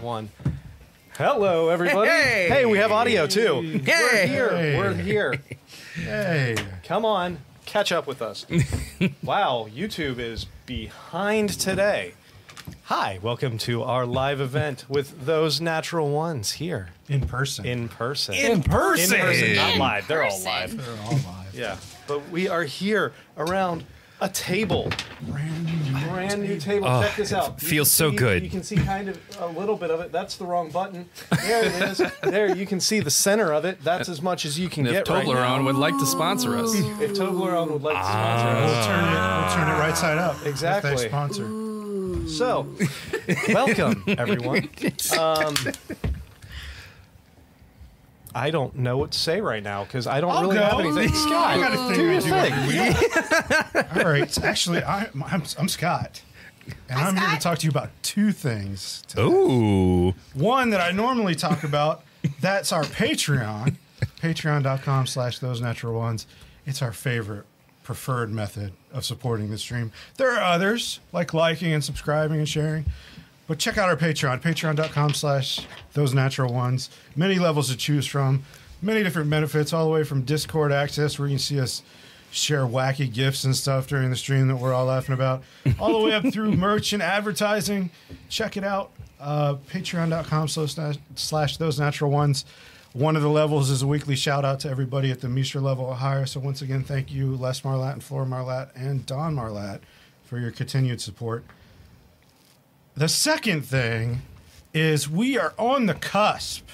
one. Hello, everybody. Hey! we have audio too. We're Hey! here. Hey. We're here. Hey. Come on, catch up with us. wow, YouTube is behind today. Hi, welcome to our live event with those natural ones here In person. in person. In person. In person, not In live. They're all person. live. They're all live. Yeah, but we are here around a table. Brand new. brand new table. Oh, Check this out. it You feels can so see- good. You can see kind of a little bit of it. That's the wrong button. There it is. there you can see the center of it. That's as much as you can And if get right Toblerone now. would like to sponsor us, If Toblerone would like to sponsor Ah. We'll turn it. We'll turn it right side up. Exactly. If they sponsor. us, so welcome everyone. Um, I don't know what to say right now because I don't really go. have anything. I Scott, got a thing do I your do thing. All right. It's actually, I, I'm, I'm Scott, and I'm here to talk to you about two things. today. Ooh. One that I normally talk about. That's our Patreon. Patreon.com slash those natural ones. It's our favorite preferred method of supporting the stream. There are others like liking and subscribing and sharing. But check out our Patreon, patreon.com slash those natural ones. Many levels to choose from, many different benefits, all the way from Discord access where you can see us share wacky gifts and stuff during the stream that we're all laughing about, all the way up through merch and advertising. Check it out, uh, patreon.com slash nat- slash those natural ones. One of the levels is a weekly shout out to everybody at the Mishra level or higher. So once again, thank you, Les Marlat and Flora Marlat and Don Marlat for your continued support. The second thing is we are on the cusp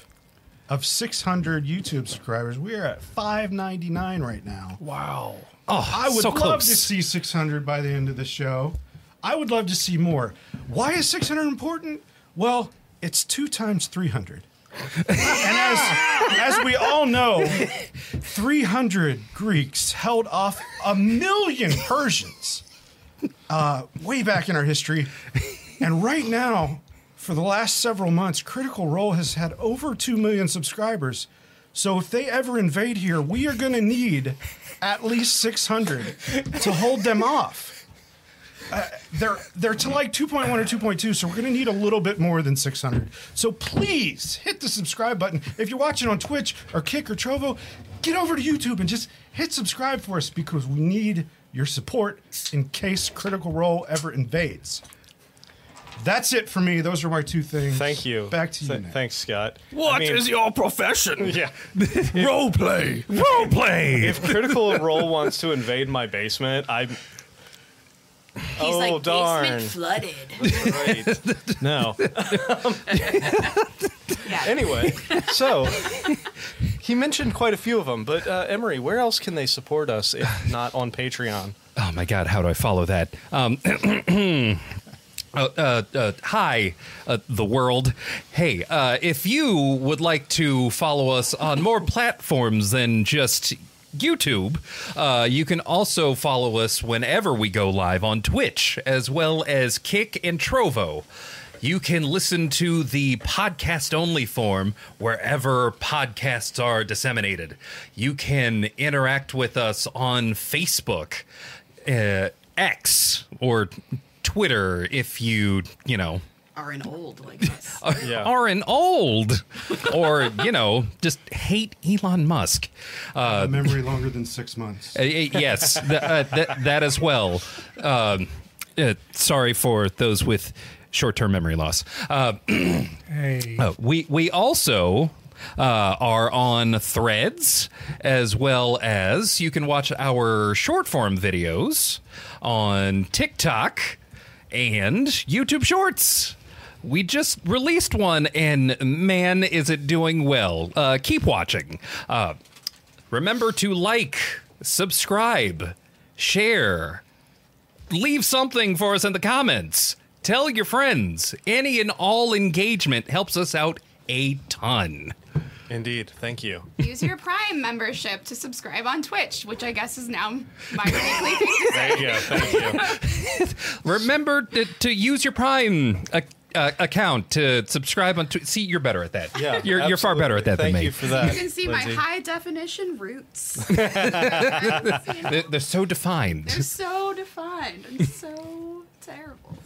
of 600 YouTube subscribers. We are at 599 right now. wow. Oh, I would so love close. to see 600 by the end of the show. I would love to see more. Why is 600 important? Well, it's two times 300. and as, as we all know, 300 Greeks held off a million Persians uh, way back in our history. And right now, for the last several months, Critical Role has had over 2 million subscribers. So if they ever invade here, we are going to need at least 600 to hold them off. Uh, they're they're to like 2.1 or 2.2, so we're going to need a little bit more than 600. So please hit the subscribe button. If you're watching on Twitch or Kick or Trovo, get over to YouTube and just hit subscribe for us because we need your support in case Critical Role ever invades. That's it for me. Those are my two things. Thank you. Back to you. Th- Nick. Thanks, Scott. I What is mean, your profession? yeah. Role play. Role play. If Critical Role wants to invade my basement, I'm He's oh like, darn. "Basement flooded. Right. no. Yeah. Anyway, so he mentioned quite a few of them, but uh, Emery, where else can they support us if not on Patreon? Oh my God, how do I follow that? Um, uh, uh, uh, hi, uh, the world. Hey, uh, if you would like to follow us on more platforms than just YouTube, uh, you can also follow us whenever we go live on Twitch, as well as Kick and Trovo. You can listen to the podcast only form wherever podcasts are disseminated. You can interact with us on Facebook, uh, X, or Twitter if you, you know, Are an old like this. Yeah. are an old or, you know, just hate Elon Musk. A memory longer than six months. Uh, y- yes, th- uh, th- that as well. Um, uh, sorry for those with short term memory loss. Uh, Hey. Uh, we we also uh, are on Threads, as well as you can watch our short form videos on TikTok and YouTube Shorts. We just released one, and man, is it doing well! Uh, keep watching. Uh, remember to like, subscribe, share leave something for us in the comments. Tell your friends. Any and all engagement helps us out a ton. Indeed, thank you. Use your Prime membership to subscribe on Twitch, which I guess is now my weekly thing to say. Thank you. Thank you. Remember to, to use your Prime ac- uh, account to subscribe on. Tw- See, you're better at that. Yeah, you're, you're far better at that Thank than me. you for that. You can see Lindsay. my high definition roots. they're, they're so defined. They're so defined and so terrible.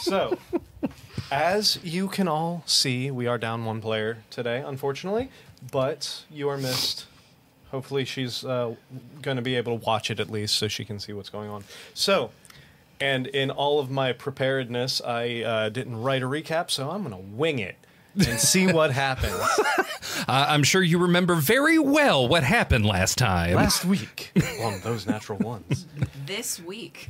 So, As you can all see, we are down one player today, unfortunately, but you are missed. Hopefully, she's uh, going to be able to watch it at least so she can see what's going on. So, and in all of my preparedness, I uh, didn't write a recap, so I'm going to wing it and see what happens. I- I'm sure you remember very well what happened last time. Last week on Those Natural Ones. This week.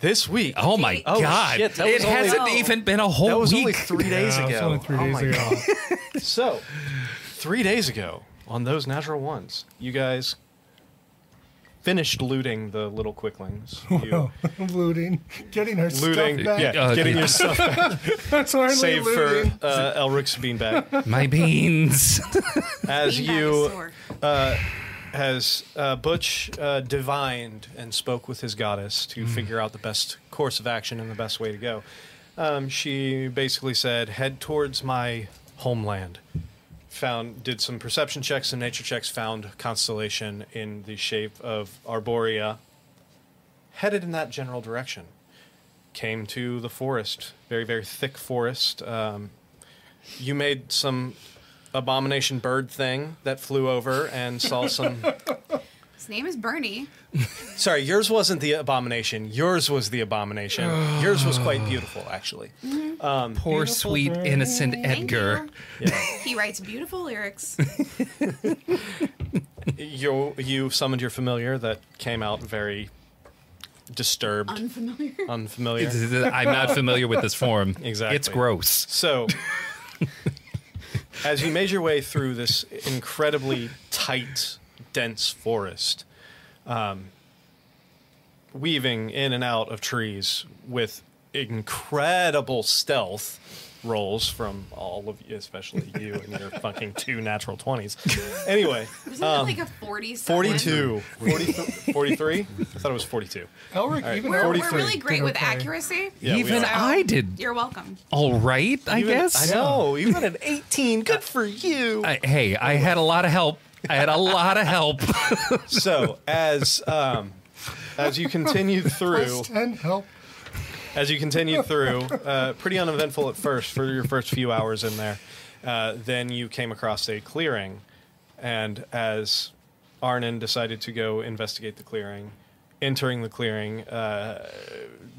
This week. oh my Oh, god! shit, that it was only- hasn't No. even been a whole That was week. only three days Yeah, ago. it's only three Oh days my ago. So, three days ago, on those natural ones, you guys finished looting the little quicklings. You, looting, getting her looting, stuff back. yeah, Uh, getting yeah. your stuff back, That's hardly save for looting. uh, Elric's beanbag. My beans. As Beanbag is you, sore. as uh, Butch uh, divined and spoke with his goddess to figure out the best course of action and the best way to go, um, she basically said, "Head towards my homeland." found did some perception checks, some nature checks, found constellation in the shape of Arborea. Headed in that general direction, came to the forest, very very thick forest. Um, you made some abomination bird thing that flew over and saw some. His name is Bernie. Sorry, yours wasn't the abomination. Yours was the abomination. yours was quite beautiful, actually. Poor sweet innocent Thank Edgar. you. He writes beautiful lyrics. You you summoned your familiar that came out very disturbed, Unfamiliar. unfamiliar. I'm not familiar with this form. Exactly. It's gross. So, as you made your way through this incredibly tight, dense forest, um, weaving in and out of trees with incredible stealth rolls from all of you, especially you and your fucking two natural 20s. Anyway, Isn't Um, it like a 40 42, 40, 43? I thought it was 42. Elric, even We're, Elric we're really great with Okay. accuracy. Yeah, we even are. I did You're welcome. all right, I Even- guess. I know. You got an 18. Good for you. I- hey, I had a lot of help. I had a lot of help. so as um, as you continued through, plus ten help. as you continued through, uh, pretty uneventful at first for your first few hours in there. Uh, then you came across a clearing, and as Arnon decided to go investigate the clearing, entering the clearing, uh,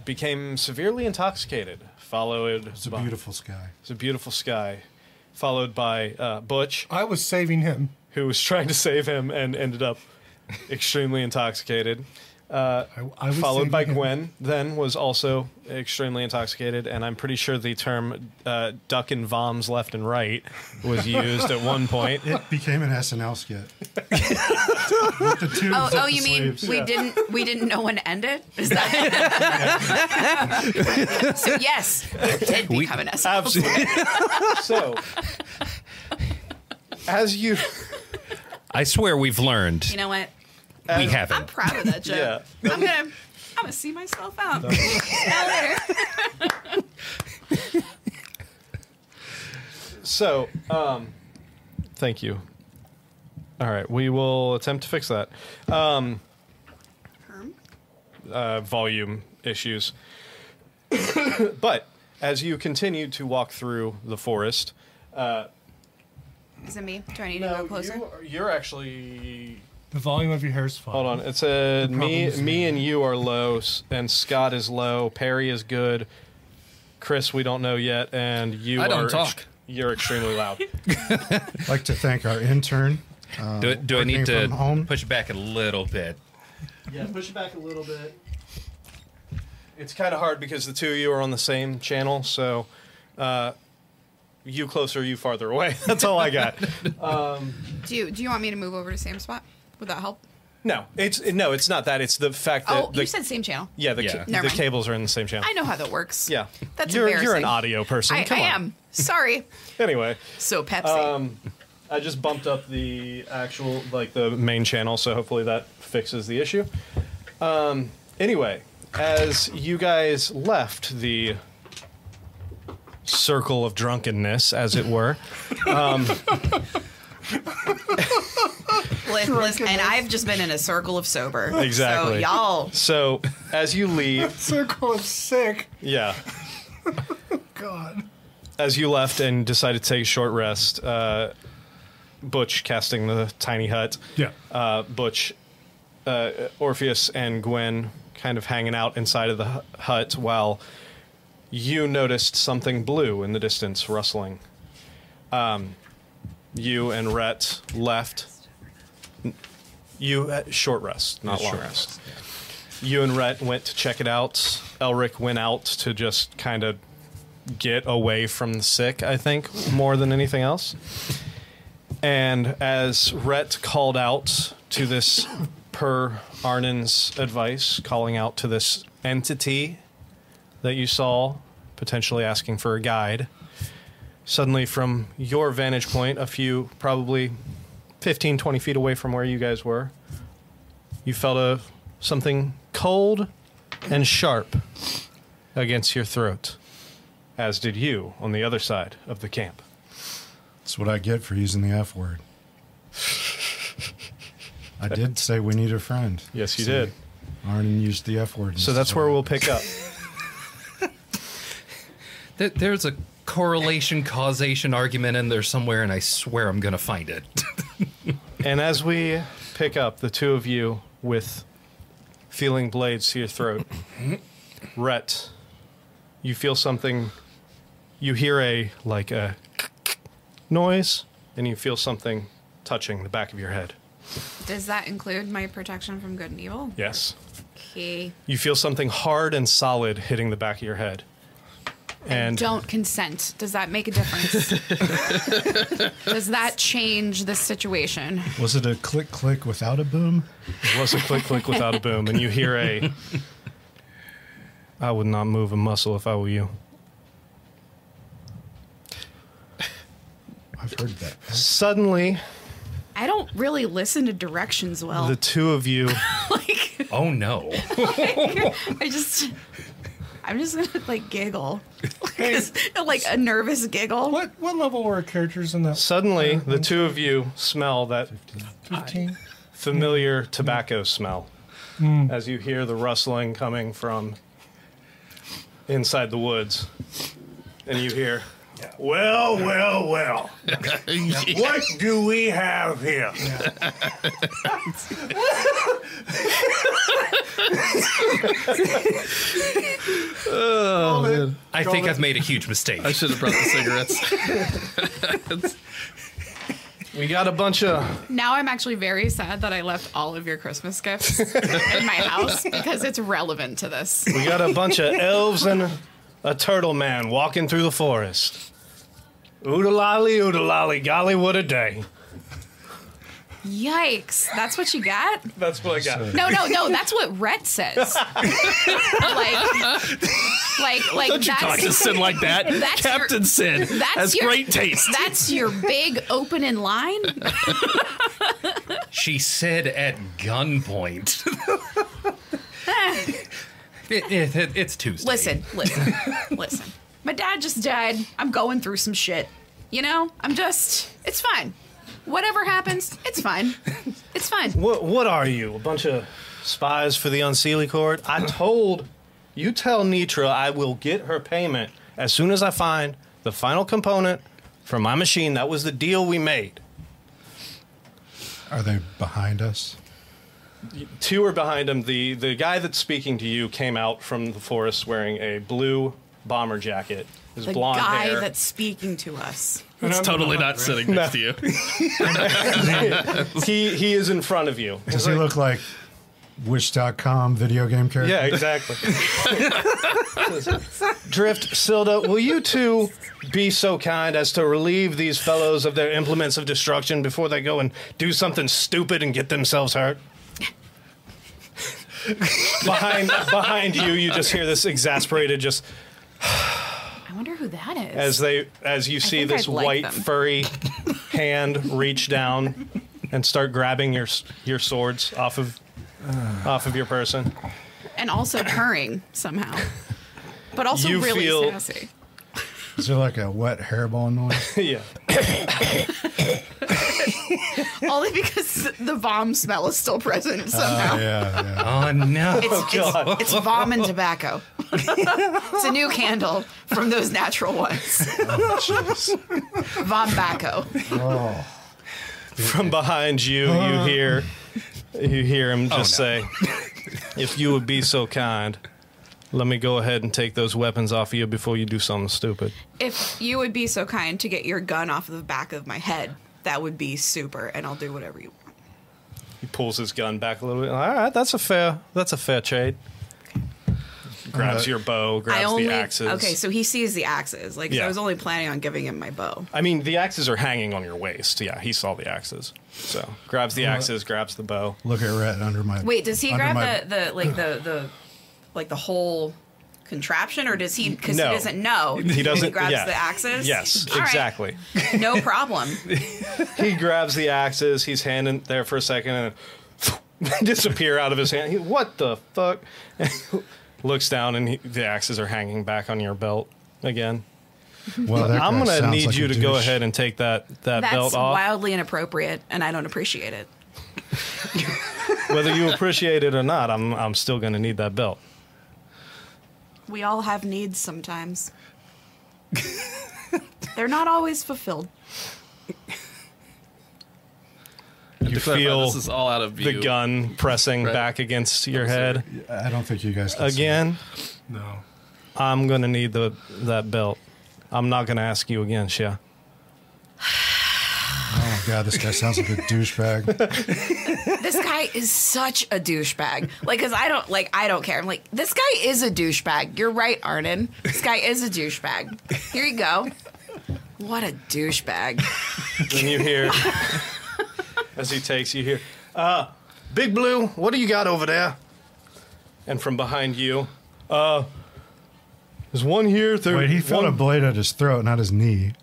became severely intoxicated. Followed It's a beautiful sky. it's a beautiful sky, followed by uh, Butch I was saving him. who was trying to save him and ended up extremely intoxicated. Uh, I, I was followed by saving him. Gwen, then was also extremely intoxicated, and I'm pretty sure the term uh, "duck and voms left and right" was used at one point. It became an SNL skit. With the tubes Oh, up oh, the you mean sleeves. we didn't we didn't know when to end it? Is that so? Yes, it did We- become an S. Absolutely. so, as you, I swear we've learned. You know what? we I'm haven't. proud of that joke. yeah, I'm gonna I'm gonna see myself out. Now later. so um, thank you. All right, we will attempt to fix that. Um, Herm. uh, volume issues. but as you continue to walk through the forest, Is it me? Do I need to go closer? You are, actually. The volume of your hair is fine. Hold on. It said The problem me, is me, me. and you are low, s- and Scott is low. Perry is good. Chris, we don't know yet, and you I don't are talk. you're extremely loud. I'd like to thank our intern. Do, do I working need to from home. push back a little bit? yeah, push it back a little bit. It's kind of hard because the two of you are on the same channel, so uh, you closer, you farther away. That's all I got. Do you, do you want me to move over to same spot? Would that help? No, it's no, it's not that. It's the fact that oh, the, you said same channel. yeah, the, Yeah. ca- Never the mind. cables are in the same channel. I know how that works. Yeah, That's you're you're an embarrassing. audio person. I, I Come on. Um, am. Sorry. Anyway, So Pepsi. I just bumped up the actual like the main channel, so hopefully that fixes the issue. Um, anyway, as you guys left the circle of drunkenness, as it were, Li- listen, and I've just been in a circle of sober. So Exactly. y'all so as you leave, Circle of sick. yeah. God. as you left and decided to take a short rest, uh, Butch casting the tiny hut. Yeah. Uh, Butch, uh, Orpheus, and Gwen kind of hanging out inside of the hu- hut while you noticed something blue in the distance rustling. Um, you and Rhett left. N- You uh, short rest, not long rest you and Rhett went to check it out. Elric went out to just kind of get away from the sick, I think, more than anything else. And as Rhett called out to this, per Arnon's advice, calling out to this entity that you saw, potentially asking for a guide, suddenly from your vantage point, a few, probably 15, 20 feet away from where you guys were, you felt a something cold and sharp against your throat, as did you on the other side of the camp. That's what I get for using the F word. I did say we need a friend. Yes, you See, did. Arnon used the F word. So that's where we'll pick up. There, there's a correlation causation argument in there somewhere, and I swear I'm gonna find it. And as we pick up, the two of you with feeling blades to your throat, Rhett, you feel something. You hear a like a noise, and you feel something touching the back of your head. Does that include my protection from good and evil? Yes. Okay. You feel something hard and solid hitting the back of your head. And Don't consent. Does that make a difference? Does that change the situation? Was it a click click without a boom? it was a click click without a boom, and you hear a I would not move a muscle if I were you. I've heard that. Suddenly, I don't really listen to directions well. the two of you like oh no! I just I'm just gonna like giggle. 'Cause- like a nervous giggle. What what level were our characters in that? suddenly the two of you smell that Fifteen. familiar tobacco smell as you hear the rustling coming from inside the woods. And you hear Well, well, well. What do we have here? I think I've made a huge mistake. Oh, I should have brought the cigarettes. we got a bunch of Now I'm actually very sad that I left all of your Christmas gifts in my house because it's relevant to this. we got a bunch of elves and a turtle man walking through the forest. Oodalolly, oodalolly, golly, what a day. Yikes. That's what you got? That's what I got. No, no, no. That's what Rhett says. like, like, like Talk to that's Sid like that. That's your- Captain Sid that's has your- great taste. that's your big open in line. She said at gunpoint. It- it- it- it's Tuesday. Listen, listen, listen. My dad just died. I'm going through some shit. You know, I'm just. It's fine. Whatever happens, it's fine. It's fine. What what are you? A bunch of spies for the Unseelie Court? I told you tell Nitra I will get her payment as soon as I find the final component from my machine. That was the deal we made. Are they behind us? Two are behind him. The the guy that's speaking to you came out from the forest wearing a blue bomber jacket. His The blonde guy hair. that's speaking to us. It's totally not sitting next to you. he he is in front of you. Does he look like Wish.com video game character? Yeah, exactly. Drift, Silda, will you two be so kind as to relieve these fellows of their implements of destruction before they go and do something stupid and get themselves hurt? behind behind you, you just hear this exasperated just I wonder who that is. as they as you see think this I'd like white them. furry hand reach down and start grabbing your s- your swords off of off of your person. and also purring somehow, but also You really feel- sassy. Is there like a wet hairball noise? yeah. Only because the vom smell is still present somehow. Uh, Oh, yeah, yeah. Oh no! It's, it's, it's vom and tobacco. it's a new candle from those natural ones. Oh, Vombacco. From behind you, you hear you hear him just say, "If you would be so kind, let me go ahead and take those weapons off of you before you do something stupid." If you would be so kind to get your gun off the back of my head, that would be super, and I'll do whatever you want. He pulls his gun back a little bit. All right, that's a fair that's a fair trade. Grabs your bow, grabs I only the axes. okay, so he sees the axes. Like 'cause Yeah. I was only planning on giving him my bow. I mean, the axes are hanging on your waist. Yeah, he saw the axes. So grabs the axes, grabs the bow. Look at Rhett under my. Wait, does he under grab my- the, the like the the like the whole contraption, or does he? Because No. he doesn't know. He doesn't. grabs yeah. the axes. Yes, All right, exactly. No problem. He grabs the axes. He's handing there for a second and they disappear out of his hand. He, what the fuck? Looks down and he, the axes are hanging back on your belt again. Well, that I'm guy gonna sounds need like you a to go douche. ahead and take that that That's belt off. wildly inappropriate, and I don't appreciate it. Whether you appreciate it or not, I'm I'm still gonna need that belt. We all have needs sometimes. They're not always fulfilled. You To clarify, feel this is all out of the view. gun pressing Right. back against your head I don't think you guys can see again. it. No. I'm gonna need the that belt. I'm not gonna ask you again, Shia. Oh god, this guy sounds like a douchebag. This guy is such a douchebag. Like, cause I don't like I don't care. I'm like, this guy is a douchebag. You're right, Arnon. This guy is a douchebag. Here you go. What a douchebag. Then you hear as he takes you here. Uh, Big Blue, what do you got over there? And from behind you, uh, there's one here. There, Wait, he felt a one- blade at his throat, not his knee.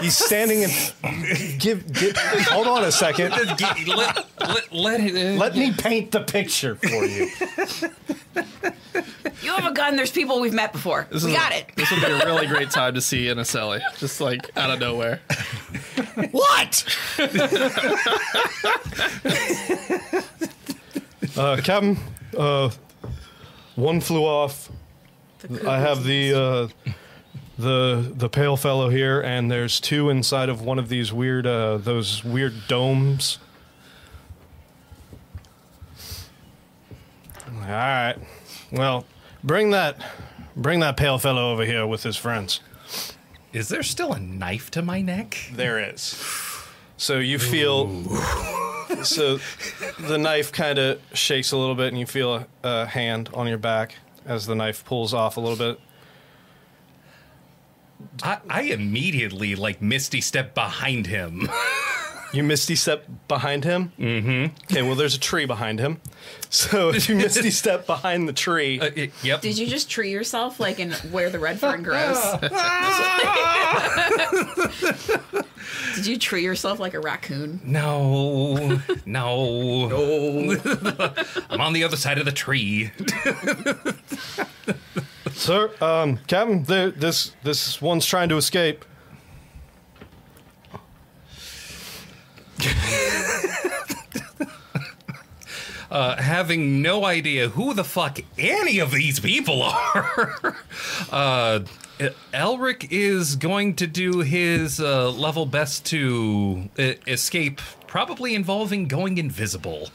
He's standing in. give, give. Hold on a second. Get- let, let, let it uh, in. Let me paint the picture for you. You have a gun, there's people we've met before. This we is got a- it. This would be a really great time to see Anacelli, just like out of nowhere. What? Uh, Captain, uh, one flew off. I have the uh, the the pale fellow here, and there's two inside of one of these weird uh, those weird domes. All right, well, bring that bring that pale fellow over here with his friends. Is there still a knife to my neck? There is. So you feel. so the knife kind of shakes a little bit, and you feel a, a hand on your back as the knife pulls off a little bit. I, I immediately like misty step behind him. You misty step behind him. Mm-hmm. Okay, well, there's a tree behind him. So if you misty step behind the tree, Uh, it- yep. Did you just tree yourself like in where the red fern grows? Did you tree yourself like a raccoon? no, no, no. I'm on the other side of the tree. sir, um, Captain, there, this this one's trying to escape. Uh, having no idea who the fuck any of these people are. uh, Elric is going to do his uh, level best to uh, escape, probably involving going invisible.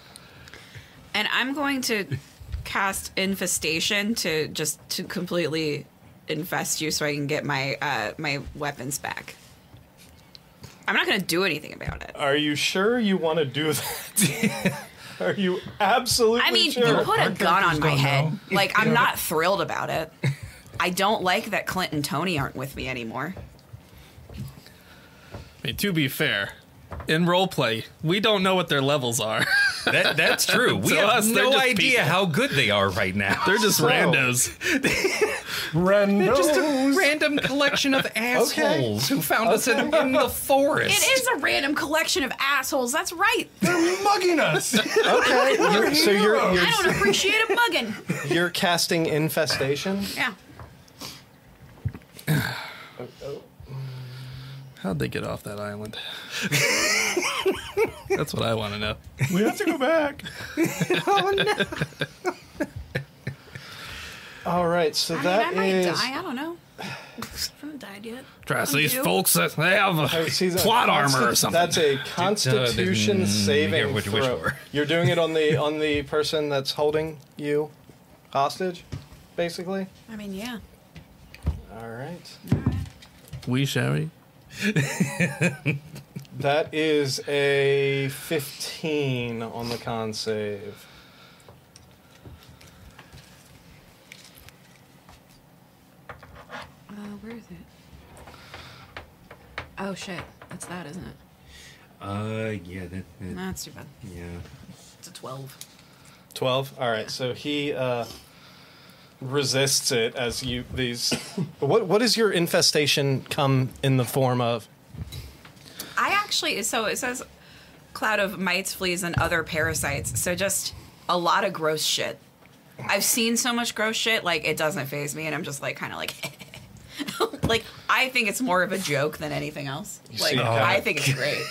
And I'm going to cast infestation to just to completely infest you so I can get my uh, my weapons back. I'm not going to do anything about it. Are you sure you want to do that? Are you absolutely I mean, sure? you put a Our gun on characters my don't head. know. Like, I'm not thrilled about it. I don't like that Clint and Tony aren't with me anymore. I mean, to be fair, in roleplay, we don't know what their levels are. That, that's true. We To have us, they're no just idea people. how good they are right now. They're just randos. Rando. just a random collection of assholes who found us in, in the forest. It is a random collection of assholes. That's right. They're mugging us. okay. you're- so you're, I you're don't appreciate a mugging. you're casting infestation. Yeah. How'd they get off that island? That's what I want to know. We have to go back. All right, so I mean, I that might is. die. I don't know. I haven't died yet. Trust these you. folks that they have Oh, see, a that's plot consti- armor or something. That's a Constitution Mm, saving yeah, what you wish throw. for. You're doing it on the on the person that's holding you hostage, basically. I mean, yeah. All right, we Sherry. that is a 15 on the con save. Uh, where is it? Oh shit, that's that, isn't it? Uh, yeah, that, that- No, that's too bad. yeah. It's a twelve. 12. All right, so he uh, resists it as you these. what what does your infestation come in the form of? I actually so it says cloud of mites, fleas, and other parasites. So just a lot of gross shit. I've seen so much gross shit, like it doesn't phase me, and I'm just like kind of like, like I think it's more of a joke than anything else. Like see, uh, I think it's great.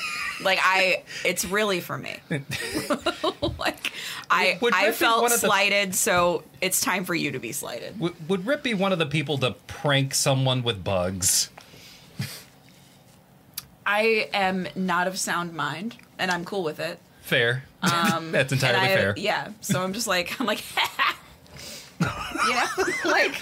like I, it's really for me. like I, Would I Rick be felt one of the- slighted, so it's time for you to be slighted. Would, would Rip be one of the people to prank someone with bugs? I am not of sound mind, and I'm cool with it. Fair. That's Um, And entirely I- fair. Yeah. So I'm just like, I'm like, you know, like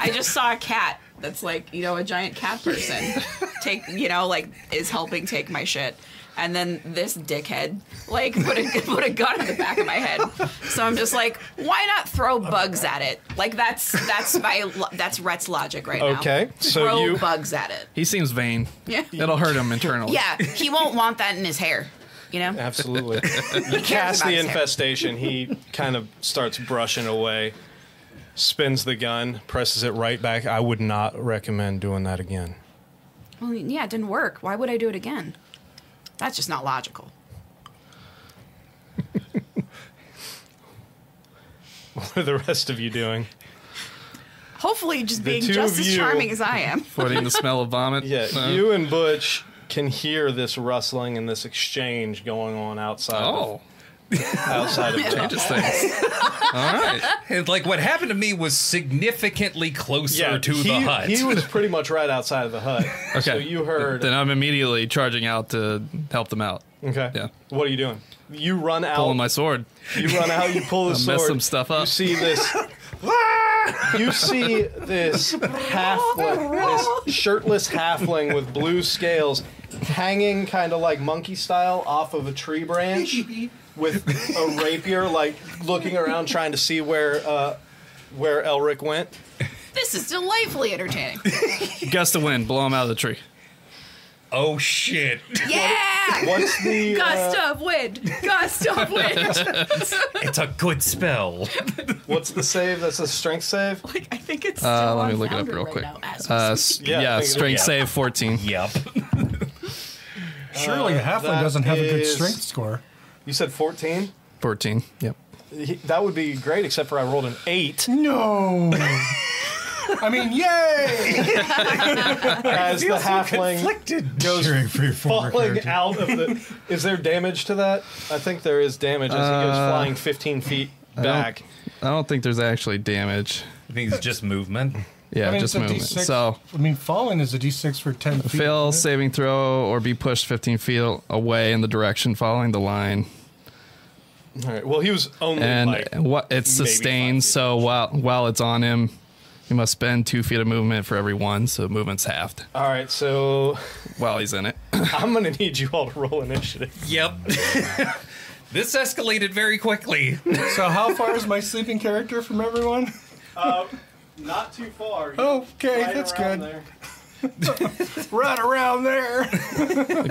I just saw a cat that's like, you know, a giant cat person take, you know, like is helping take my shit. And then this dickhead like put a put a gun in the back of my head. So I'm just like, why not throw bugs at it? Like that's that's my lo- that's Rhett's logic right now. Okay, so throw you- bugs at it. He seems vain. Yeah. It'll hurt him internally. Yeah, he won't want that in his hair. You know, Absolutely. you cares cast about the his hair? infestation. He kind of starts brushing away, spins the gun, presses it right back. I would not recommend doing that again. Well, yeah, it didn't work. Why would I do it again? That's just not logical. What are the rest of you doing? Hopefully, just The being two just of as you- charming as I am. Avoiding the smell of vomit. Yeah, Uh, you and Butch can hear this rustling and this exchange going on outside Oh. of, outside of town. Just things. All right. It's like what happened to me was significantly closer Yeah, to he, the hut. he was pretty much right outside of the hut. Okay. So you heard. Then I'm immediately charging out to help them out. okay. Yeah. What are you doing? You run out. Pulling my sword. You run out. You pull the I sword. messed some stuff up. You see this. you see this halfling, this shirtless halfling with blue scales, hanging kind of like monkey style off of a tree branch, with a rapier, like looking around trying to see where uh, where Elric went. This is delightfully entertaining. Gust of wind. Blow him out of the tree. oh shit! Yeah! What's the Gust uh, of wind! Gust of wind! It's a good spell. what's the save? That's a strength save. like, I think it's. Uh, still let me on look it up Foundry real right quick. now as we Uh, speak. s- Yeah, yeah, I think it- strength yeah. save 14. yep. Surely a halfling that doesn't have a good is- strength score. You said fourteen. 14. Yep. That would be great, except for I rolled an eight. No. I mean, yay! As the halfling Conflicted. goes Cheering for your former falling character. out of the. Is there damage to that? I think there is damage as he goes flying 15 feet back. Uh, I don't think there's actually damage. I think it's just movement. Yeah, I mean, just it's a movement. D6. So I mean, falling is a d6 for 10 feet. fail isn't it? saving throw or be pushed 15 feet away in the direction following the line. All right. Well, he was only And like what it's maybe sustained. five feet. So while while it's on him, he must spend two feet of movement for every one. So movement's halved All right. So while he's in it. I'm gonna need you all to roll initiative. Yep. this escalated very quickly. So, how far is my sleeping character from everyone? Not too far. Okay, that's good. Right around there.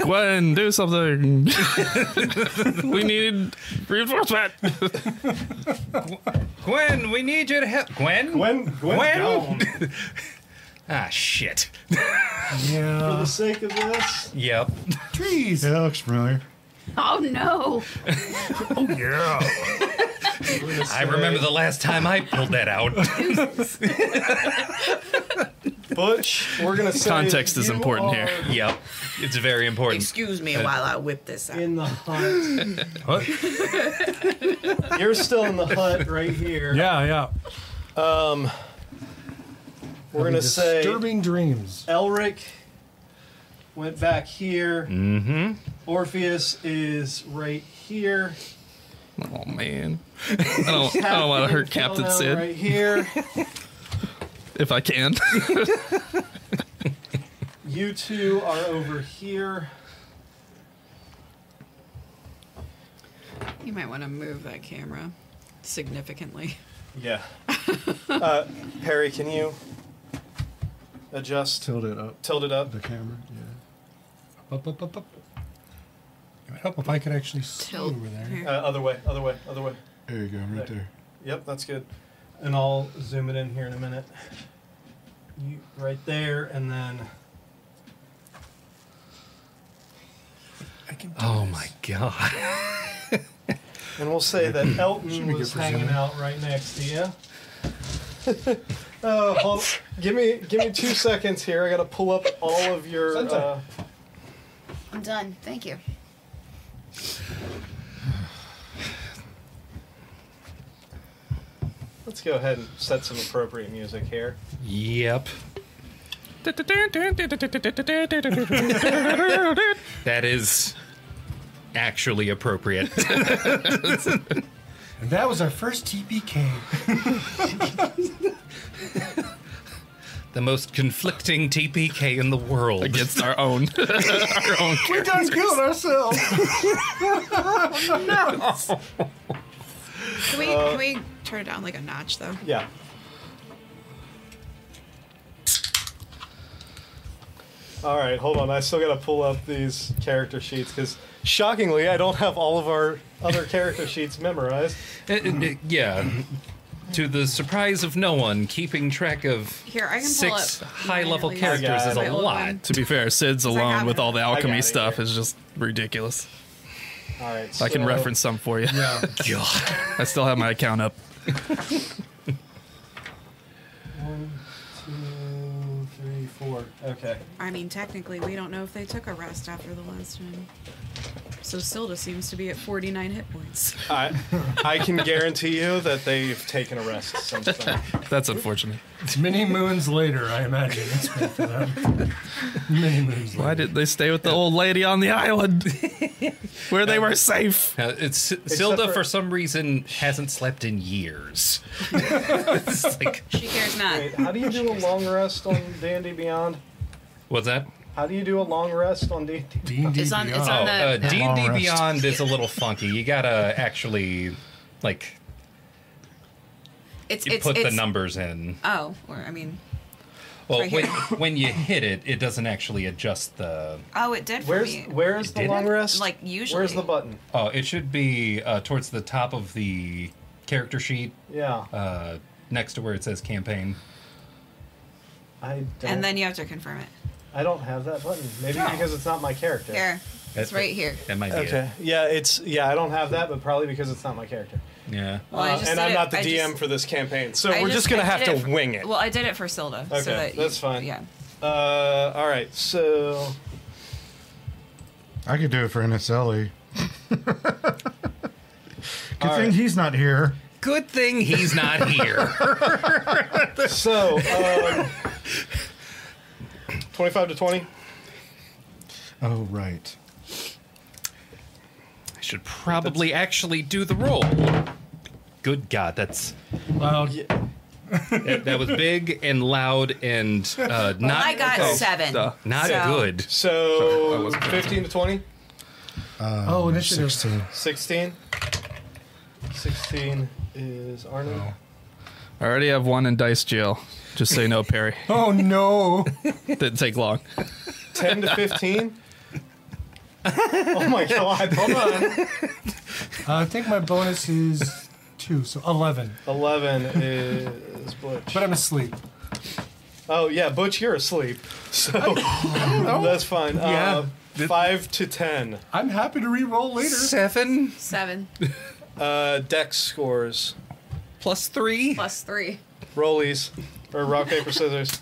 Gwen, do something. we need reinforcement. Gwen, we need your help. Gwen. When, when, Gwen? Ah, shit. for Yeah. the sake of this, Yep. Trees. Yeah, that looks familiar. Oh no! I remember the last time I pulled that out. Butch, we're gonna say Context is you important here. are Yep. It's very important. Excuse me while I whip this out. Uh, In the hut. You're still in the hut right here. Yeah, yeah. We're gonna say disturbing dreams. Elric went back here. Mm-hmm. Orpheus is right here. Oh man, I don't, I don't want to hurt Captain Elna Sid Right here. if I can. You two are over here. You might want to move that camera significantly. Yeah. uh, Perry, can you adjust? Tilt it up. Tilt it up. The camera. Yeah. Up, up, up, up. It would help if I could actually see Tilt. over there. Here. Uh, other way, other way, other way. There you go, right there. Yep, that's good. And I'll zoom it in here in a minute. You, right there, and then Oh my god. and we'll say that Should Elton we was get hanging presumed? out right next to you. uh, hold, give me give me two seconds here. I gotta pull up all of your. Uh, I'm done. Thank you. let's go ahead and set some appropriate music here. Yep. that is actually appropriate. And that was our first TPK. the most conflicting TPK in the world. against our own. our own. We done killed ourselves. Can we, can we turn it down like a notch though? Yeah. All right, hold on. I still gotta pull up these character sheets because, shockingly, I don't have all of our other character sheets memorized. Uh, uh, uh, yeah. To the surprise of no one, keeping track of Here, I can pull six up high level mine at least. characters is I a got it. lot. To be fair, Sid's alone got with it. all the got alchemy it stuff here. is just ridiculous. All right, I can so- reference some for you. yeah. God. I still have my account up. One, two, three, four. Okay. I mean, technically, we don't know if they took a rest after the last one. So Silda seems to be at 49 hit points. I, I can guarantee you that they've taken a rest since then. That's unfortunate. Many moons later, I imagine it's been for them. Many moons later. Why didn't they stay with the old lady on the island where they were safe? Uh, it's, Silda, for- for some reason, hasn't slept in years. it's like, She cares not. Wait, how do you do a long rest on D&D Beyond? what's that? How do you do a long rest on D&D? D&D It's on- it's Beyond. Oh, on the- uh, D and Long D rest. Beyond is a little funky. You gotta actually, like, It's you it's put it's the numbers in. oh, or I mean, Well, right when, here. when you hit it, it doesn't actually adjust the. oh, it did for Where's me. where is It the didn't? long rest? Like, Where's usually. the button? Oh, it should be uh, towards the top of the character sheet, Yeah. uh, next to where it says campaign. I don't and then you have to confirm it. I don't have that button. Maybe because it's not my character. Here, That's it's right here. That might be Okay. Yeah, it's yeah, I don't have that, but probably because it's not my character. it. Yeah. Well, I Uh, just and did I'm it- not the I DM just- for this campaign, so I we're just gonna I have did to for- wing it. Well, I did it for Silda. Okay, so that you- that's fine. Yeah. uh, all right, so I could do it for NSLE. Good All thing right. he's not here. Good thing he's not here. so um, twenty-five to twenty. Oh, right. I should probably actually do the roll. Good God, that's Loud. that, that was big and loud and uh, not I got seven. Duh. not so- good. So wasn't paying fifteen to 20? Oh, initiative. 16. 16. 16 is Arnon. I already have one in dice jail. Just say no, Perry. Oh, no. Didn't take long. Ten to fifteen. oh my god! Hold on. Uh, I think my bonus is two, so 11. Eleven is Butch. But I'm asleep. Oh yeah, Butch, you're asleep, so that's fine. Uh, five to ten. I'm happy to re-roll later. Seven Seven Uh, Dex scores. plus three. plus three. Rollies or rock paper scissors.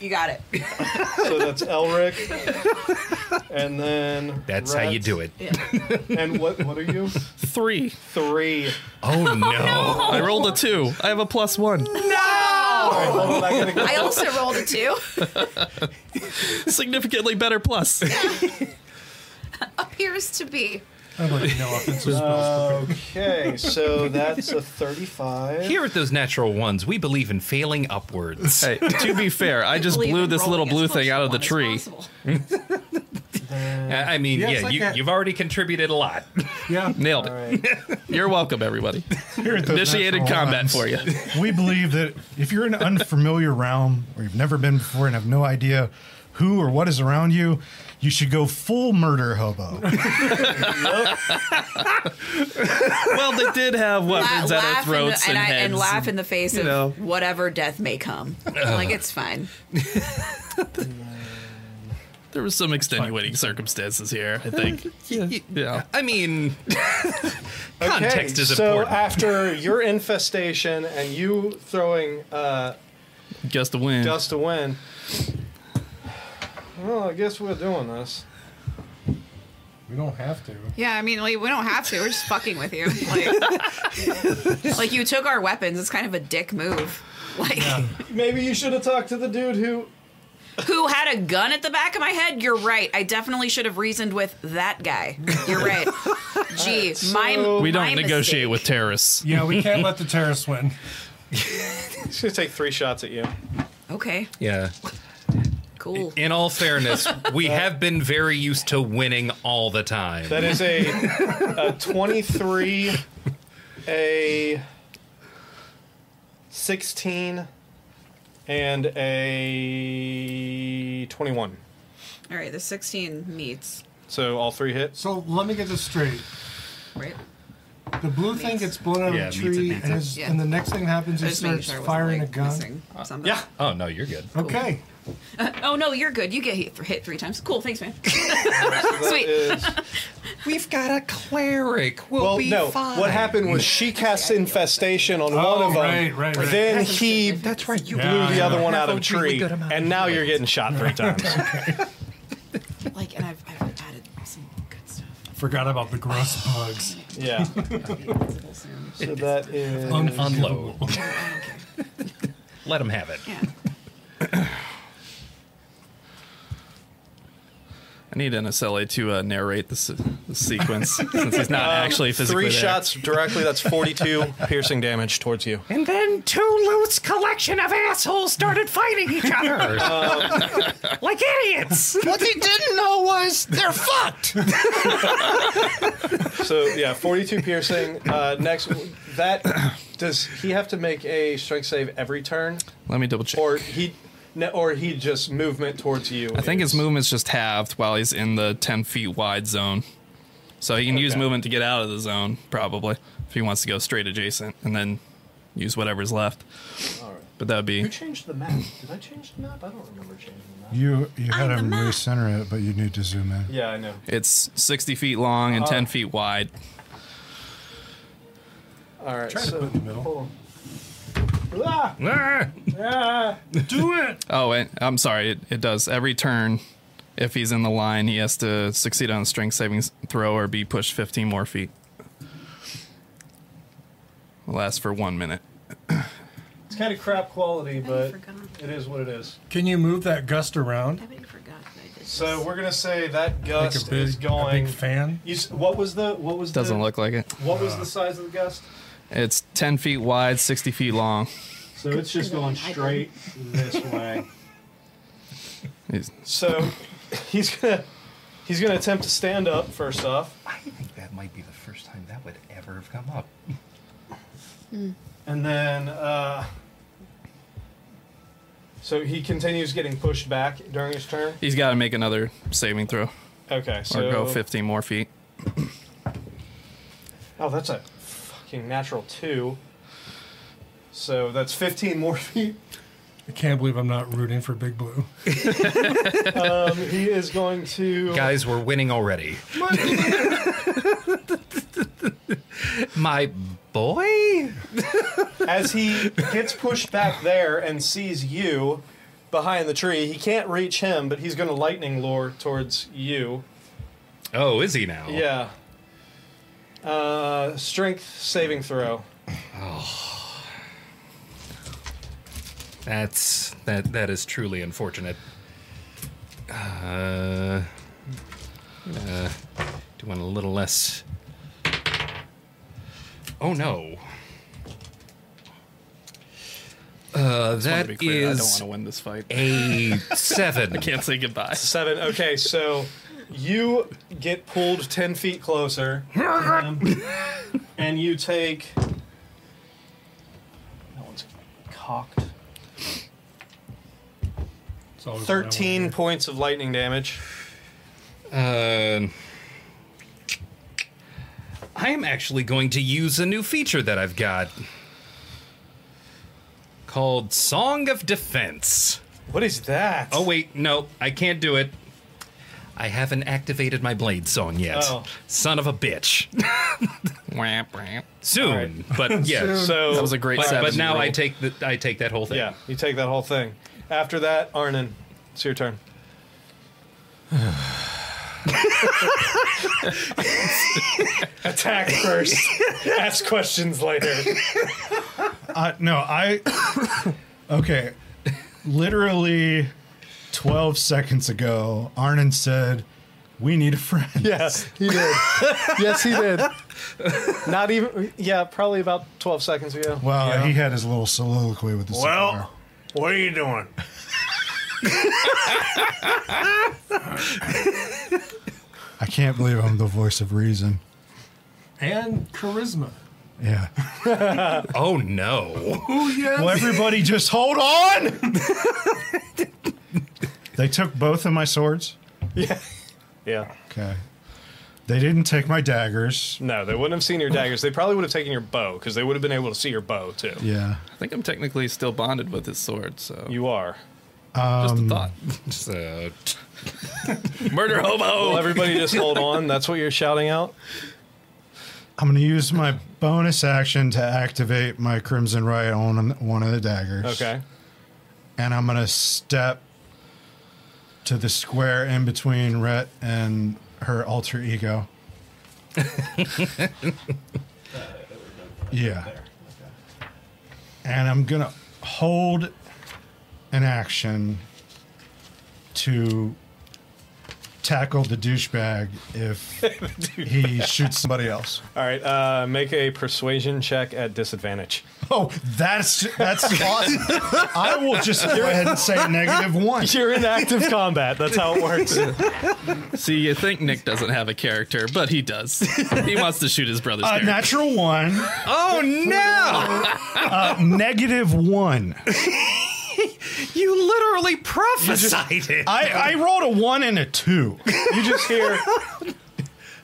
You got it. So that's Elric. And then. That's how you do it. And what, what are you? Three. Three. Oh no. I rolled a two. I have a plus one. Well, that kinda goes- I also rolled a two. Significantly better plus. Appears to be. I'd like to know offensive spells. Okay, so that's a 35. Here at those natural ones, we believe in failing upwards. Hey, to be fair, I just Believe blew in this little rolling as blue close thing to out of the one as tree. possible. I I mean, Yeah, yeah, it's like you, that- you've already contributed a lot. yeah. Nailed it. You're welcome, everybody. Here at those Initiated natural combat ones, for you. We believe that if you're in an unfamiliar realm or you've never been before and have no idea who or what is around you, you should go full murder hobo. Well, they did have La- weapons at our laugh in the- throats and, and, I, heads. and laugh in the face of know. whatever death may come. like it's fine. There were some extenuating circumstances here, I think. yeah. I mean, context Okay, is so important. after your infestation and you throwing uh, Just a win. dust to win, well, I guess we're doing this. we don't have to. Yeah, I mean, like, we don't have to. We're just fucking with you. Like, like you took our weapons. It's kind of a dick move. Like, Maybe you should have talked to the dude who. who had a gun at the back of my head? You're right. I definitely should have reasoned with that guy. You're right. Gee, my so- we don't my negotiate mistake. with terrorists. Yeah, we can't let the terrorists win. He's gonna take three shots at you. Okay, yeah. cool. In all fairness, we Uh, have been very used to winning all the time. That is a, a 23, a 16, and a 21. All right, the 16 meets. So all three hits. So let me get this straight. Right. The blue thing gets blown out Yeah, of meets a it, tree, meets and, it. is, Yeah. and the next thing that happens I is just making starts sure I wasn't, firing like, a gun. missing Uh, something. Yeah. oh no, you're good. Okay. Oh no, you're good. You get hit, hit three times. Cool. Thanks, man. Sweet. Is- We've got a cleric. We'll, well, be no. fine. What happened was she cast infestation on one Oh, of them. right, right, right. Then That's he good. that's right. You Yeah, blew the yeah. other one out of a That's a really tree, good amount and of now you're getting shot three times. Like, and I've, I've added some good stuff. Forgot about the gross bugs. yeah. So that is Unload. Let him have it. Yeah. I need NSLA to uh, narrate this, this sequence since he's not actually Um, physically three there. shots directly. That's 42 piercing damage towards you. And then two loose collection of assholes started fighting each other. Uh. like idiots. What they didn't know was they're fucked. So yeah, 42 piercing. Uh, next, that does he have to make a strength save every turn, Let me double check. or he, no, or he just movement towards you? I think his movement's just halved while he's in the 10 feet wide zone. So he can use Okay. movement to get out of the zone, probably, if he wants to go straight adjacent and then use whatever's left. But that would be. Who changed the map? Did I change the map? I don't remember changing the map. You you had the him map. recenter it, but you need to zoom in. Yeah, I know. It's 60 feet long and 10 feet wide. All right. Try to so, put it in the middle. hold on. Ah, ah. Do it! Oh, wait, I'm sorry. It, it does. Every turn, if he's in the line, he has to succeed on a strength saving throw or be pushed 15 more feet. Lasts for one minute. It's kind of crap quality, but forgot. it is what it is. Can you move that gust around? I already forgot that I did. So we're gonna say that Like gust a big, is a going. big fan? Uh. You, s- what was the what was Doesn't the, look like it. What was the size of the gust? It's 10 feet wide, 60 feet long. So it's just going straight this way. He's- So he's gonna he's gonna attempt to stand up first off, I think that might be the first time that would ever have come up. and then uh, so he continues getting pushed back during his turn. he's got to make another saving throw Okay, or so go 15 more feet. Oh, that's a fucking natural two. So that's fifteen more feet. I can't believe I'm not rooting for Big Blue. Um, he is going to. Guys, we're winning already. My boy? as he gets pushed back there and sees you, behind the tree. He can't reach him, but he's going to lightning lure towards you. Oh, is he now? Yeah. Uh, strength saving throw. That's that. That is truly unfortunate. Uh, uh, doing a little less. Oh no. Uh, Wanna that be clear, I don't want is to win this fight. a seven. Can't say goodbye. Seven. Okay, so you get pulled 10 feet closer. um, and you take. That one's cocked. It's always what I wanna 13 hear. points of lightning damage. Uh, I am actually going to use a new feature that I've got called Song of Defense. What is that? Oh wait, no, I can't do it. I haven't activated my blade song yet. Oh. Son of a bitch. Whamp, whamp. Soon, but yeah. So That was a great But, seven. but now I take the, I take that whole thing. Yeah, you take that whole thing. After that, Arnon, it's your turn. Attack first. Ask questions later. I, Uh, no, I. Okay. Literally 12 seconds ago, Arnon said, We need a friend. Yes, he did. yes, he did. Not even. Yeah, probably about twelve seconds ago. Well, Uh, he had his little soliloquy with the cigar. Well, what are you doing? I can't believe I'm the voice of reason. And charisma. Yeah. Oh no. Well, everybody just hold on. they took both of my swords. Yeah. Okay. They didn't take my daggers. No, they wouldn't have seen your daggers. They probably would have taken your bow because they would have been able to see your bow too. Yeah. I think I'm technically still bonded with his sword, so You are. Um, just a thought. So, Murder hobo. Well, everybody just hold on. That's what you're shouting out. I'm going to use my bonus action to activate my Crimson Right on one of the daggers. Okay. And I'm going to step to the square in between Rhett and her alter ego. yeah. And I'm going to hold an action to tackle the douchebag if he shoots somebody else. All right. Uh, make a persuasion check at disadvantage. Oh, that's that's awesome. I will just go ahead and say negative one. You're in active combat. That's how it works. See, you think Nick doesn't have a character, but he does. he wants to shoot his Uh, brother's A character. Uh, natural one, Uh, oh no! negative one. You literally prophesied it. I, I rolled a one and a two. You just hear.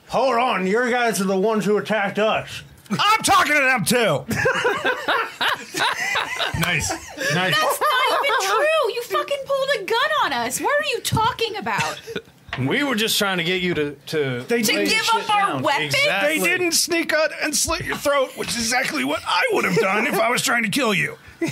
Hold on, your guys are the ones who attacked us. I'm talking to them too. Nice. not Nice. even true. You fucking pulled a gun on us. What are you talking about? We were just trying to get you to to, They To did- give up our weapons? They didn't sneak up and slit your throat, which is exactly what I would have done if I was trying to kill you. All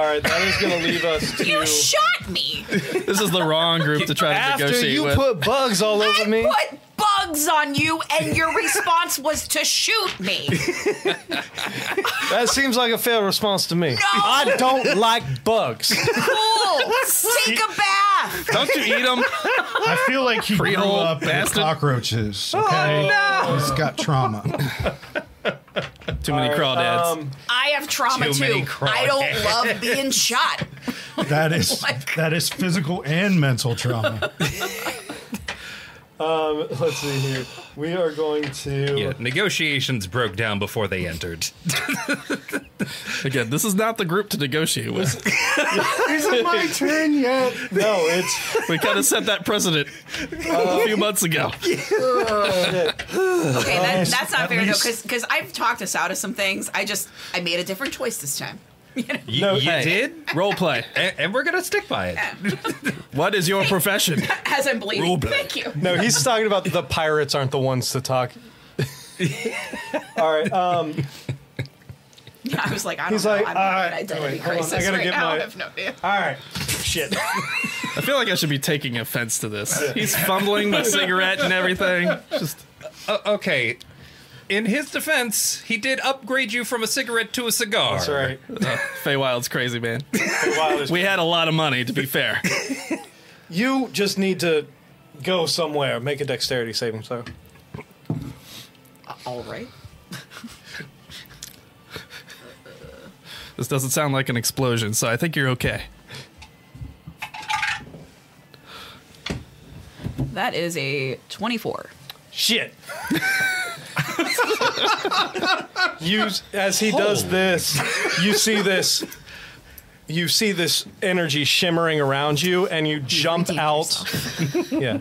right, that is going to leave us to. You shot me. This is the wrong group to try to after negotiate you with. put bugs all over me. I put bugs on you, and your response was to shoot me. That seems like a fair response to me. I don't like bugs. Cool. Take a bath. Don't you eat them? I feel like he grew old up with bastard. cockroaches. Oh, Okay, he's got trauma. Too many crawdads. Um, I have trauma Too too. many I don't love being shot. That Oh is that is physical and mental trauma. Um, Let's see here. We are going to. Yeah, negotiations broke down before they entered. Again, this is not the group to negotiate with. Isn't my turn yet? No, it's. We kind of set that precedent Uh, a few months ago. Okay, that, that's not at fair though, least- because because I've talked us out of some things. I just I made a different choice this time. You, No, you hey. did, Role play. and, and we're gonna stick by it. What is your profession? As I'm bleeding. Rule play. Thank you. No, he's talking about the pirates aren't the ones to talk. all right. Um, I was like, I don't He's know. like, I'm all having right, an identity wait, hold on, I crisis gotta right get now. my- I have no idea. all right. shit. I feel like I should be taking offense to this. He's fumbling my cigarette and everything. Just Uh, okay. In his defense, he did upgrade you from a cigarette to a cigar. That's right. uh, Feywild's crazy, man. Wild as- We had a lot of money, to be fair. you just need to go somewhere. Make a dexterity saving throw. All right. This doesn't sound like an explosion, so I think you're okay. That is a 24. Shit. you as he does this, you see this you see this energy shimmering around you and you jump redeemed out. yeah.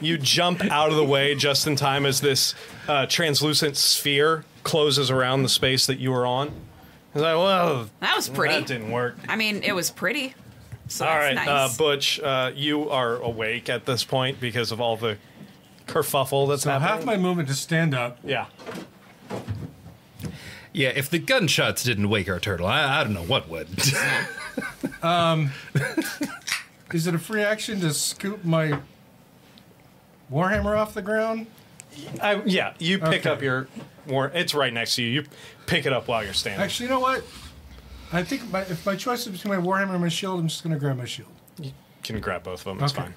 You jump out of the way just in time as this uh, translucent sphere closes around the space that you were on. It's like, well, That was pretty. That didn't work. I mean, it was pretty. So All that's right, nice. uh, Butch, uh, you are awake at this point because of all the kerfuffle that's Now, happening. half my movement to stand up. yeah. Yeah, if the gunshots didn't wake our turtle, I, I don't know what would. Is it a free action to scoop my warhammer off the ground? I, yeah, you pick Okay. up your war. It's right next to you. You pick it up while you're standing. Actually, you know what? I think my, if my choice is between my warhammer and my shield, I'm just going to grab my shield. you can grab both of them. It's Okay. fine.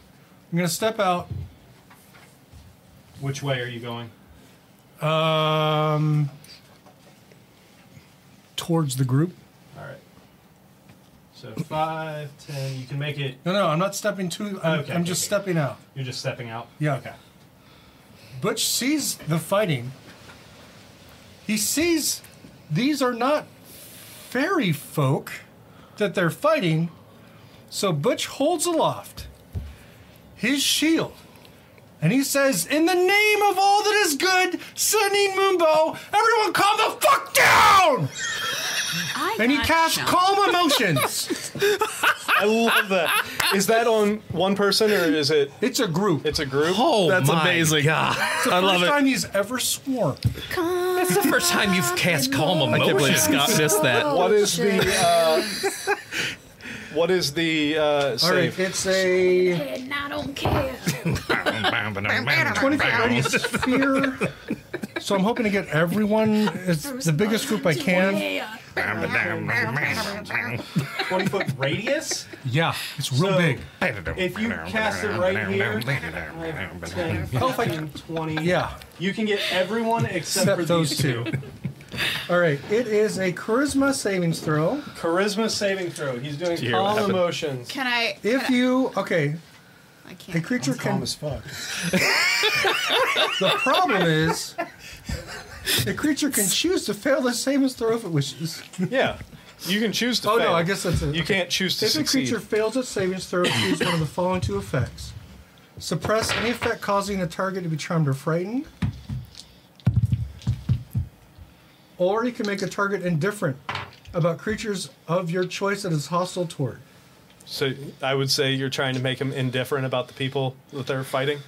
I'm going to step out. Which way are you going? Um, towards the group. All right. So five, ten. You can make it. No, no, I'm not stepping to. I'm, Okay, I'm okay, just okay. stepping out. You're just stepping out. Yeah. Okay. Butch sees the fighting. He sees these are not fairy folk that they're fighting. So Butch holds aloft his shield. And he says, In the name of all that is good, Sunny Mumbo, everyone calm the fuck down! I And he got casts jumped. calm emotions. I love that. Is that on one person or is it? it's a group. It's a group. oh, That's my amazing. God. the I love first it. time he's ever sworn. That's the first time you've cast calm I can't believe emotions. Scott missed that. Oh. What is the? Uh, what is the uh, All right, save? it's a. And I don't care. 25 radius sphere. So I'm hoping to get everyone, it's the biggest group I can. Yeah. Twenty foot radius. Yeah, it's real So- big. If you cast it right here, five, 10, 15, 20. Yeah, You can get everyone except, for except those these two. All right, it is a charisma savings throw. Charisma saving throw. He's doing hear what calm happened? emotions. Can I? If you, okay, I a can't. creature Calm can. as fuck. The problem is, the creature can choose to fail the savings throw if it wishes. Yeah. You can choose to Oh fail. no, I guess that's it. You can't choose to If a succeed. creature fails its savings throw, choose one of the following two effects: suppress any effect causing the target to be charmed or frightened, or you can make a target indifferent about creatures of your choice that is hostile toward. So I would say you're trying to make them indifferent about the people that they're fighting.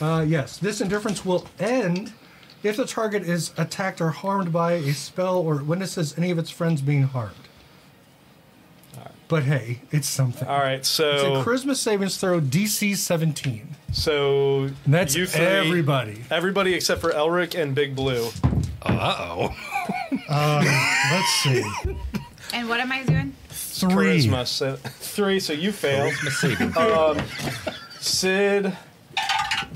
Uh, yes, this indifference will end if the target is attacked or harmed by a spell or witnesses any of its friends being harmed. But hey, it's something. All right. It's a So charisma savings throw DC 17. so And that's you three- everybody. Everybody except for Elric and Big Blue. Uh oh. Let's see. And what am I doing? Three. Charisma so, three. So you fail. Sid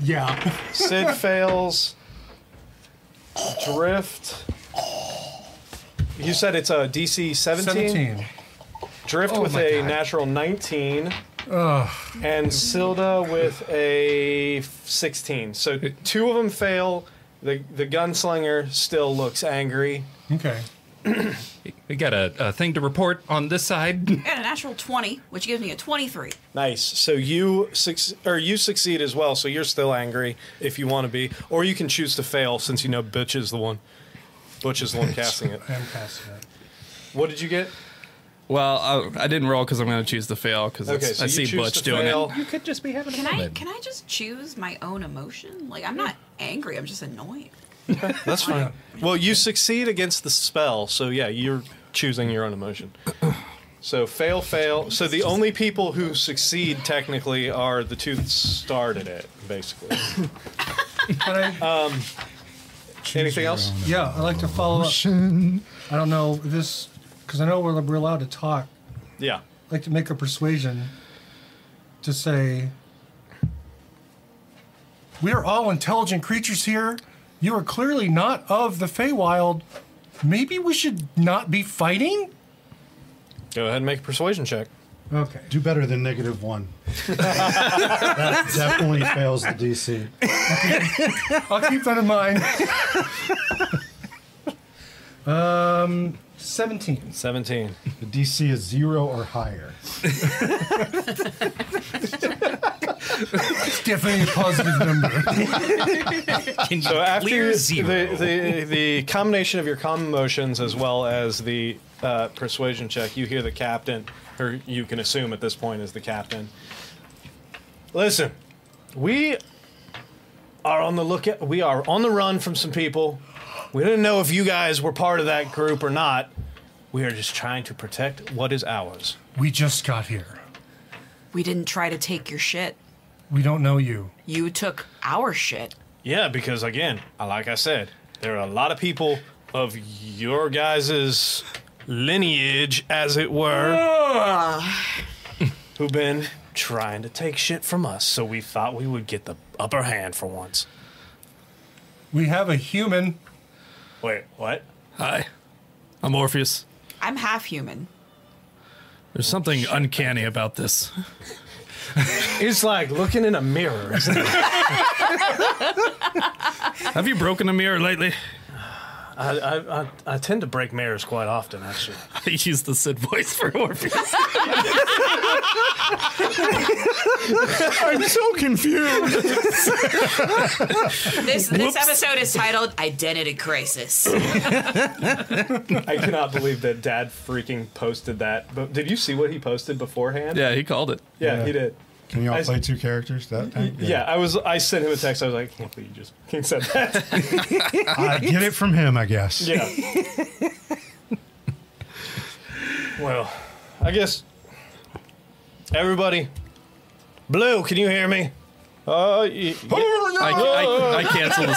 Yeah. Sid fails. Drift. You said it's a DC 17. Drift Oh with my a God. natural 19. And Silda with a f- 16. So two of them fail. The, the gunslinger still looks angry. Okay. We got a, a thing to report on this side. I got a natural 20, which gives me a 23. Nice. So you suc- or you succeed as well. So you're still angry if you want to be, or you can choose to fail since you know Butch is the one. Butch is the one casting it. I am casting it. What did you get? Well, I, I didn't roll because I'm going to choose to fail because Okay, so I you see choose Butch to doing fail. You could just be having Can I? Can I just choose my own emotion? Like I'm not angry. I'm just annoyed. That's fine. Well, you succeed against the spell, so yeah, you're choosing your own emotion. So fail, fail. So the only people who succeed technically are the two that started it, basically. But I, uh, Anything else? yeah, I like to follow up. I don't know this because I know we're, we're allowed to talk. Yeah. I'd like to make a persuasion to say we are all intelligent creatures here. You are clearly not of the Feywild. Maybe we should not be fighting. Go ahead and make a persuasion check. Okay. Do better than negative one. that definitely fails the DC. I'll keep that in mind. um, 17. 17. The DC is zero or higher. It's definitely a positive number. So after Clear the, zero. the the combination of your calm emotions as well as the uh, persuasion check, you hear the captain, or you can assume at this point is the captain. Listen, we are on the look. We are on the run from some people. We didn't know if you guys were part of that group or not. We are just trying to protect what is ours. we just got here. We didn't try to take your shit. We don't know you. You took our shit. Yeah, because again, I- like I said, there are a lot of people of your guys' lineage, as it were, who've been trying to take shit from us. So we thought we would get the upper hand for once. We have a human. Wait, what? Hi, I'm Orpheus. I'm half human. There's something uncanny about this. It's like looking in a mirror. isn't it? Have you broken a mirror lately? I, I, I, I tend to break mirrors quite often, actually. I used the Sid voice for Orpheus. I'm so confused. This this episode is titled "Identity Crisis." I cannot believe that Dad freaking posted that. But did you see what he posted beforehand? yeah, he called it. yeah, he did. Can you all I- play two characters that time? Yeah, I was. I sent him a text. I was like, I can't believe you just King said that. I get it from him, I guess. Yeah. well, I guess everybody. Blue, can you hear me? Uh, y- y- I, I, I canceled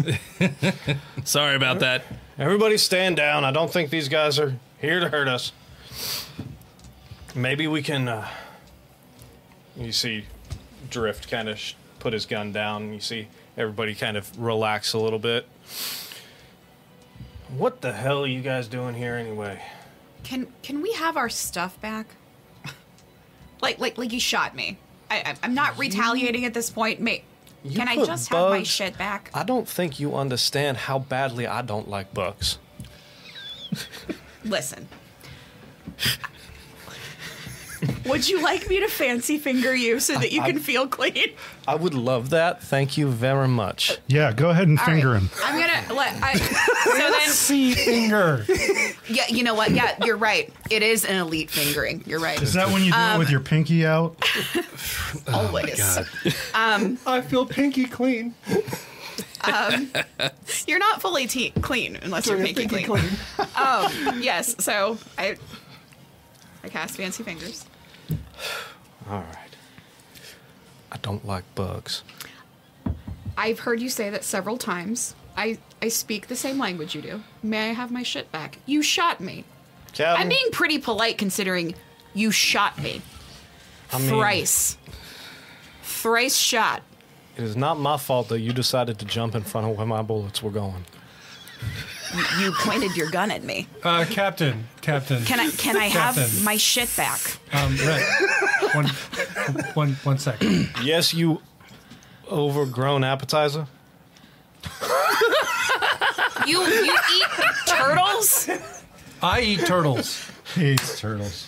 the spell. Sorry about that. everybody stand down. I don't think these guys are here to hurt us. Maybe we can. Uh, you see, Drift kind of sh- put his gun down. and You see, everybody kind of relax a little bit. What the hell are you guys doing here anyway? Can can we have our stuff back? like like like you shot me. I, I I'm not retaliating at this point. Mate, You can I put just have my bugs- shit back? I don't think you understand how badly I don't like bugs. Listen. Would you like me to fancy finger you so that you can feel clean? I would love that. Thank you very much. Yeah, go ahead and finger him. I'm gonna let. I, so C finger. then, yeah, you know what? Yeah, you're right. It is an elite fingering. You're right. Is that when you do it with your pinky out? oh Always. I feel pinky clean. You're not fully te- clean unless you're pinky clean. Um, Yes. So I, I cast fancy fingers. All right. I don't like bugs. I've heard you say that several times. I I speak the same language you do. May I have my shit back? You shot me. Captain, I'm being pretty polite considering you shot me I mean, thrice. Thrice shot. It is not my fault that you decided to jump in front of where my bullets were going. You pointed your gun at me. Uh, Captain. Captain. Can I can I have Captain. my shit back? Um, right. One, one, one second. Yes, you overgrown appetizer. You you eat turtles? I eat turtles. He hates turtles.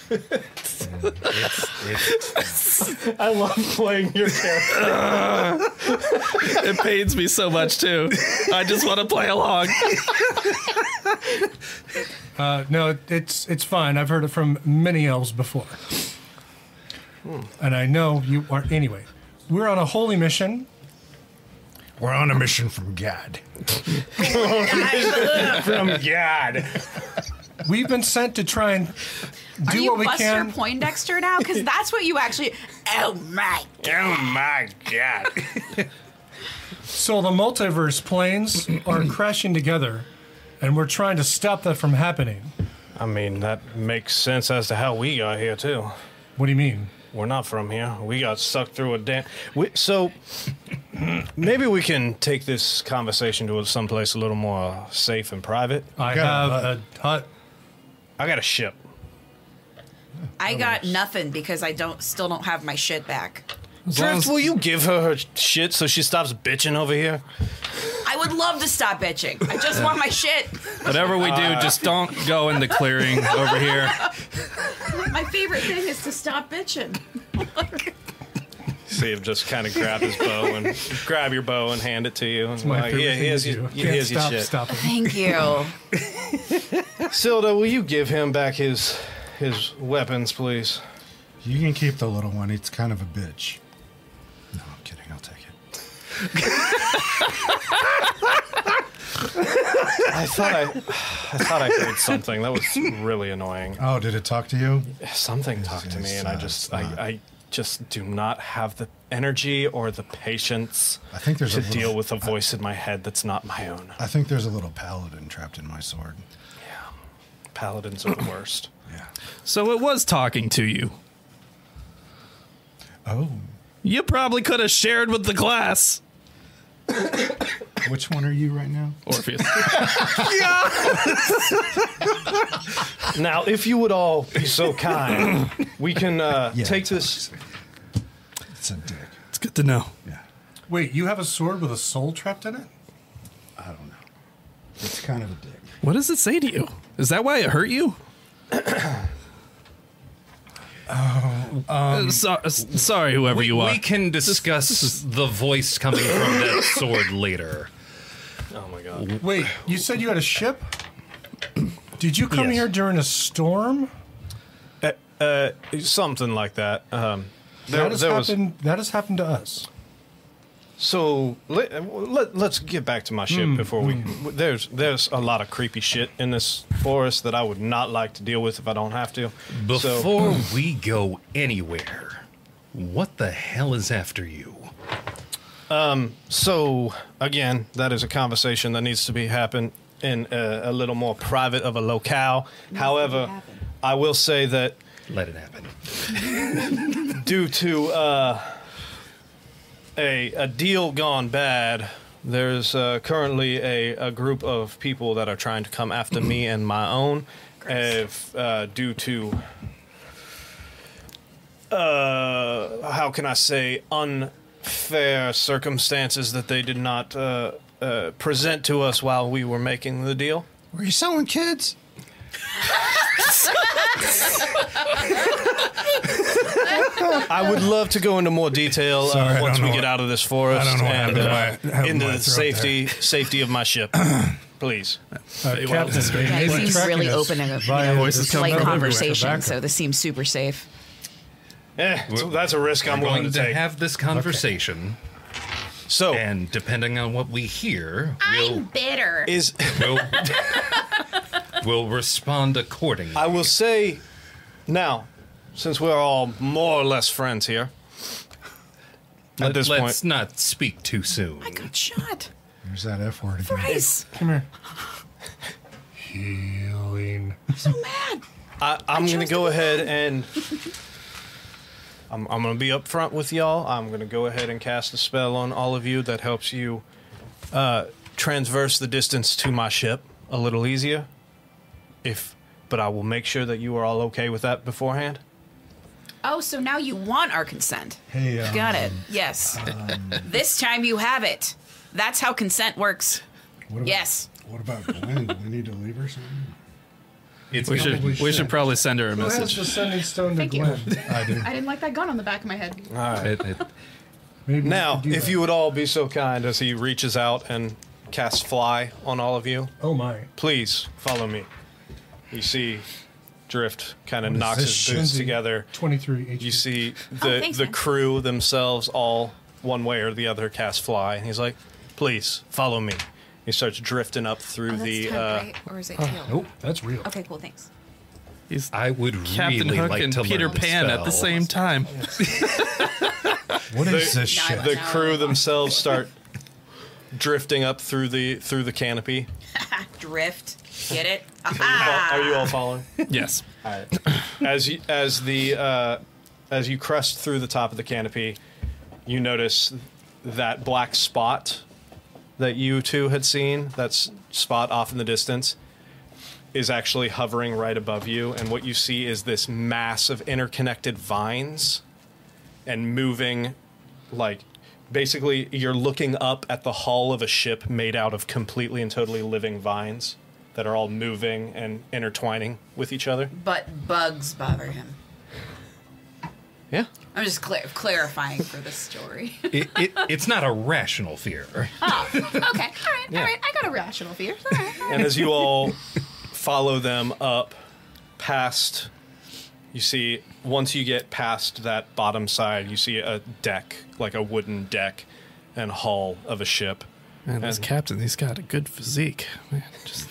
I love playing your character. It pains me so much too. I just want to play along. Uh, no, it's it's fine. I've heard it from many elves before, and I know you are. Anyway, we're on a holy mission. We're on a mission from God. From God. We've been sent to try and Are do you what we Buster can. Poindexter now? Because that's what you actually. Oh my! Oh my god. So the multiverse planes are crashing together, and we're trying to stop that from happening. I mean, that makes sense as to how we got here too. What do you mean? We're not from here. We got sucked through a damn. We, so maybe we can take this conversation to someplace a little more safe and private. I Got a have a hut. I got a ship. Oh I got nothing because I don't still don't have my shit back. As long Drift, as- will you give her her shit so she stops bitching over here? I would love to stop bitching. I just want my shit. whatever we do, just don't go in the clearing over here. My favorite thing is to stop bitching. See him just kind of grab his bow and grab your bow and hand it to you. And My like, favorite yeah, thing to here's do. your, Can't yeah, here's your stop, shit. stop it. Thank you. Silda, will you give him back his his weapons, please? You can keep the little one. It's kind of a bitch. No, I'm kidding. I'll take it. I thought I, I thought I heard something that was really annoying. Oh, did it talk to you? Something talked to me, and I it's just, not- I, I just do not have the energy or the patience I think there's to a little- deal with a voice in my head that's not my own. I think there's a little paladin trapped in my sword. Paladins are the worst. Yeah. So it was talking to you. Oh, You probably could have shared with the glass. which one are you right now? Orpheus. Now, if you would all be so kind, we can uh, Yeah, take it's this. It's a dick. it's good to know. Yeah. Wait, you have a sword with a soul trapped in it? I don't know. It's kind of a dick. What does it say to you? Is that why it hurt you? Oh, Uh, so- uh, s- sorry, whoever you uh, are. um, We can discuss the voice coming from that sword later. Oh my god! Wait, you said you had a ship? Did you come Yes. here during a storm? Something like that. Um, there, that has there was. happened. That has happened to us. So let, let, let's get back to my ship Mm, before we. There's there's a lot of creepy shit in this forest that I would not like to deal with if I don't have to. so, Before we go anywhere, what the hell is after you? so again, that is a conversation that needs to be happen in a, a little more private of a locale. However, happen. I will say that Let it happen. due to uh, a, a deal gone bad, there's uh, currently a, a group of people that are trying to come after me and my own, if, uh, due to uh, how can I say unfair circumstances that they did not uh, uh, present to us while we were making the deal. Were you selling kids? I would love to go into more detail Sorry, I uh, don't once know we get what- out of this forest I don't know what and happened to uh, my- happened to into my the throat safety safety of my ship, please. Uh, Captain, they may Guys, be he's tracking really us open and you via know, the this light tobacco. conversation, Tobacco. so this seems super safe. Eh, so that's a risk I'm We're willing going to to, take. have this conversation, so and depending on what we hear, I'm we'll bitter. is we'll, we'll respond accordingly. I will say now, since we're all more or less friends here. At this Let's point, not speak too soon. I got shot. There's that F word again. Bryce, Come here. Healing. I'm so mad. I, I'm going chose to to go be ahead and I'm, I'm going to be upfront with y'all. I'm going to go ahead and cast a spell on all of you that helps you uh, transverse the distance to my ship a little easier. If, but I will make sure that you are all okay with that beforehand. Oh, so now you want our consent. Hey, um, Got it. Yes. um, this time you have it. That's how consent works. What about, Yes. What about Gwen? Do we need to leave her something? It's we should we should probably send her a Who has message. the sending stone to Thank you. Ah. Glenn? I do. I didn't like that gun on the back of my head. It- it- Maybe we Now, should do if that. you would all be so kind as he reaches out and casts fly on all of you, Oh my. please follow me. You see Drift kind of knocks this, his boots Shinzi? together. 23 HP. You see the, Oh, thanks, the man. crew themselves all one way or the other cast fly, and he's like, please follow me. Oh, Oh, He starts drifting up through the. Uh, or is it tail? Nope, that's real. Okay, cool. Thanks. He's I would Captain really Hook like and to Peter learn Pan at the spells. same time. What is this No, I shit? like The that crew one. themselves start drifting up through the through the canopy. Drift. Get it? Ah. Are you all following? yes. as you, as the uh, as you crest through the top of the canopy, you notice that black spot that you two had seen. That s- spot off in the distance is actually hovering right above you, and what you see is this mass of interconnected vines and moving, like. Basically, you're looking up at the hull of a ship made out of completely and totally living vines that are all moving and intertwining with each other. But bugs bother him. Yeah. I'm just clar- clarifying for the story. It, it, it's not a rational fear. Okay, all right, all right. I got a rational fear. All right, all right. And as you all follow them up past, you see, once you get past that bottom side, you see a deck, like a wooden deck and hull of a ship. Man, this captain, he's got a good physique. Man, just,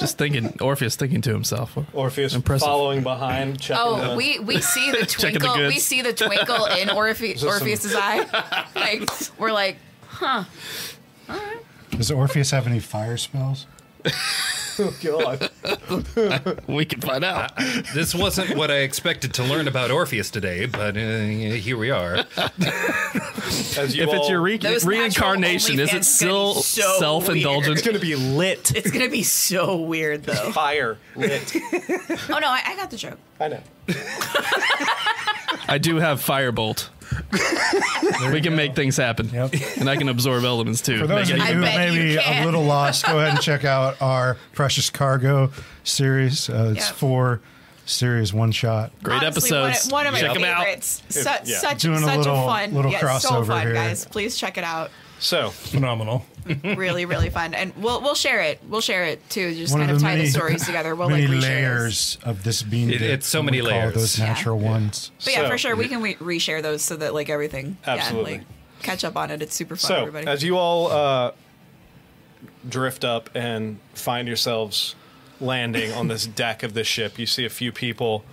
just thinking, Orpheus thinking to himself. Orpheus Impressive. following behind, checking Oh, the- we, we see the Checking the twinkle. we goods. see the twinkle in Orphe- some- Orpheus's eye. Like we're like, Does Orpheus have any fire spells? God. We can find out. This wasn't what I expected to learn about Orpheus today, but uh, here we are. As you If it's all- your re- Those reincarnation, natural is it OnlyFans gonna still be so self-indulgent? gonna be lit. it's gonna be so weird though. Fire lit. oh no, I, I got the joke. I know. I do have firebolt. we can make things happen, Yep. and I can absorb elements too. For those Make of you it- I who bet may you be a can. little lost, go ahead and check out our Precious Cargo series. Uh, it's Yeah. four series, one shot. great Honestly, episodes. One of, one of Check my 'em out. favorites. Su- yeah. Such, Doing a such little- fun, little yeah, so crossover fun, here. guys. Please check it out. So, Phenomenal. Really, really fun, and we'll we'll share it. We'll share it too. Just One kind of of, the tie many- the stories together. We'll many like reshare those. layers of this bean. It- dip, it's so what many we call layers. Those Yeah. natural ones. But yeah, So- for sure, we can we- reshare those so that like everything, Absolutely. yeah, like catch up on it. It's super fun. so everybody. as you all uh, drift up and find yourselves landing on this deck of this ship, you see a few people,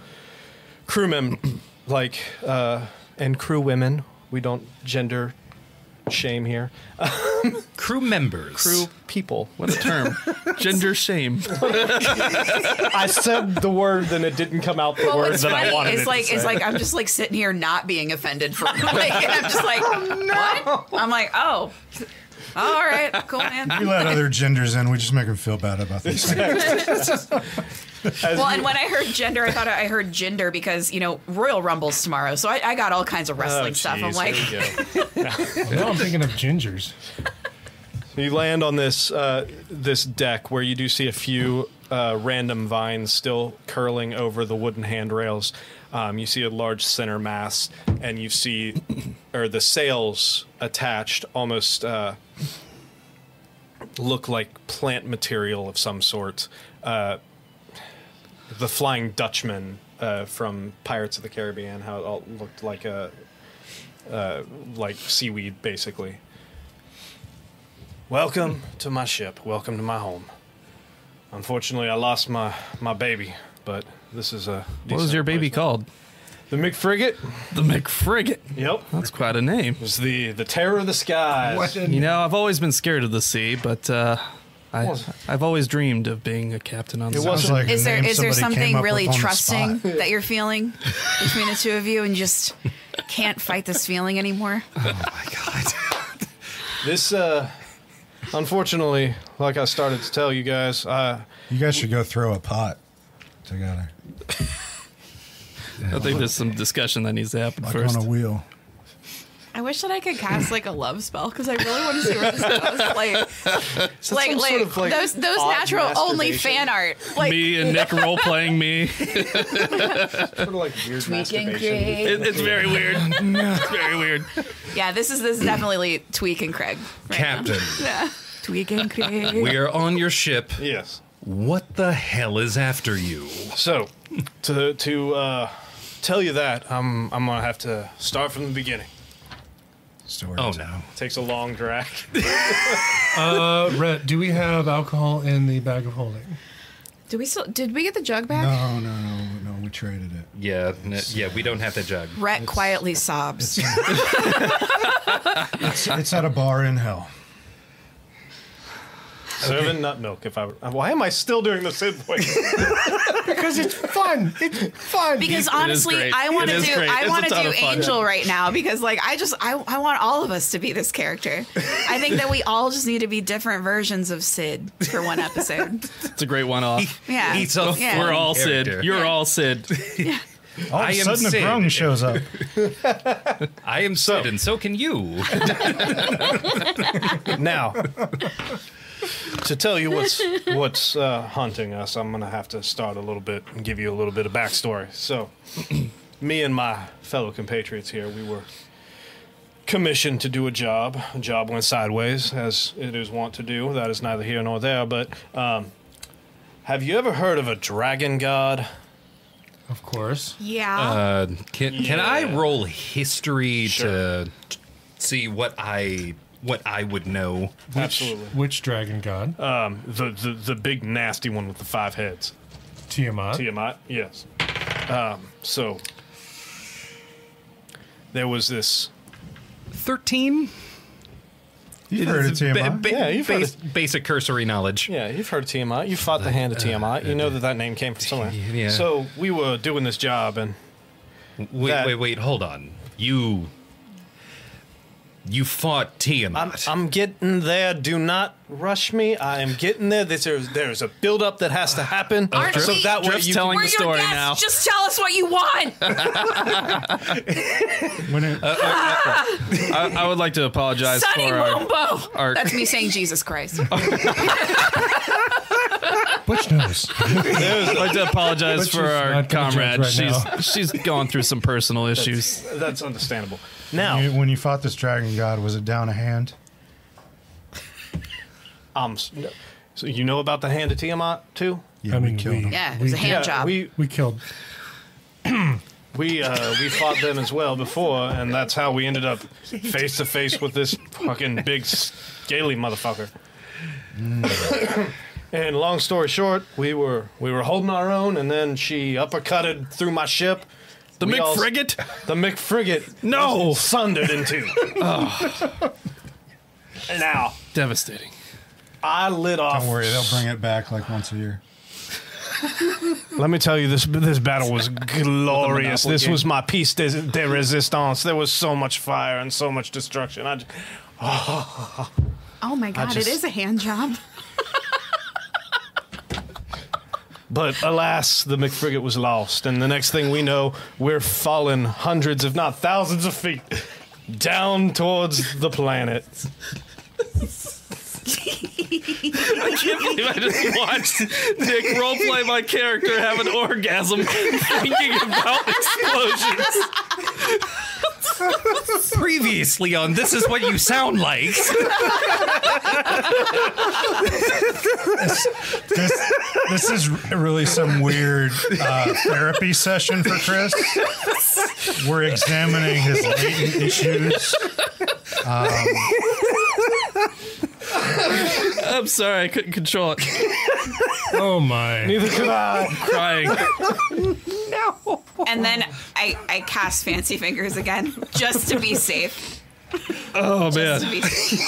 crewmen, like uh, and crew women. We don't gender shame here. Crew members. Crew people. What a term. Gender shame. I said the word, and it didn't come out the Well, word Oh, what's that I funny wanted. is it like to is say. like I'm just like sitting here not being offended for like, and I'm just like what? I'm like oh, all right, cool We man. let other genders in. We just make them feel bad about this. As Well, you- and when I heard gender, I thought I heard gender because you know Royal Rumbles tomorrow, so I, I got all kinds of Oh, wrestling stuff. I'm jeez, like, here we go. Now I'm thinking of gingers. You land on this uh, this deck where you do see a few uh, random vines still curling over the wooden handrails. Um, you see a large center mass, and you see, or the sails attached almost uh, look like plant material of some sort. Uh, the Flying Dutchman uh, from Pirates of the Caribbean, how it all looked like a uh, like seaweed, basically. Welcome to my ship. Welcome to my home. Unfortunately, I lost my, my baby, but this is a. What was your baby called? The McFrigate. The McFrigate. Yep. It That's quite a name. was the the terror of the skies. You know, I've always been scared of the sea, but uh, I, Wasn't- I've always dreamed of being a captain on the It sea. was- Sounds like a is there name is there somebody came something up really with on the trusting spot. that you're feeling between the two of you, and just can't fight this feeling anymore? This, uh, unfortunately, like I started to tell you guys, I You guys should go throw a pot together, I think there's some discussion that needs to happen like first. on a wheel. Oh, I wish that I could cast like a love spell because I really want to see where this goes. Like, like, some like, sort of, like, those those odd natural only masturbation. fan art. Like, me and Nick role playing me. sort of like weird masturbation. It- it's very weird. It's very weird. yeah, this is this is definitely Tweak and Craig. Right Captain, Tweak and Craig. we are on your ship. Yes. What the hell is after you? So, to to uh, tell you that, I'm I'm gonna have to start from the beginning. Stewart. Oh no. Takes a long drag. Uh, Rhett, do we have alcohol in the bag of holding? Do we still? Did we get the jug back? No, no, no, no. We traded it. Yeah, n- yeah, we don't have that jug. Rhett quietly sobs. It's, it's at a bar in hell. Serving nut milk. If I were- why am I still doing the Sid voice? Because it's fun. It's fun. Because It is honestly, great. I want It to is do great. I It's a want to ton do of fun. Angel right now because like I just I, I want all of us to be this character. I think that we all just need to be different versions of Sid for one episode. It's a great one-off. Yeah. He's a Yeah. We're all Character. Sid. You're all Sid. All of I a am sudden, a Sid. grung shows up. I am Sid, and so can you. now, to tell you what's what's uh, haunting us, I'm gonna have to start a little bit and give you a little bit of backstory. So, me and my fellow compatriots here, we were commissioned to do a job. A job went sideways, as it is wont to do. That is neither here nor there. But um, have you ever heard of a dragon god? Of course. Yeah. Uh, can can I Yeah. roll history Sure. to t- see what I what I would know? Absolutely. Which dragon god? The, the the big nasty one with the five heads. Tiamat. Tiamat, yes. Um, so there was this. Thirteen. You've heard of TMI. Yeah, you've heard bas- basic cursory knowledge. Yeah, you've heard of Tiamat. You fought the hand of Tiamat. You know that that name came from somewhere. Yeah. So we were doing this job, and Wait, That- wait, wait. Hold on. You you fought I'm, Tiamat. I'm getting there. Do not rush me. I am getting there. This is, there's a buildup that has to happen. Aren't so we- that way Drift's you telling We're the your story guests. now. Just tell us what you want. When it, Oh. I, I would like to apologize Sonny for our, Wombo. our That's me saying Jesus Christ. Butch knows. I'd like to apologize But for she's our not gonna comrade. judge right she's she's going through some personal issues. can- that's understandable. Now You- when you fought this dragon god, was it down a hand? um, s- no- so you know about the hand of Tiamat too? Yeah, I we mean, killed we- him. Yeah, it was a We- hand job. we We killed. We uh, we fought them as well before, and that's how we ended up face to face with this fucking big scaly motherfucker. Mm. and long story short, we were we were holding our own, and then she uppercutted through my ship. The We all- McFrigate? The McFrigate. No! sundered in two. Now Devastating. I lit off. Don't worry, they'll bring it back like once a year. Let me tell you, this this battle was glorious. This was my piece de, de resistance. There was so much fire and so much destruction. I, j- Oh my god, just- it is a hand job. But alas, the McFrigate was lost, and the next thing we know, we're fallen hundreds, if not thousands, of feet down towards the planet. I just watched Nick roleplay my character have an orgasm thinking about explosions. Previously on this is what you sound like. This, this is really some weird uh, therapy session for Chris. We're examining his latent issues. I'm sorry, I couldn't control it. Oh my. Crying. And then I, I cast fancy fingers again just to be safe. Oh man. Just to be safe.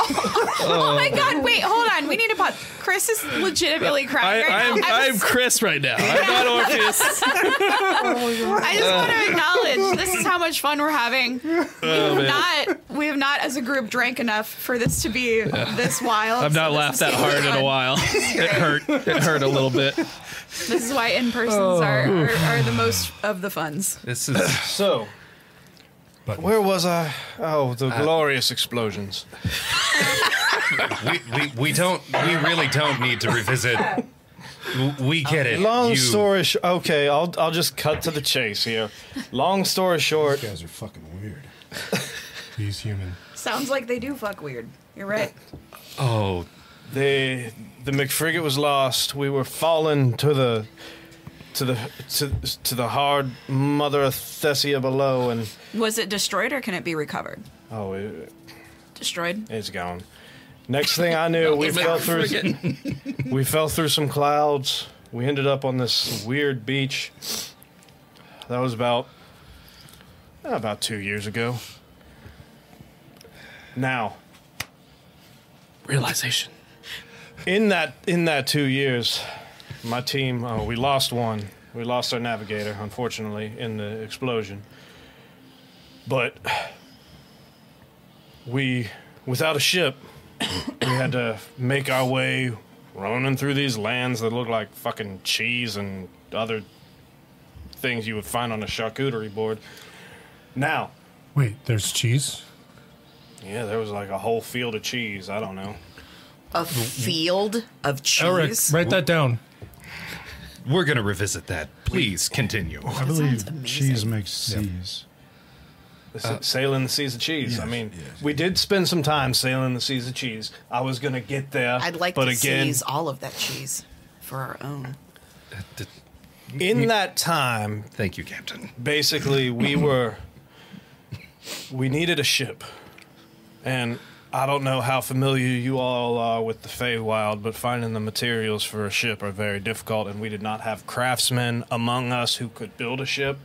Oh, my god, wait, hold on. We need to pause. Chris is legitimately I, crying right I'm, now. I I'm just, Chris right now. I'm not Orpheus. I just want to acknowledge this is how much fun we're having. Oh, we have not we have not as a group drank enough for this to be this wild. I've so not this laughed is that really hard in fun. a while. It hurt. It hurt a little bit. This is why in persons Oh. are, are are the most of the funs. This is So, where was I? Oh, the glorious explosions. we, we, we don't we really don't need to revisit. W- We get it. Long You- story short, okay, I'll, I'll just cut to the chase here. Long story short, You guys are fucking weird. He's human. Sounds like they do fuck weird. You're right. Oh, the the McFrigate was lost. We were fallen to the to the to, to the hard mother of Thessia below, and Was it destroyed or can it be recovered? oh, it, destroyed. It's gone. Next thing I knew, we fell through. we fell through some clouds. We ended up on this weird beach. That was about about two years ago. Now, Realization. in that in that two years, my team oh, we lost one. We lost our navigator, unfortunately, in the explosion. But we, without a ship, we had to make our way, roaming through these lands that look like fucking cheese and other things you would find on a charcuterie board. Now, Wait, there's cheese? yeah, there was like a whole field of cheese. I don't know. A field of cheese. Eric, write that down. We're going to revisit that. Please continue. I believe cheese makes C's. This is sailing the seas of cheese. I mean, Uh, yes, we did spend some time sailing the seas of cheese. I was gonna get there, I'd like but to again, seize all of that cheese for our own. in that time, Thank you, Captain. basically we were we needed a ship and i don't know how familiar you all are with the Feywild, but finding the materials for a ship are very difficult and we did not have craftsmen among us who could build a ship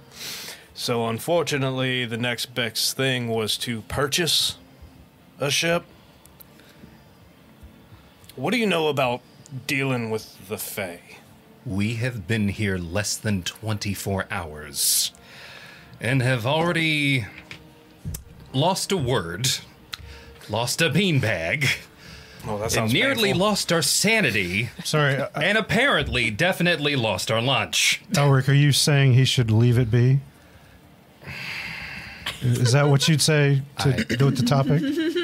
so unfortunately the next best thing was to purchase a ship what do you know about dealing with the Fey? We have been here less than 24 hours and have already lost a word, lost a beanbag, Oh, that and sounds nearly painful. lost our sanity, Sorry, uh, and apparently definitely lost our lunch. Elric, are you saying he should leave it be? Is that what you'd say to go with the topic?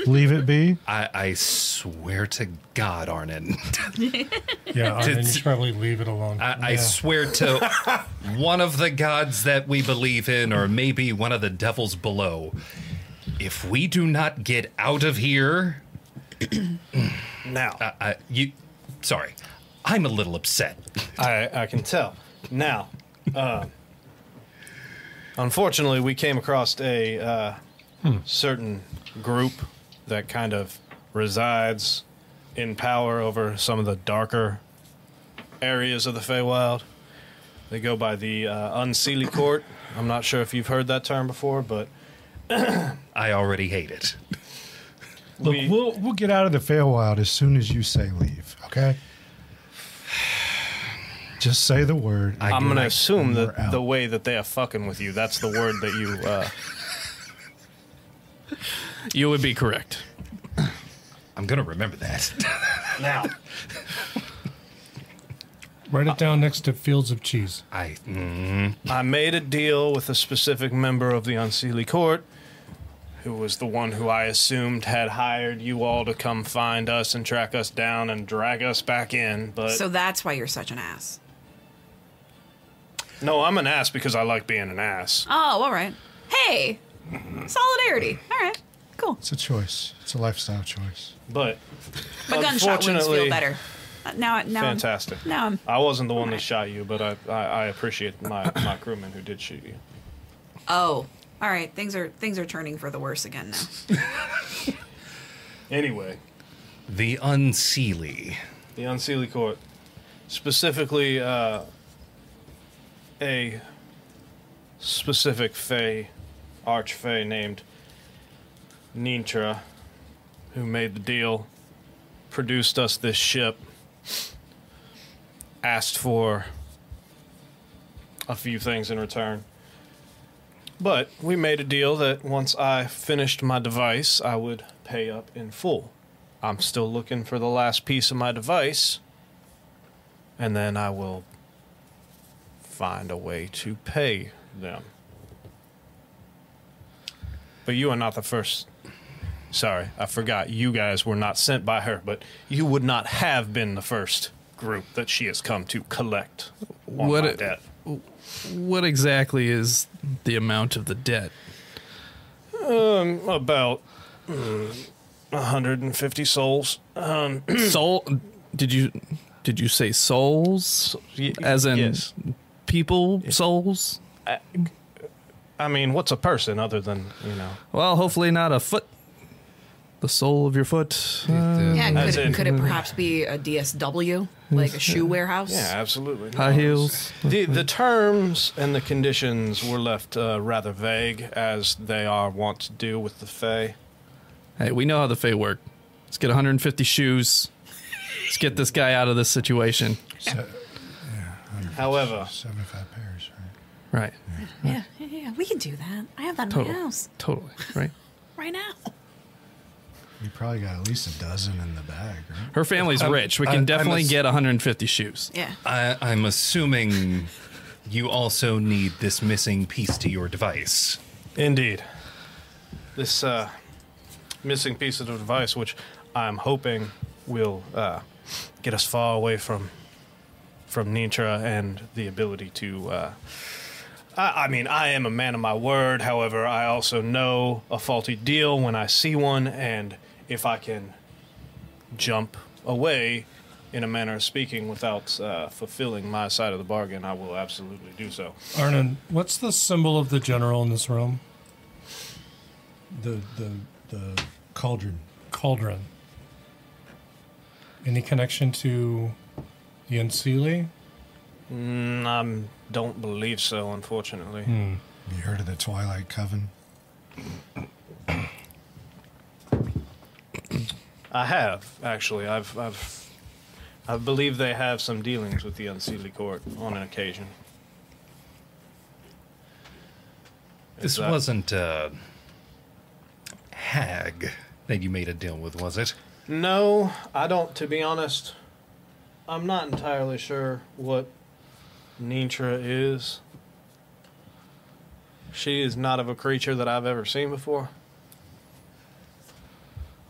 Leave it be? I, I swear to God, Arnon. Yeah, I mean, you should probably leave it alone. I, I swear to one of the gods that we believe in, or maybe one of the devils below. If we do not get out of here, now I, you, sorry, I'm a little upset. I, I can tell. Now, uh, unfortunately, we came across a uh, certain group that kind of resides in power over some of the darker areas of the Feywild. They go by the uh, Unseelie Court. I'm not sure if you've heard that term before, but I already hate it. Look, we- we'll we'll get out of the Feywild as soon as you say leave. Okay. Just say the word. I I'm do going to not- assume we're that the out. way that they are fucking with you, that's the word that you. Uh, You would be correct. I'm gonna remember that. now. write it down next to fields of cheese. I mm, I made a deal with a specific member of the Unseelie Court, who was the one who I assumed had hired you all to come find us and track us down and drag us back in. But So that's why you're such an ass. no, I'm an ass because I like being an ass. Oh, all right. Hey, solidarity. All right, cool. It's a choice. It's a lifestyle choice. But My gunshot wounds feel Unfortunately- better. Uh, Now, I- now, I'm- fantastic. now I'm. I wasn't the one that shot you, but I, I, I appreciate my, my crewman who did shoot you. Oh, All right, things are things are turning for the worse again now. Anyway, the unseelie. the Unseelie Court, specifically uh, a specific Fey, Archfey named Nintra, who made the deal, produced us this ship, asked for a few things in return. But we made a deal that once I finished my device, I would pay up in full. I'm still looking for the last piece of my device, and then I will find a way to pay them. But you are not the first. Sorry, I forgot. You guys were not sent by her, but you would not have been the first group that she has come to collect on What my it- debt. What exactly is the amount of the debt? About mm, 150 souls. Soul? Did you did you say souls? Y- As in yes. people souls? I mean, what's a person other than, you know? Well, hopefully not a foot. the sole of your foot. Uh, Yeah, As could in- it, could it perhaps be a DSW, like a shoe warehouse? Yeah, absolutely. No, High it's- heels. The, the terms and the conditions were left uh, rather vague, as they are wont to do with the Fae. Hey, we know how the Fae work. Let's get 150 shoes. Let's get this guy out of this situation. However, 75 pairs, right? Right. yeah, yeah, yeah. We can do that. I have that in Totally. my house Totally. Right. right now. You probably got at least a dozen in the bag, right? Her family's rich. We I- can I'm definitely ass- get 150 shoes. Yeah. I, I'm assuming you also need this missing piece to your device. indeed, this uh, missing piece of the device, which I'm hoping will uh, get us far away from from Nitra and the ability to. Uh, I, I mean, I am a man of my word. However, I also know a faulty deal when I see one, and if I can jump away in a manner of speaking without uh, fulfilling my side of the bargain, I will absolutely do so. Arnon, what's the symbol of the general in this room? The, the, the cauldron. Cauldron. Any connection to the Unseelie? I don't believe so, unfortunately. You heard of the Twilight Coven? I have actually. I've, I've, I believe they have some dealings with the unseelie court on an occasion. This Is that- wasn't a hag that you made a deal with, was it? No, I don't. To be honest, I'm not entirely sure what Nintra is. She is not of a creature that I've ever seen before.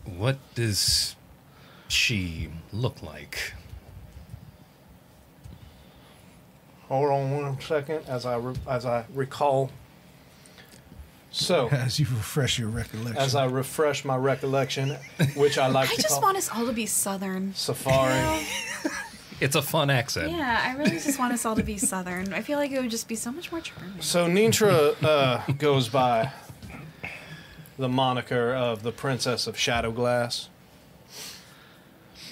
What does she look like? Hold on one second, as I re- as I recall. So, As you refresh your recollection. as I refresh my recollection, which I like I to just call want us all to be Southern. Safari. It's a fun accent. Yeah, I really just want us all to be Southern. I feel like it would just be so much more charming. So Nintra uh, goes by the moniker of the Princess of Shadow Glass.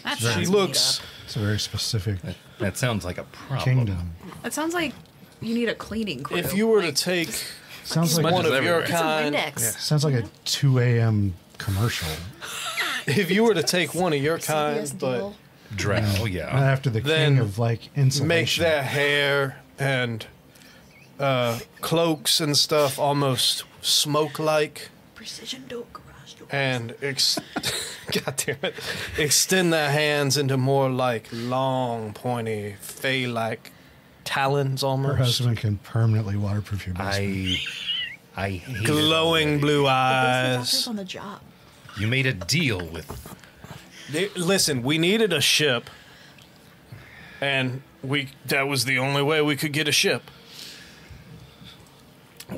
That She sounds looks it's a very specific That sounds like a problem. kingdom. It sounds like you need a cleaning crew. if you were to take Sounds like, one Smudges of your everywhere. It's It's a kind Windex. sounds like a 2 a.m. commercial. if you were to take one of your kind CVS but deal. Drow, Not yeah. after the Then king of like make insulation. their hair and uh, cloaks and stuff almost smoke like Precision door garage door. and ex- God damn it. extend their hands into more like long pointy fey like talons Her almost husband can permanently waterproof your basement. I I hate it glowing already. blue Doctors eyes. on the job. You made a deal with They- Listen, we needed a ship, and we that was the only way we could get a ship.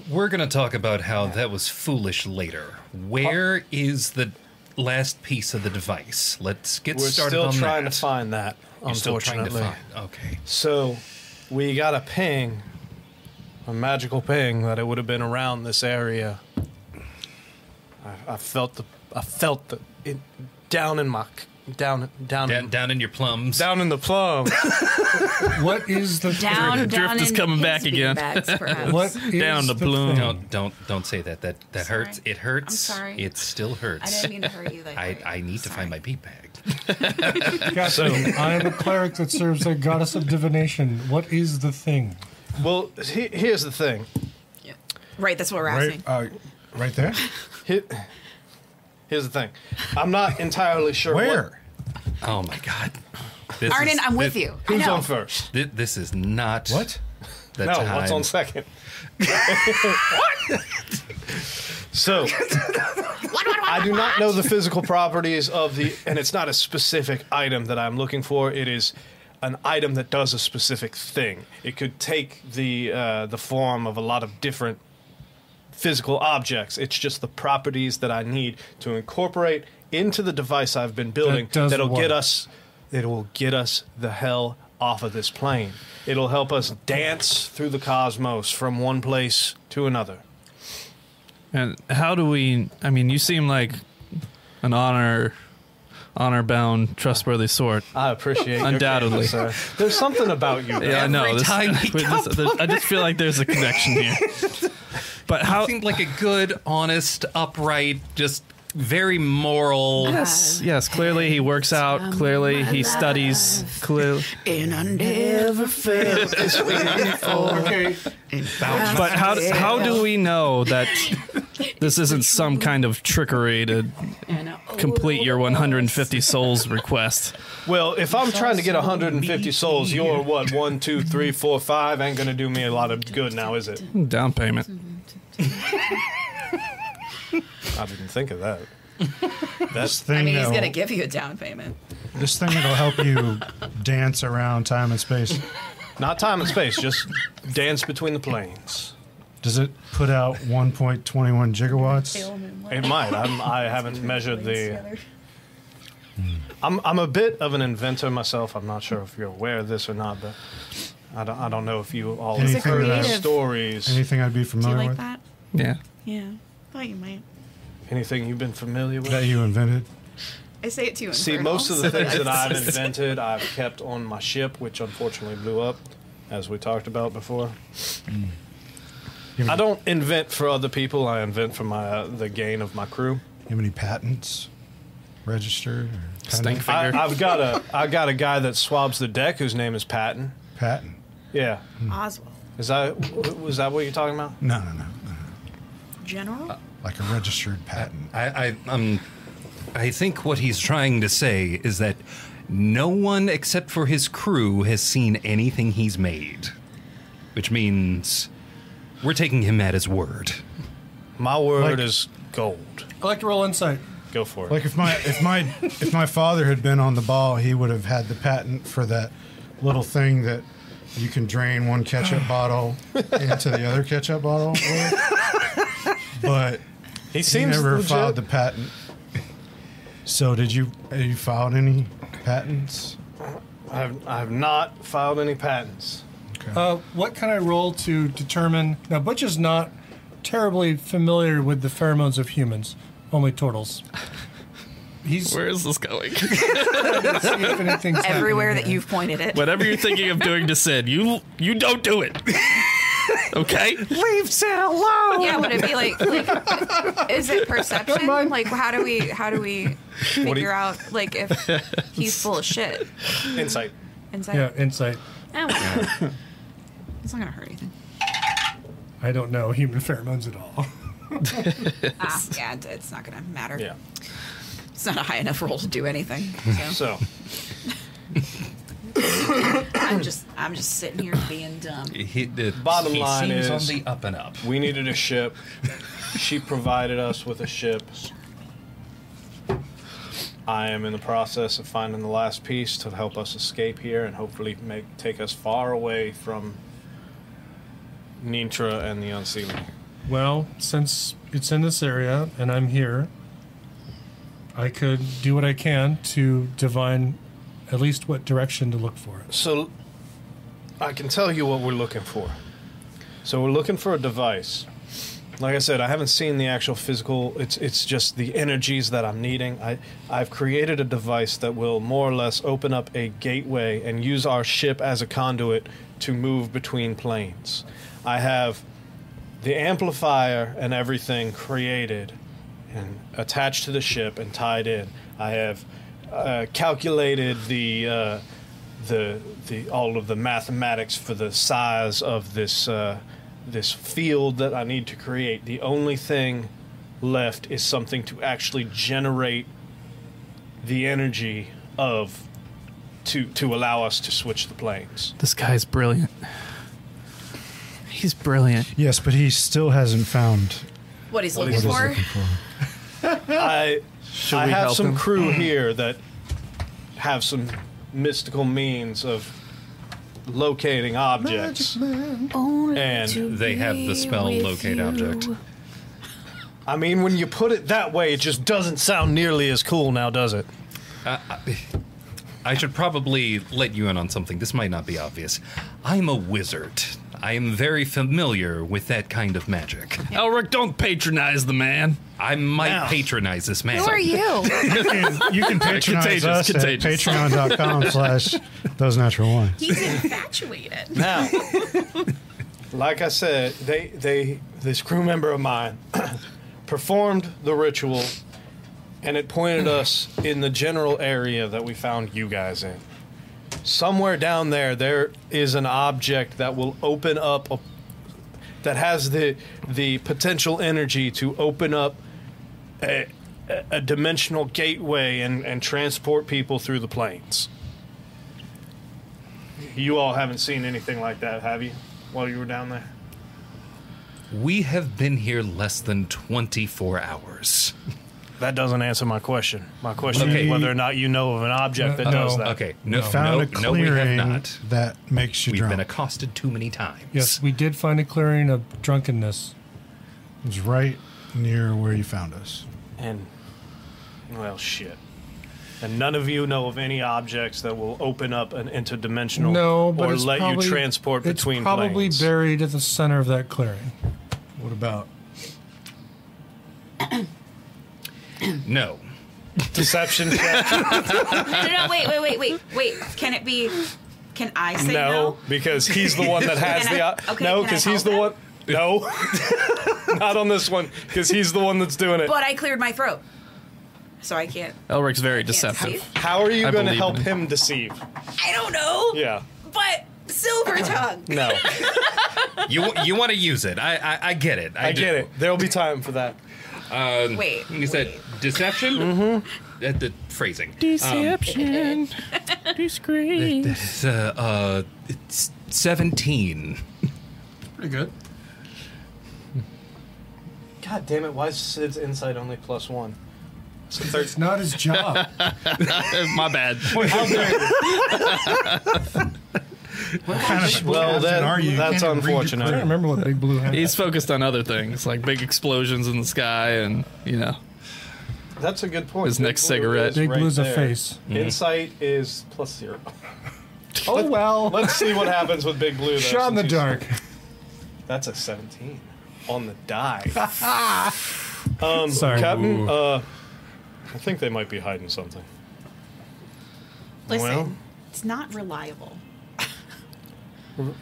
We're going to talk about how that was foolish later. Where is the last piece of the device? Let's get We're started still on trying that. to find that. You're still trying unfortunately, to find. Okay. so we got a ping, a magical ping that it would have been around this area. I, I felt the, I felt the, it, down in my, c- down, down, Down, in, down in your plums. down in the plum. What is the Down, Drift down is in coming his back bean again. bags, perhaps. What is Down the the bloom. thing? Don't don't don't say that. That that sorry. hurts. It hurts. I'm sorry. It still I hurts. didn't mean to hurt you. Like, I, I need to find my pee bag. Gotcha. I am a cleric that serves the goddess of divination. What is the thing? well, he, here's the thing. Right, that's what we're right, asking. uh, right there? He- Here's the thing. I'm not entirely sure what- Where? Oh my god. This Arnon, is- I'm with thi- you. I who's know. on first. thi- this is not What? the no, time. what's on second? what? So I do not know the physical properties of the, and it's not a specific item that I'm looking for. It is an item that does a specific thing. It could take the uh, the form of a lot of different physical objects. It's just the properties that I need to incorporate into the device I've been building That does that'll work. get us it will get us the hell off of this plane. It'll help us dance through the cosmos from one place to another. And how do we? I mean, you seem like an honor, honor-bound, trustworthy sort. I appreciate your Undoubtedly. kindness, sir. There's something about you. Yeah, I man. know. Every This, time he wait, this- there- I just feel like there's a connection here. But how? seemed like a good, honest, upright, just very moral. Yes, yes. Clearly, he works out. Clearly, he studies. Clearly, And I never felt this way before. Okay. but how? How do we know that this isn't some kind of trickery to And I- complete your 150 souls request? Well, if I'm trying to get 150 souls, you're what one, two, three, four, five. Ain't gonna do me a lot of good now, is it? Down payment. I didn't think of that. This thing, I mean, he's that'll, gonna give you a down payment. this thing that'll help you dance around time and space. Not time and space, just dance between the planes. Does it put out 1.21 Oh, gigawatts? It might. I'm, I haven't measured the. I'm, I'm a bit of an inventor myself. I'm not sure if you're aware of this or not, but I don't, I don't know if you all He's a have heard the creative. stories. Anything I'd be Do you familiar like with that? Yeah. Yeah. Thought you might. Anything you've been familiar with? that you invented? I say it to you. In See, most of the things that I've invented, I've kept on my ship, which unfortunately blew up, as we talked about before. I don't invent for other people. I invent for my uh, the gain of my crew. You have any patents registered? Or Stink pending? I, finger. I've got a I got a guy that swabs the deck whose name is Patton. Patent? Yeah, Oswald. is that w- was that what you're talking about? No, no, no, no. General? Like a registered patent. I, I um, I think what he's trying to say is that no one except for his crew has seen anything he's made, which means we're taking him at his word. My word Like- is gold. I like to roll insight. Go for it. Like if my if my if my father had been on the ball, he would have had the patent for that little thing that you can drain one ketchup bottle into the other ketchup bottle. with. But he he seems never legit. filed the patent. So did you? Have you filed any patents? I've I've not filed any patents. Uh, what can I roll to determine? Now, Butch is not terribly familiar with the pheromones of humans, only turtles. He's Where is this going? see if anything's happening everywhere that here. you've pointed it. Whatever you're thinking of doing to Sid, you you don't do it. Okay. Leave Sid alone. Yeah, would it be like, like is it perception? Like how do we how do we figure out like if he's full of shit Insight. inside? Yeah, insight. Eh, whatever. it's not gonna hurt anything. I don't know human pheromones at all. Ah, yeah, it- it's not gonna matter. Yeah. It's not a high enough roll to do anything. So So I'm just I'm just sitting here being dumb. He, uh, Bottom he line seems is- on the up and up. we needed a ship. she provided us with a ship. I am in the process of finding the last piece to help us escape here and hopefully make take us far away from Nintra and the Unsealing. Well, since it's in this area and I'm here, I could do what I can to divine at least what direction to look for it. So I can tell you what we're looking for. So we're looking for a device. Like I said, I haven't seen the actual physical. It's it's just the energies that I'm needing. I I've created a device that will more or less open up a gateway and use our ship as a conduit to move between planes. I have the amplifier and everything created and attached to the ship and tied in. I have uh, calculated the uh, the the all of the mathematics for the size of this uh, this field that I need to create. The only thing left is something to actually generate the energy of to to allow us to switch the planes. This guy's brilliant. He's brilliant. Yes, but he still hasn't found What he's what looking he's for? looking for. I I have we help some him? Mm-hmm. crew here that have some mystical means of locating objects. And They have the spell locate object. I mean, when you put it that way, it just doesn't sound nearly as cool now, does it? I should probably let you in on something. This might not be obvious. I'm a wizard. I am very familiar with that kind of magic. Elric, don't patronize the man. I might Now- patronize this man. Who are you? You can, you can patronize Contagious, us contagious. at patreon.com slash those natural ones. He's infatuated. Now, like I said, they they this crew member of mine performed the ritual, and it pointed us in the general area that we found you guys in. Somewhere down there, there is an object that will open up a, that has the the potential energy to open up a, a- a dimensional gateway and, and transport people through the planes. You all haven't seen anything like that, have you? While you were down there? We have been here less than 24 hours. That doesn't answer my question. My question Okay. is whether or not you know of an object that Uh, does no. that. Okay, Oh, no, Found a no, no, we have clearing not. that makes you We've drunk. been accosted too many times. Yes, we did find a clearing of drunkenness. it was right near where you found us. And, well, shit. And none of you know of any objects that will open up an interdimensional No, but or it's let probably, you transport it's between probably planes. buried at the center of that clearing. What about? No. Deception check? No, no, no, wait, wait, wait, wait, wait. Can it be? Can I say no? no, because he's the one that has Can the. I- o- okay, no, can I because he's help the him? one. No, not on this one, because he's the one that's doing it. But I cleared my throat, so I can't. Elric's very can't see. deceptive. How are you I going to believe help in him. deceive? I don't know. Yeah, But silver tongue. no, You you want to use it. I I, I get it. I do. get it. There'll be time for that. Wait. You said deception? Mm-hmm. the phrasing. Um, wait. That's, uh, uh, it's 17. Pretty good. God damn it! Why is Sid's insight only plus one? It's a It's not his job. My bad. What kind of Well, captain that- are you? You that's can't even read your unfortunate. I don't remember what Big Blue had. He's focused on other things, like big explosions in the sky and, you know. That's a good point. His Big next Blue cigarette. is Big right Blue's there. a face. Insight is plus zero. Oh well. Let's see what happens with Big Blue. Though, Shot in the since he's- dark. That's a seventeen on the die. Um, Sorry. Captain, uh, I think they might be hiding something. Listen, Well. it's not reliable.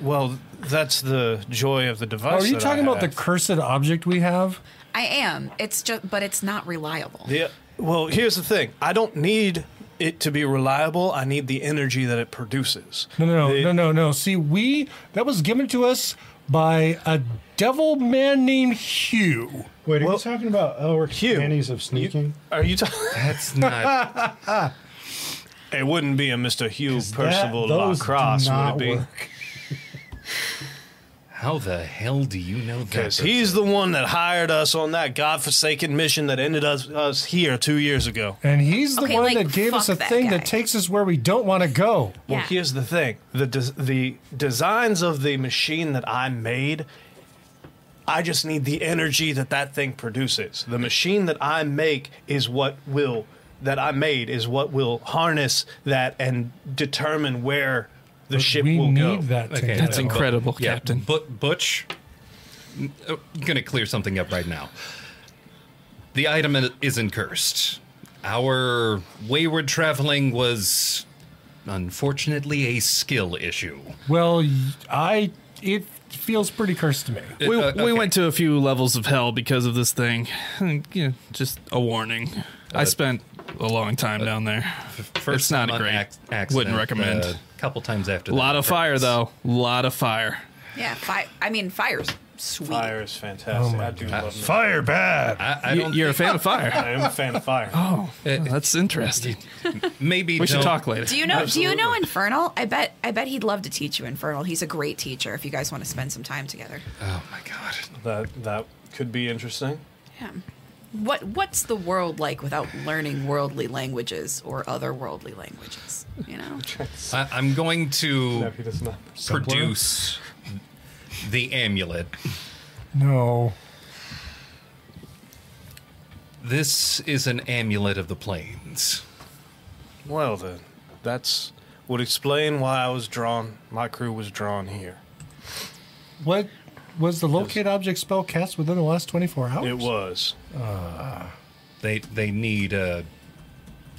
Well, that's the joy of the device. Oh, Are you talking about the cursed object we have? I am. It's just, but it's not reliable. Yeah. Well, here's the thing. I don't need it to be reliable. I need the energy that it produces. No, no, no, The- no, no, no. See, we that was given to us by a devil man named Hugh. Wait, are you talking about Elric's Hugh, panties of sneaking? Are you talking? That's not. It wouldn't be a Mr. Hugh Percival That- those Lacrosse, do would not it be? work. how the hell do you know that? Because he's the one that hired us on that godforsaken mission that ended us, us here two years ago. And he's the Okay, one like, that gave us a fuck that thing that guy. takes us where we don't want to go. Well, Yeah. here's the thing: the des- the designs of the machine that I made. I just need the energy that that thing produces. The machine that I make is what will that I made is what will harness that and determine where the ship we will need go. that Okay, thing. that's though. incredible, Yeah, Captain. but Butch, n- uh, I'm gonna clear something up right now. The item i- isn't cursed. Our wayward traveling was, unfortunately, a skill issue. Well, y- I it feels pretty cursed to me. We, Uh, okay. we went to a few levels of hell because of this thing. And, you know, just a warning. I spent a long time down there. it's not time on great. ac- accident, Wouldn't recommend. uh, couple times after. a lot that, of fire, hurts. though. A lot of fire. Yeah. Fi- I mean, fire's sweet. Fire is fantastic. I do love that. Fire bad. I, I You- don't. uh, You're a fan of fire. I am a fan of fire. Oh, that's interesting. maybe We should don't- talk later. Do you know? Do you know Infernal? I bet. I bet he'd love to teach you Infernal. He's a great teacher. If you guys want to spend some time together. Oh my god. That that could be interesting. Yeah. What What's the world like without learning worldly languages or other worldly languages? You know. I, I'm going to No, he does not. produce the amulet. No. This is an amulet of the plains. Well then, that's would explain why I was drawn. My crew was drawn here. What was the locate object spell cast within the last 24 hours? It was. They they need a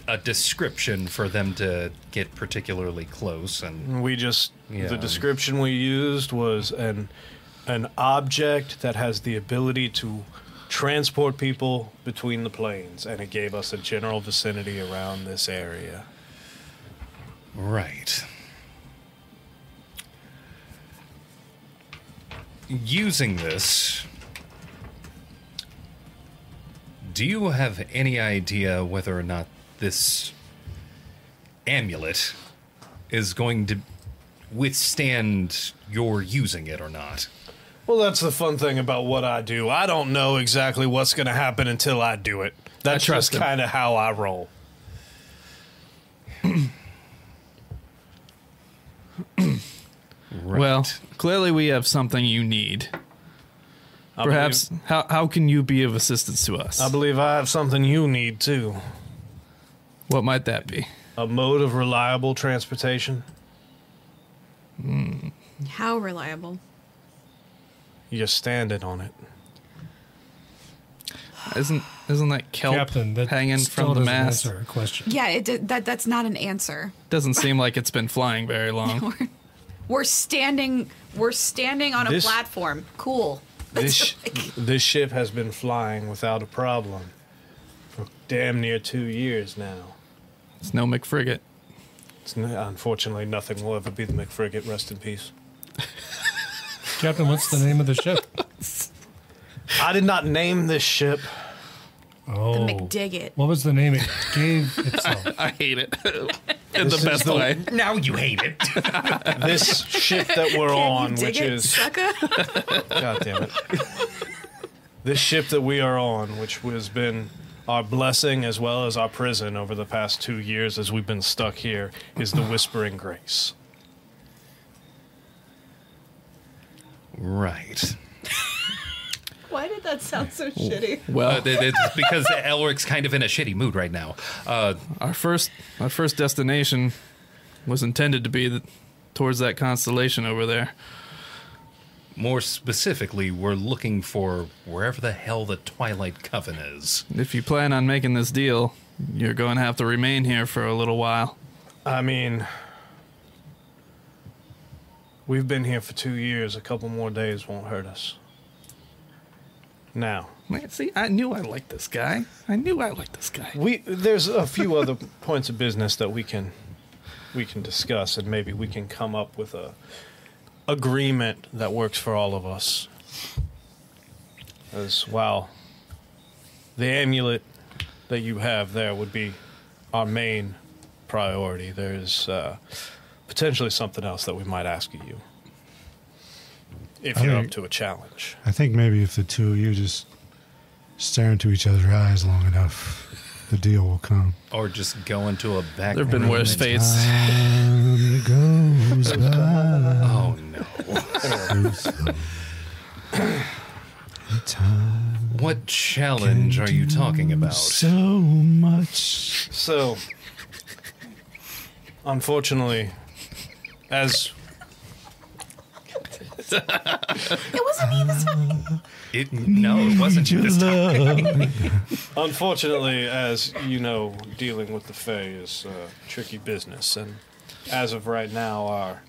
a description for them to get particularly close and We just Yeah. the description we used was an an object that has the ability to transport people between the planes, and it gave us a general vicinity around this area. right. Using this, do you have any idea whether or not this amulet is going to withstand your using it or not? Well, that's the fun thing about what I do. I don't know exactly what's going to happen until I do it. That's trust just him. kind of how I roll. Well, clearly we have something you need. I Perhaps how how can you be of assistance to us? believe, I believe I have something you need too. what might that be? A mode of reliable transportation. How reliable? You're standing on it. Isn't isn't that kelp Captain, that hanging still from the doesn't mast? Answer a question. Yeah, it did, that that's not an answer. Doesn't seem like it's been flying very long. We're standing. We're standing on This- a platform. Cool. This sh- this ship has been flying without a problem for damn near two years now. it's no McFrigate. It's n- unfortunately, nothing will ever be the McFrigate. Rest in peace. Captain, what's the name of the ship? I did not name this ship. Oh. McDiggit. What was the name it gave itself? I hate it. In This the is best the- way. Now you hate it. This ship that we're on, which is sucker. God damn it. this ship that we are on, which has been our blessing as well as our prison over the past two years as we've been stuck here, is the Whispering Grace. Right. Why did that sound Oh. so shitty? Well, Uh, it's because Elric's kind of in a shitty mood right now. Uh, Our first our first destination was intended to be the, towards that constellation over there. more specifically, we're looking for wherever the hell the Twilight Coven is. If you plan on making this deal, you're going to have to remain here for a little while. I mean, we've been here for two years. A couple more days won't hurt us. Now, Man, see, I knew I liked this guy. I knew I liked this guy. we there's a few other points of business that we can we can discuss, and maybe we can come up with a agreement that works for all of us. As wow, the amulet that you have there would be our main priority. There's uh, potentially something else that we might ask of you if you're up think- to a challenge. I think maybe if the two of you just stare into each other's eyes long enough, the deal will come. Or just go into a back There have been room worse and- fates. It goes by Oh, no. What challenge are you talking about? so much. So, unfortunately, as It wasn't me this time. It, no, it wasn't you this time. Unfortunately, as you know, dealing with the Fae is uh, tricky business, and as of right now, our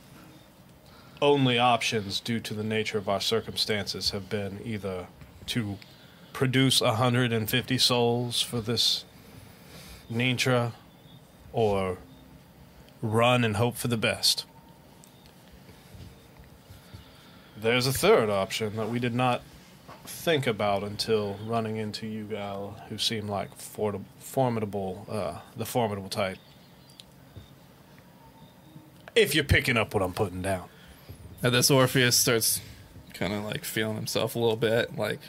only options, due to the nature of our circumstances, have been either to produce 150 souls for this Nintra, or run and hope for the best. There's a third option that we did not think about until running into you guys who seem like for- formidable, uh, the formidable type. If you're picking up what I'm putting down, At this, Orpheus starts kind of like feeling himself a little bit, like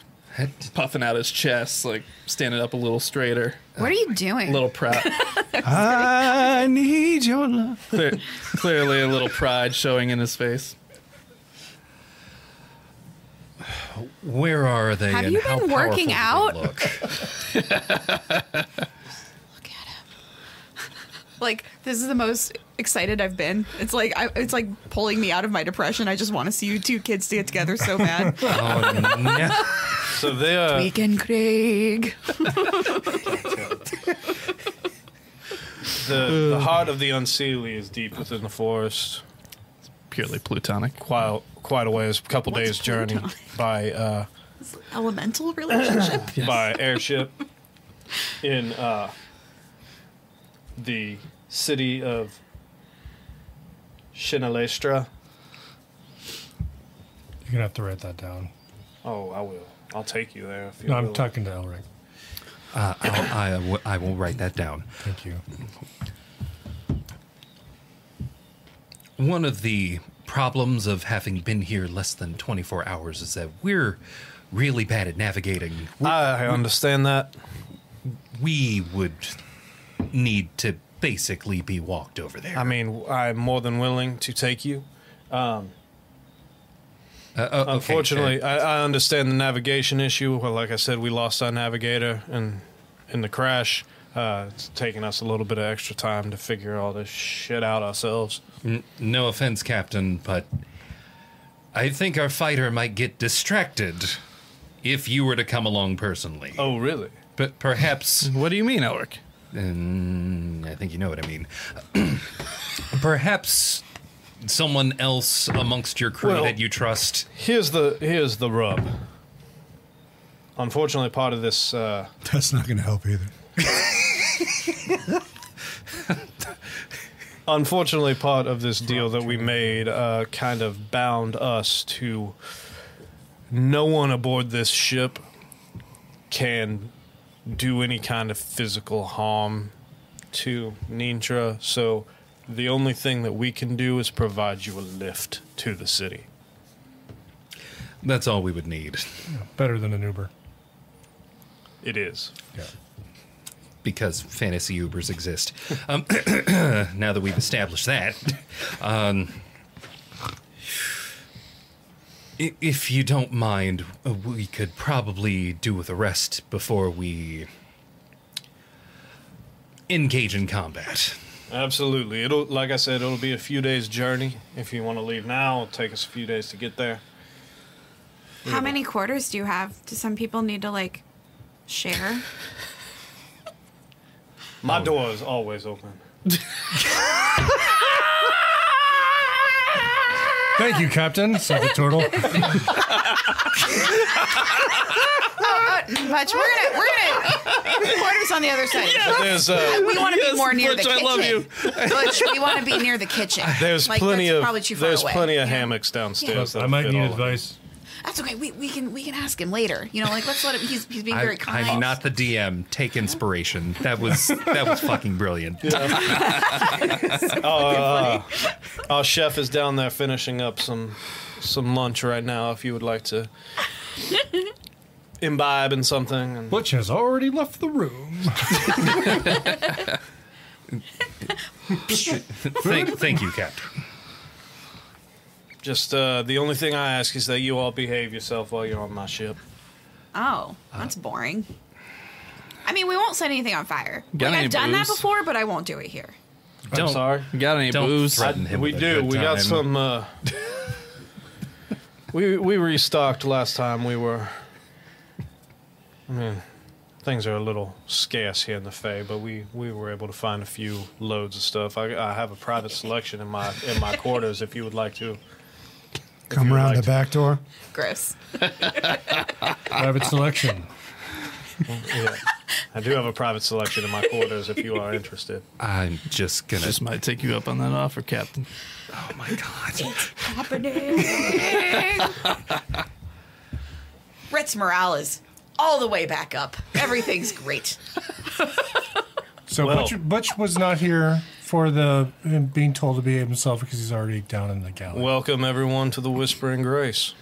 puffing out his chest, like standing up a little straighter, What are you a doing? little proud. I need your love. Clear, clearly, a little pride showing in his face. Where are they? Have and you how been working powerful out? do they Look? Like this is the most excited I've been. It's like I, it's like pulling me out of my depression. I just want to see you two kids get together so bad. Oh, no. So they uh, Weekend Craig. the, the heart of the Unseelie is deep within the forest. Purely plutonic. Quite quite a ways, a couple What's days journey Pluto? by uh, Elemental relationship. by airship in uh, the city of Shinalestra. You're gonna have to write that down. Oh, I will. I'll take you there if you No, I'm will. talking to Elric. Uh, I'll, I, w- I will write that down. Thank you. One of the problems of having been here less than 24 hours is that we're really bad at navigating. I understand that. We would need to basically be walked over there. I mean, I'm more than willing to take you. Uh, uh, okay, Unfortunately, uh, I, I understand the navigation issue. Well, like I said, we lost our navigator in, in the crash. Uh, it's taking us a little bit of extra time to figure all this shit out ourselves. no offense, Captain, but I think our fighter might get distracted if you were to come along personally. Oh, really? But perhaps What do you mean, Elric? Mm, I think you know what I mean. Perhaps someone else amongst your crew Well- that you trust. Here's the here's the rub. Unfortunately, part of this uh, That's not going to help either. unfortunately part of this deal that we made uh, kind of bound us to no one aboard this ship can do any kind of physical harm to Nintra. So the only thing that we can do is provide you a lift to the city. That's all we would need Better than an Uber. It is. because fantasy Ubers exist. Um, now that we've established that, um, i- if you don't mind, uh, we could probably do with a rest before we engage in combat. Absolutely. It'll like I said, it'll be a few days journey. If you want to leave now, it'll take us a few days to get there. How many quarters do you have? Do some people need to like share? My door is always open. Thank you, Captain. Said the turtle. But we're gonna we're gonna quarters on the other side. There's uh, We want to be more near Butch, the I kitchen. love you. Butch, we want to be near the kitchen. There's Like, plenty that's of probably too far there's away. plenty of hammocks downstairs. I that'll might fit need all of them. advice. That's okay. We, we can we can ask him later. You know, like let's let him. He's he's being I, very kind. I'm not the DM. Take inspiration. That was that was fucking brilliant. Our chef is down there finishing up some some lunch right now. If you would like to imbibe in something, and Butch has already left the room. thank, thank you, Captain. just uh, the only thing I ask is that you all behave yourself while you're on my ship. Oh, uh, that's boring. I mean, we won't set anything on fire. Got Like, any I've done that booze? before, but I won't do it here. Don't I'm sorry. You got any Don't booze? threaten him We with a do. good We got time. some. Uh, we we restocked last time. We were. I mean, things are a little scarce here in the Fay, but we, we were able to find a few loads of stuff. I, I have a private selection in my in my quarters. If you would like to, Come you around like the to- back door. Gross. Private selection. yeah. I do have a private selection in my quarters. If you are interested, I'm just gonna. Just might take you up on that offer, Captain. oh my god. Ritz Morales, all the way back up. Everything's great. So Well- Butch, Butch was not here for the him being told to be himself because he's already down in the galley. welcome everyone to the Whispering Grace.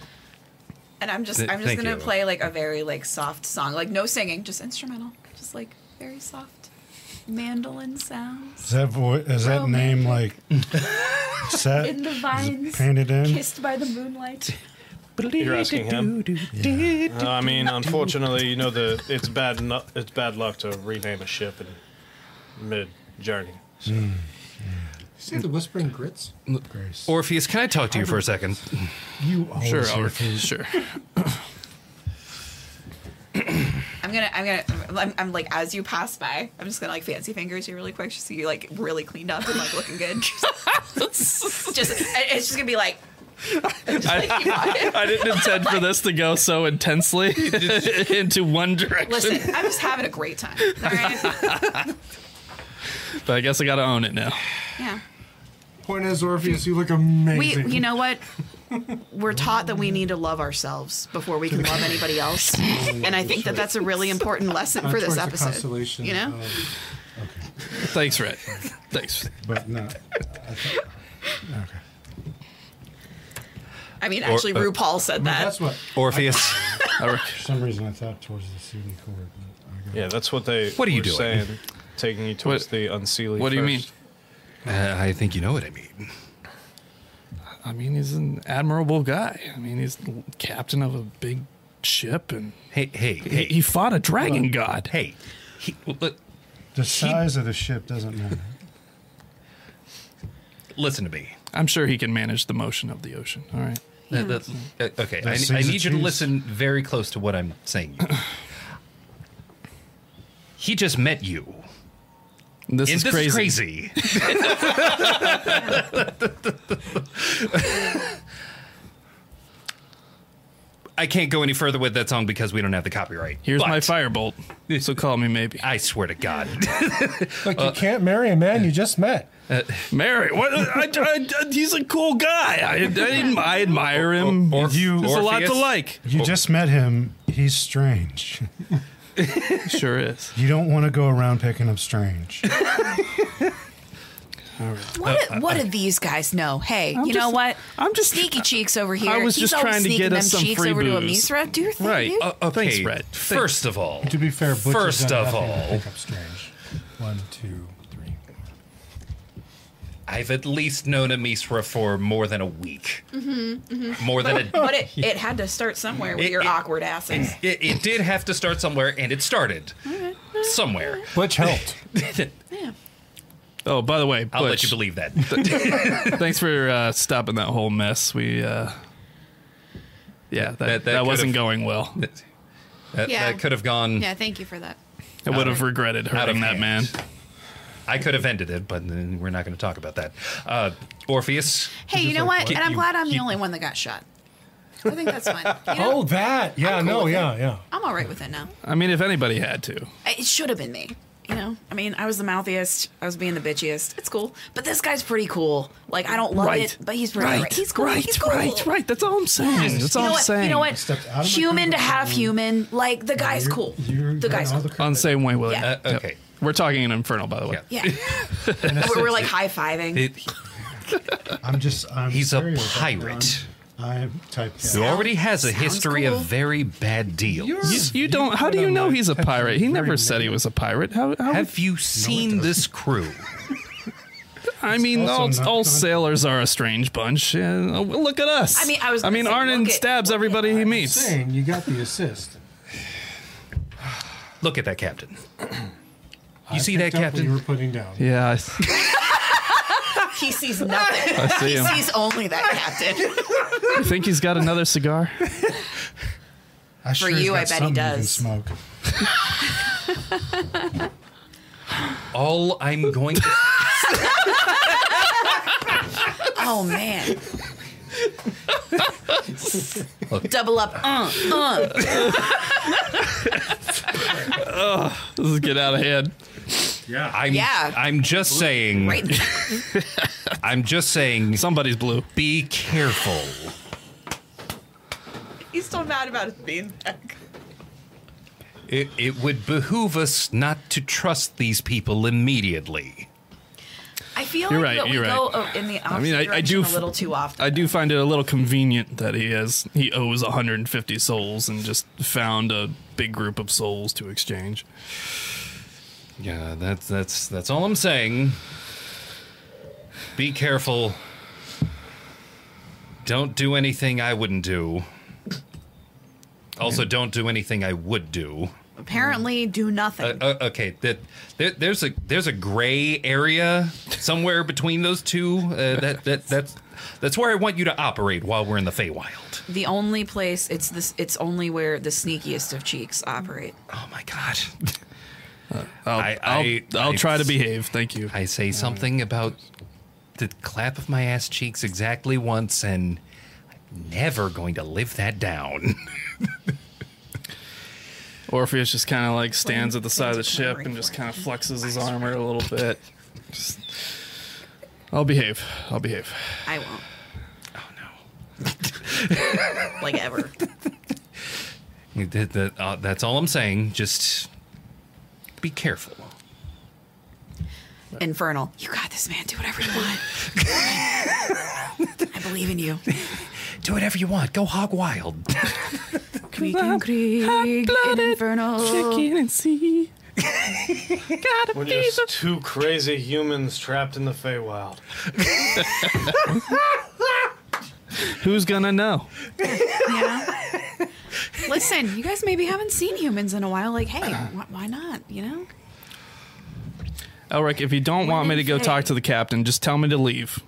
And I'm just Th- I'm just thank gonna you. play like a very like soft song, like no singing, just instrumental, just like very soft mandolin sounds Is that, vo- is that name like set? in the Is it vines, painted in? kissed by the moonlight. You're asking him. Uh, I mean, unfortunately, you know the it's bad nu- it's bad luck to rename a ship in mid journey. say the Whispering Grits? Grace. Orpheus, can I talk to you for a second? you always Sure, sure, Albert. Sure. I'm gonna, I'm gonna, I'm, I'm like, as you pass by, I'm just gonna like fancy fingers you really quick, just so you like really cleaned up and like looking good. just, it's just gonna be like, just, like, you got it. I didn't intend for this to go so intensely into one direction, listen, I'm just having a great time. All right, but I guess I gotta own it now. yeah. Point is, Orpheus, you look amazing. We, you know what? We're taught that we need to love ourselves before we can love anybody else, and I think that that's a really important lesson for this Towards the episode. constellation um, you know? of- Thanks, Red. Thanks. but not. I mean, actually, uh, RuPaul said that. That's what. Orpheus, For some reason, I thought towards the Sydney chord. but I got- Yeah, that's what they What are you were doing? saying. Taking you towards the unsealing. What do you mean? uh, I think you know what I mean. I mean, he's an admirable guy. I mean, he's the captain of a big ship, and Hey, hey, he, hey, he fought a dragon god. hey. He, look, The size of the ship doesn't matter. listen to me. I'm sure he can manage the motion of the ocean. All right. That- that's- uh, okay, I, That I sees need it you to choose. listen very close to what I'm saying. he just met you. This And is this crazy. is crazy. I can't go any further with that song because we don't have the copyright. Here's But my firebolt. So call me maybe. I swear to God. Like, Uh, you can't marry a man you just met. Mary, what? I, I, I- he's a cool guy. I, I, adm- I admire him. Or- There's a lot to Orpheus? like. You just met him. He's strange. Sure is. You don't want to go around picking up strange. What, do- what do these guys know? Hey, you know just- what? I'm just- sneaky cheeks over here. was He's just always trying to sneaking get us them some cheeks free over to booze. Amisra. Do your thing, Right. dude. Uh, okay. Thanks, Brett. Thanks. First of all, to be fair, Butch has first done of nothing to all, pick up strange. One, two, three. I've at least known Amisra for more than a week. More than a. but it, it had to start somewhere with It- your it- awkward asses. It, it did have to start somewhere, and it started somewhere. Butch helped. Oh, by the way, I'll let Butch, you believe that. thanks for uh, stopping that whole mess. We, uh, yeah, that, that, that wasn't could've- going well. That, that Yeah. could have gone. Yeah, thank you for that. I would have regretted out of hurting that hand. man. I could have ended it, but then we're not going to talk about that. Uh, Orpheus, Hey, you know what? what? And I'm You- glad I'm the you- only one that got shot. I think that's fine. You know, Oh, that. Yeah, I'm cool no, with yeah, it. yeah. I'm all right with it now. I mean, if anybody had to, It should have been me. You know, I mean, I was the mouthiest. I was being the bitchiest. It's cool, but this guy's pretty cool. Like, I don't love Right. it, but he's pretty. Right. He's cool. right, he's cool. right, right. That's all I'm saying. That's You all know I'm what? saying. You know what? stepped out of my Human to comfort half zone. human. Like the guy's You're- cool. you're- the guy's all cool. the On the same way, Willie. Yeah. Uh, okay. We're talking in Infernal, by the way. Yeah. yeah, we're, we're like high fiving. it- I'm just. I'm He's a serious. pirate. I'm, I'm type. who already has a Sounds history cool. of very bad deals. You, you don't. How do you know he's a pirate? He never said he was a pirate. How? how have you seen this crew? I mean, also all, not all done. sailors are a strange bunch. Yeah, oh, well, look at us. I mean, I was I gonna mean, say, Arnon look at- stabs look at everybody he meets. Saying you got the assist. Look at that captain. You I see that picked up What you captain? were putting down. Yeah, I see, He sees nothing. I see he him. sees only that captain. You think he's got another cigar? I sure For he's you, got I bet he something you can does. smoke. All I'm going to Oh man. Double up. Uh, uh. This is get out of hand. I'm Yeah. I'm just saying Right. I'm just saying Somebody's blue. be careful. He's still mad about us being back. It, it would behoove us not to trust these people immediately. I feel You're like right, that we you're go right. uh, in the opposite I mean, I- I do a f- little too often. I do find it a little convenient that he has he owes 150 souls and just found a big group of souls to exchange. Yeah, that's that's that's all I'm saying. Be careful. Don't do anything I wouldn't do. Also, don't do anything I would do. Apparently, do nothing. Uh, okay, that there, there's a there's a gray area somewhere between those two. Uh, that that that's that's where I want you to operate while we're in the Feywild. The only place it's this it's only where the sneakiest of cheeks operate. Oh my god! I'll, I- I, I- will i will I- try to behave. Thank you. I say something about the clap of my ass cheeks exactly once, and I'm never going to live that down. Orpheus just kind of like stands at the side of the Planes are ship clamoring and just for kind of flexes his armor a little bit. Just- I'll behave. I'll behave. I won't. oh no. like ever. You did that- uh, that's all I'm saying. Just be careful. Infernal. You got this, man. Do whatever you want. I believe in you. Do whatever you want. Go hog wild. Creaking Creek, Infernal. and see. We're just two crazy humans trapped in the Feywild. Who's gonna know? Yeah. Listen, you guys maybe haven't seen humans in a while. Like, hey, wh- why not? You know? Elric, if you don't want me to go talk to the captain, just tell me to leave.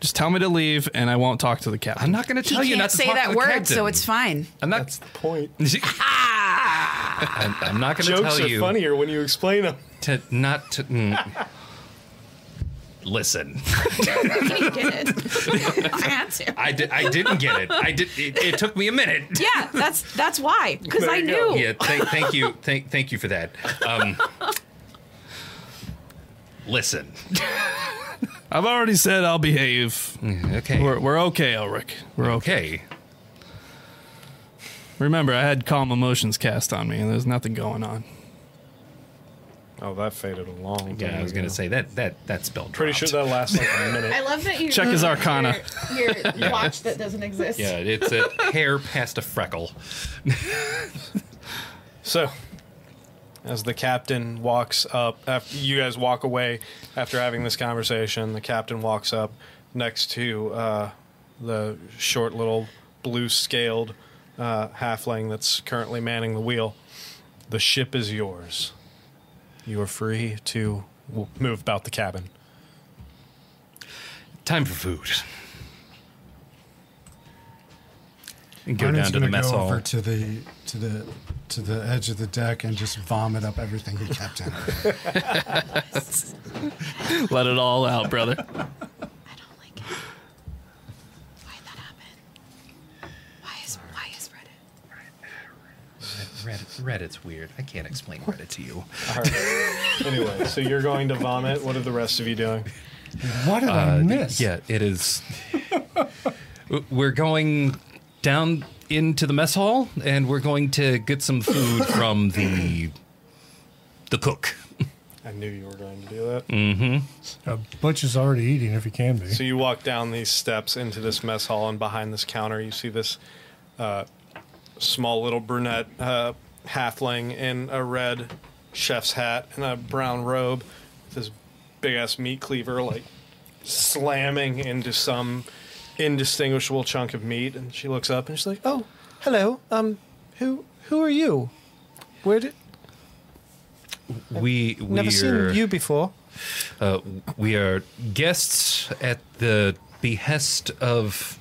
Just tell me to leave, and I won't talk to the captain. I'm not going to He tell you can't not to say talk that to the word, captain. so it's fine. Ah! I'm not. That's the point. I'm, I'm not going to Jokes tell are you funnier when you explain them. to not to. mm. Listen, You did it. I had to. I, di- I didn't get it. I did. It, it took me a minute. Yeah, that's that's why. Because There I you go. knew. Yeah. Thank, thank you. Thank thank you for that. Um, listen. I've already said I'll behave. Okay. We're, we're okay, Elric. We're okay. okay. Remember, I had calm emotions cast on me, and there's nothing going on. Oh, that faded a long time. Yeah, I was going to say that that that spell. Pretty sure dropped. that lasts like a minute. I love that you Check his arcana. Your, your watch that doesn't exist. Yeah, it's a hair past a freckle. So, as the captain walks up, after you guys walk away after having this conversation, the captain walks up next to uh, the short little blue scaled uh, halfling that's currently manning the wheel. The ship is yours. You are free to w- move about the cabin. Time for food. And go Arnon's down to the gonna mess go hall. over to the to the to the edge of the deck and just vomit up everything he kept in. Let it all out, brother. I don't like it. Why did that happen? Why is why is Reddit? Reddit, Reddit's weird. I can't explain Reddit to you. All right. anyway, so you're going to vomit. What are the rest of you doing? What did I miss? Uh, Yeah, it is. we're going down into the mess hall, and we're going to get some food from the the cook. I knew you were going to do that. Uh, Butch is already eating if he can be. So you walk down these steps into this mess hall, and behind this counter, you see this uh, small little brunette uh, halfling in a red chef's hat and a brown robe with this big ass meat cleaver, like slamming into some indistinguishable chunk of meat. And she looks up and she's like, "Oh, hello. Um, who who are you? Where did We we never are seen you before? uh, we are guests at the behest of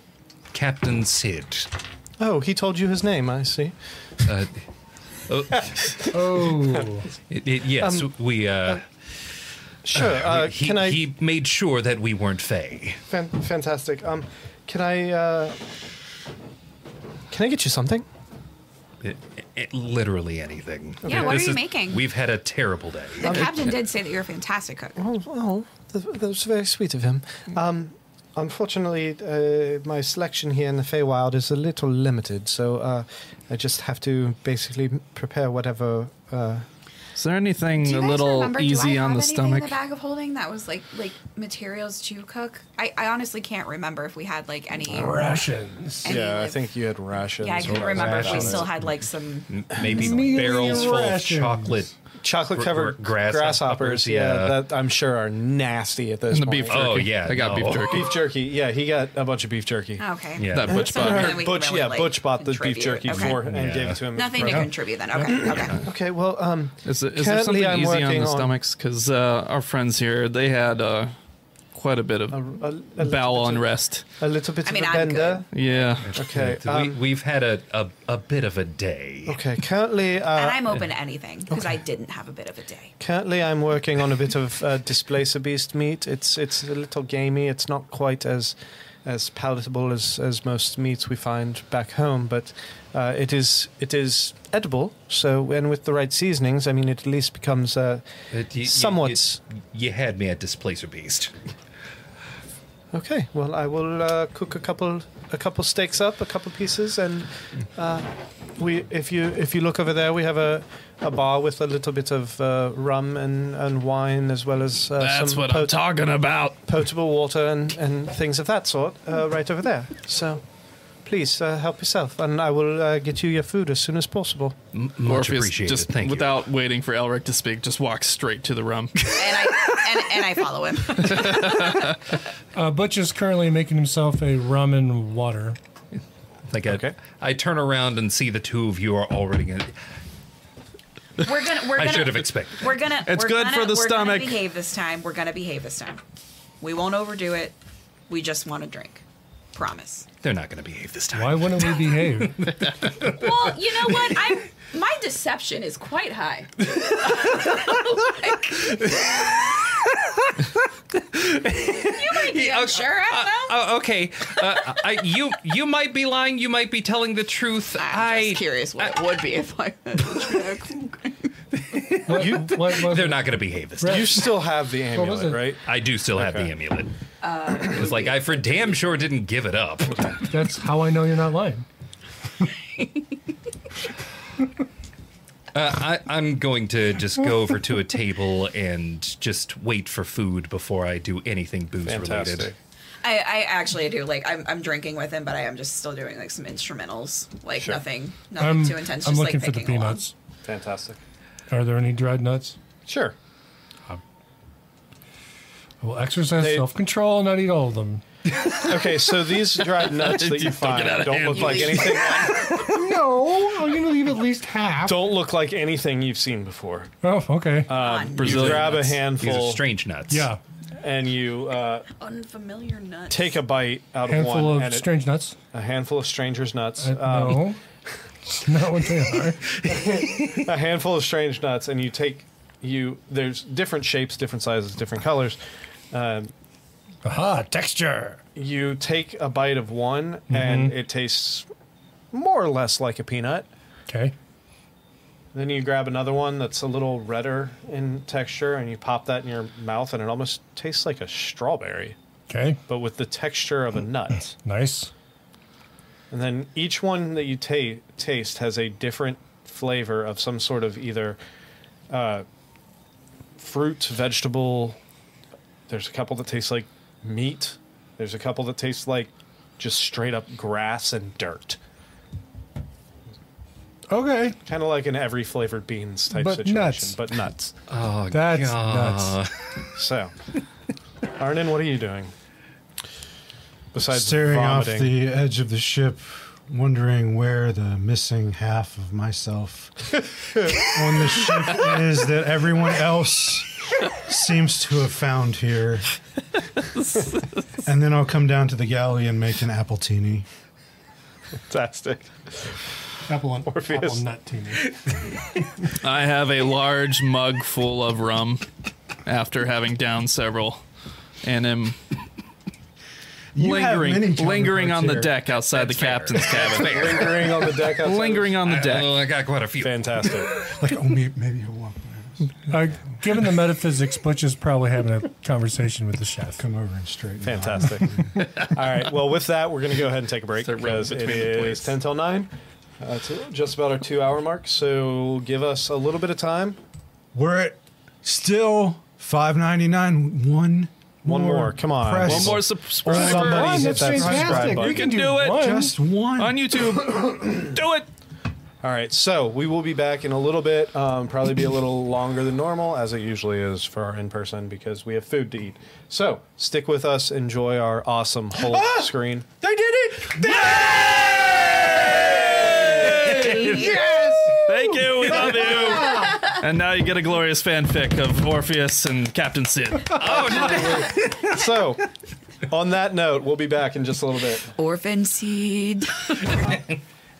Captain Sid. Oh, he told you his name. I see. Uh, oh, Oh, it- it- yes, we. Uh, Sure. Uh, he, can I? he made sure that we weren't Fey. Fan- fantastic. Um, can I uh, can I get you something? It- it- literally anything. Yeah, what This are you is- making? We've had a terrible day. The captain did say that you're a fantastic cook. Oh, oh that, that was very sweet of him. Um, unfortunately, uh, my selection here in the Feywild is a little limited, so uh, I just have to basically prepare whatever. Uh, Is there anything Do a you guys little remember, do I easy have on the anything stomach? In the bag of holding that was like like materials to cook. I, I honestly can't remember if we had like any. Russians. any live- you had rations. Mm. Yeah, I couldn't remember if we still had like some. Maybe Mealy barrels full of rations. chocolate chocolate covered Gr- gr- grasshoppers, grasshoppers. Yeah, yeah. that I'm sure are nasty at this And the point. beef jerky. Oh, yeah, I no. got beef jerky. Beef jerky. Yeah, he got a bunch of beef jerky. oh, Okay. Yeah. That butch Something bug. that we can Butch, really, yeah, like, Butch bought the beef contribute. jerky Okay. for and Yeah. gave it to him. Nothing to for- contribute then. Okay. Okay. Okay, well, um, Is, there- is there currently something I'm easy on working the stomachs? Because uh, our friends here, they had uh, quite a bit of a, a little bowel bit of- unrest. A little bit I mean, of a I'm bender. Yeah. Okay, we, um, we've had a, a, a bit of a day. Okay, currently, And uh, I'm open to anything because I didn't have a bit of a day. currently I'm working on a bit of uh, displacer beast meat. It's it's a little gamey. It's not quite as as palatable as, as most meats we find back home, but uh, it is it is edible. So, and with the right seasonings, I mean, it at least becomes uh, But you- you- somewhat. You, you had me at Displacer Beast. Okay, well, I will uh, cook a couple a couple steaks up, a couple pieces, and uh, we if you if you look over there, we have a, a bar with a little bit of uh, rum and, and wine as well as uh, That's some what I'm pot- talking about. potable water and, and things of that sort uh, right over there. So please uh, help yourself, and I will uh, get you your food as soon as possible. Much Morpheus appreciated. Just Thank you. without waiting for Elric to speak, just walks straight to the rum. And I and, and I follow him. Uh, Butch is currently making himself a rum and water. Like I, Okay. I turn around and see the two of you are already. In, We're gonna. We're I gonna. should have expected. We're gonna. It's we're good gonna- for the we're gonna stomach. behave this time. We're gonna behave this time. We won't overdo it. We just want to drink. Promise. They're not going to behave this time. Why wouldn't we behave? Well, you know what? I'm my deception is quite high. you might be unsure of them. Oh, okay. Uh, I, you you might be lying. You might be telling the truth. I'm I. just curious what it would be if I. What- what- what- They're not going to behave this time. Right. You still have the was amulet, it? right? I do still have the Okay. amulet. Uh, it's like I for damn sure didn't give it up. Uh, That's how I know you're not lying. I, I'm going to just go over to a table and just wait for food before I do anything booze related. Fantastic. I, I actually do like I'm, I'm drinking with him, but I am just still doing like some instrumentals, like Sure. nothing, nothing I'm, too intense. I'm just looking like for the picking along. peanuts. Fantastic. Are there any dried nuts? Sure. I will exercise They- self control and not eat all of them. Okay, so these dried nuts that you find out of don't hand. look like anything. No, I'm going to leave at least half. Don't look like anything you've seen before. Oh, okay. Um, you Brazilian grab a nuts. These are handful strange nuts. yeah. and you uh, Unfamiliar nuts. take a bite out of Handful one. of and it- strange nuts. a handful of stranger's nuts. Uh, um, no. It's not what they are. a handful of strange nuts, and you take you. There's different shapes, different sizes, different colors. Um, Aha, texture. you take a bite of one, Mm-hmm. and it tastes more or less like a peanut. Okay. Then you grab another one that's a little redder in texture, and you pop that in your mouth, and it almost tastes like a strawberry, Okay. but with the texture of a nut. Nice. And then each one that you ta- taste has a different flavor of some sort of either uh, fruit, vegetable. There's a couple that taste like meat. There's a couple that taste like just straight up grass and dirt. Okay. Kind of like an every flavored beans type But situation, nuts. but nuts. Oh, That's God. So, Arnon, what are you doing? Besides Staring vomiting, off the edge of the ship, wondering where the missing half of myself on the ship is that everyone else seems to have found here. and then I'll come down to the galley and make an apple teeny. fantastic. Apple and Morpheus. apple nut tuna. I have a large mug full of rum after having down several and am You have many lingering, lingering on the counterparts deck outside the captain's cabin. Lingering on the deck. outside. lingering on the deck. Oh, I got quite a few. Fantastic. here. Like, oh, maybe, maybe he'll walk by us. Uh, given the metaphysics, Butch is probably having a conversation with the chef. Come over and straighten it out. Fantastic. All right. Well, with that, we're going to go ahead and take a break Start running because it between the is plates. 10 till 9. That's just about our two hour mark. So give us a little bit of time. We're at still five ninety nine. One, One more. Come on. press. One more Somebody subscriber hit that subscribe button. can do it. one. Just one. on YouTube. Do it. All right, so we will be back in a little bit. Um, probably be a little longer than normal, as it usually is for our in person, because we have food to eat. So stick with us. Enjoy our awesome whole Ah! screen. They did it! yes! Thank you. We love you. and now you get a glorious fanfic of Orpheus and Captain Sid. So, on that note, we'll be back in just a little bit. Orphan seed.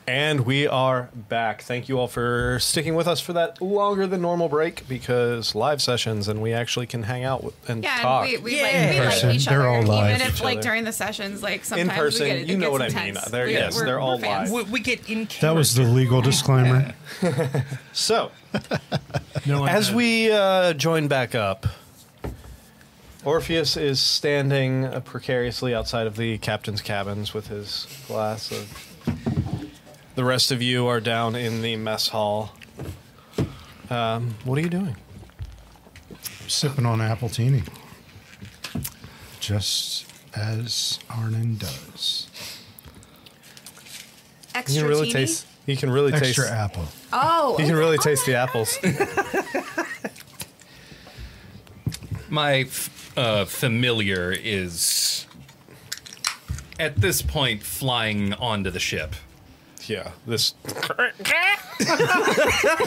And we are back. Thank you all for sticking with us for that longer than normal break because live sessions and we actually can hang out with- and Yeah, talk. and we, we, like, we Person, like each they're other. all live. Even if, Each like, other. during the sessions, like, sometimes we person, get it, you it know gets what I mean. intense. They're- We- yes, we're- they're all we're fans. live. We, we get in. That was the legal disclaimer. So, No one as knows. we uh, join back up, Orpheus is standing uh, precariously outside of the captain's cabins with his glass of. The rest of you are down in the mess hall. Um, what are you doing? Sipping on apple teeny. Just as Arnon does. Extra teeny? You can really Extra taste. apple. Oh, You can really taste the apples. My f- uh, familiar is at this point flying onto the ship. yeah, this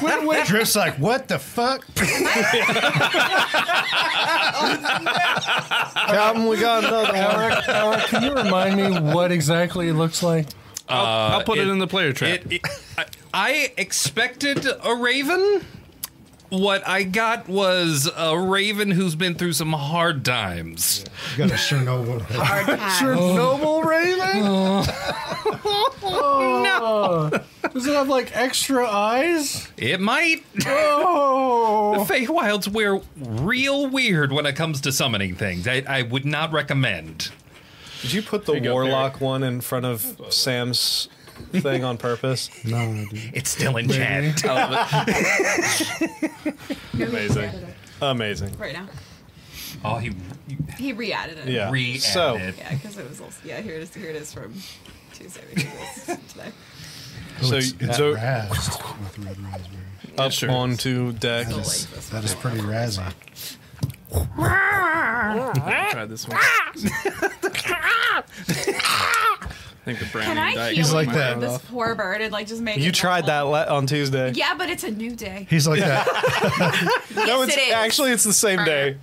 Wait, wait. Drift's like, what the fuck? Captain, we got another one. Alric, Alric, can you remind me what exactly it looks like? I'll put it, it- in the player trap. It, it, I, I expected a raven. What I got was a raven who's been through some hard times. You got a Chernobyl. hard pass. Noble Raven? no. Does it have like extra eyes? It might. Oh. Feywilds wear real weird when it comes to summoning things. I, I would not recommend. Did you put the you go, warlock one in front of Sam's thing on purpose? No, dude. It's still in chat. Uh, Amazing. Amazing. right now. Oh, he He re-added it. Yeah. re So- Yeah, because it was also, yeah, here it is, here it is from Tuesday. because it was today. So, Oh, it's that so razzed with red raspberry. up onto deck. Still like this That is pretty razzy. I tried this one. I think the brownie Can I diet heal cut like my that. throat this off. poor bird and like just make You it tried that normal? la- on Tuesday. Yeah, but it's a new day. He's like that. no, Yes, it's it is. actually it's the same day.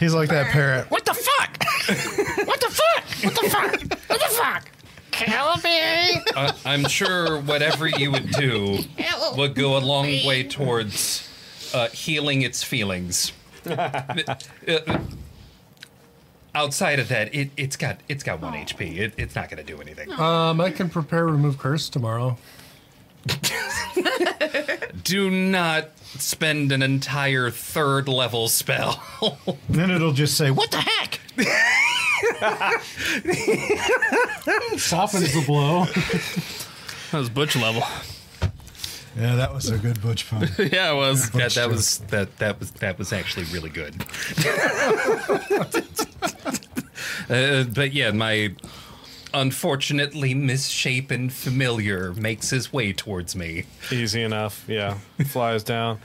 He's like that parrot. What the fuck? what the fuck? What the fuck? What the fuck? Kill me! Uh, I'm sure whatever you would do would go a long way towards uh, healing its feelings. Uh, Outside of that, it, it's got it's got one HP. It, it's not going to do anything. Um, I can prepare remove curse tomorrow. Do not spend an entire third level spell. Then it'll just say, what What the heck? Softens the blow. That was Butch level. Yeah, that was a good butch pun. yeah, it was. that, that was that that was that was actually really good. Uh, but yeah, my unfortunately misshapen familiar makes his way towards me. Easy enough. Yeah. Flies down.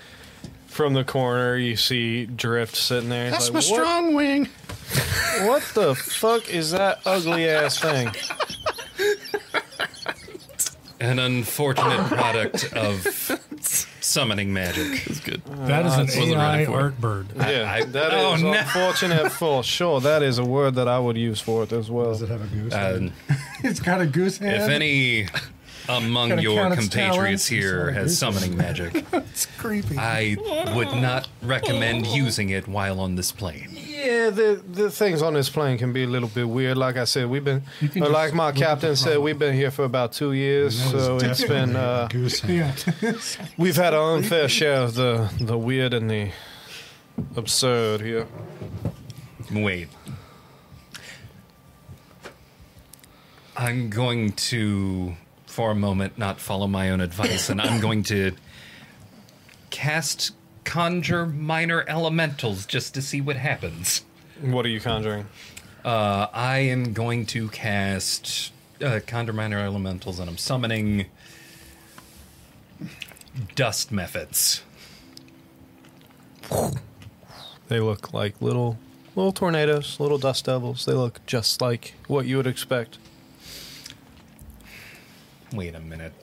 From the corner, you see Drift sitting there. He's That's like, my strong wing. what, what the fuck is that ugly ass thing? An unfortunate product of summoning magic. It's good. That is Wasn't an ready AI for it. art bird. Yeah, I- that oh, is no. unfortunate for sure. That is a word that I would use for it as well. Does it have a goose? Um, It's got a goose if head. any among Gotta your count its compatriots talons. here has summoning magic, it's creepy. I would not recommend using it while on this plane. Yeah, the the things on this plane can be a little bit weird. Like I said, we've been, can uh, just like my look at the captain said, front. we've been here for about two years, That was so it's definitely been a uh, goose head. yeah. we've had our unfair share of the the weird and the absurd here. Wait. I'm going to, for a moment, not follow my own advice, and I'm going to cast Conjure Minor Elementals just to see what happens. What are you conjuring? Uh, I am going to cast uh, Conjure Minor Elementals, and I'm summoning dust methods. They look like little little tornadoes, little dust devils. They look just like what you would expect. Wait a minute.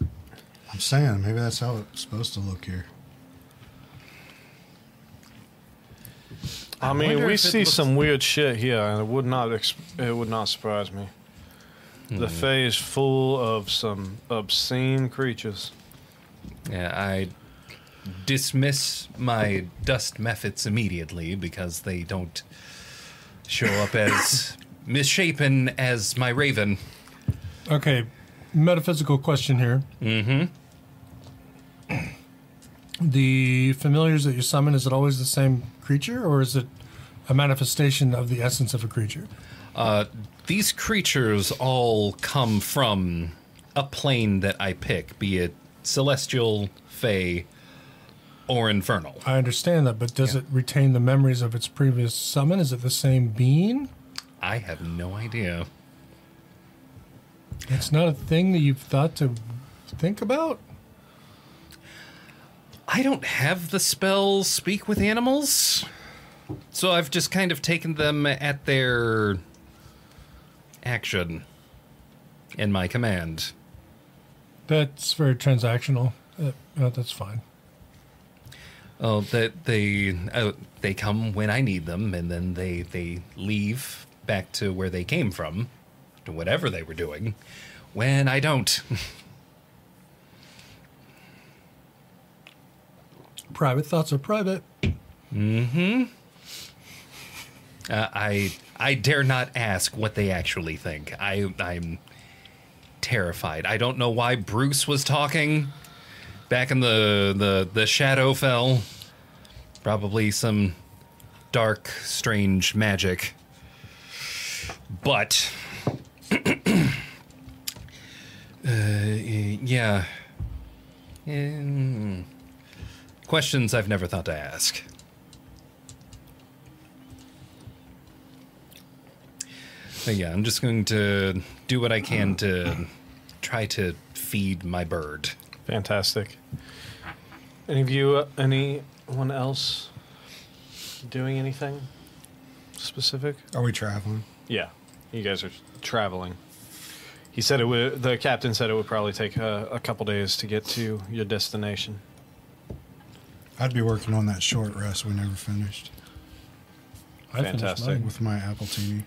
I'm saying maybe that's how it's supposed to look here. I, wonder mean, we if it see looks- some weird shit here, and it would not ex- it would not surprise me. The Hmm. Fae is full of some obscene creatures. Yeah, I dismiss my dust methods immediately because they don't show up as misshapen as my raven. Okay, metaphysical question here. Mm-hmm. The familiars that you summon, is it always the same creature or is it a manifestation of the essence of a creature? Uh, these creatures all come from a plane that I pick, be it celestial, fey, or infernal. I understand that, but does it retain the memories of its previous summon? Is it the same being? I have no idea. It's not a thing that you've thought to think about? I don't have the spell speak with animals. So I've just kind of taken them at their action and my command. That's very transactional. Uh, uh, that's fine. Oh, that they uh, oh, they come when I need them, and then they they leave back to where they came from, to whatever they were doing, when I don't. Private thoughts are private. mm-hmm. Uh, I I dare not ask what they actually think. I I'm terrified. I don't know why Bruce was talking back in the the the Shadowfell. Probably some dark, strange magic. But uh, yeah. Mm. Questions I've never thought to ask. But yeah, I'm just going to do what I can to try to feed my bird. Fantastic. Any of you, uh, anyone else, doing anything specific? Are we traveling? Yeah, you guys are traveling. He said it would. The captain said it would probably take uh, a couple days to get to your destination. I'd be working on that short rest we never finished. I finished Fantastic. mine. with my apple teeny.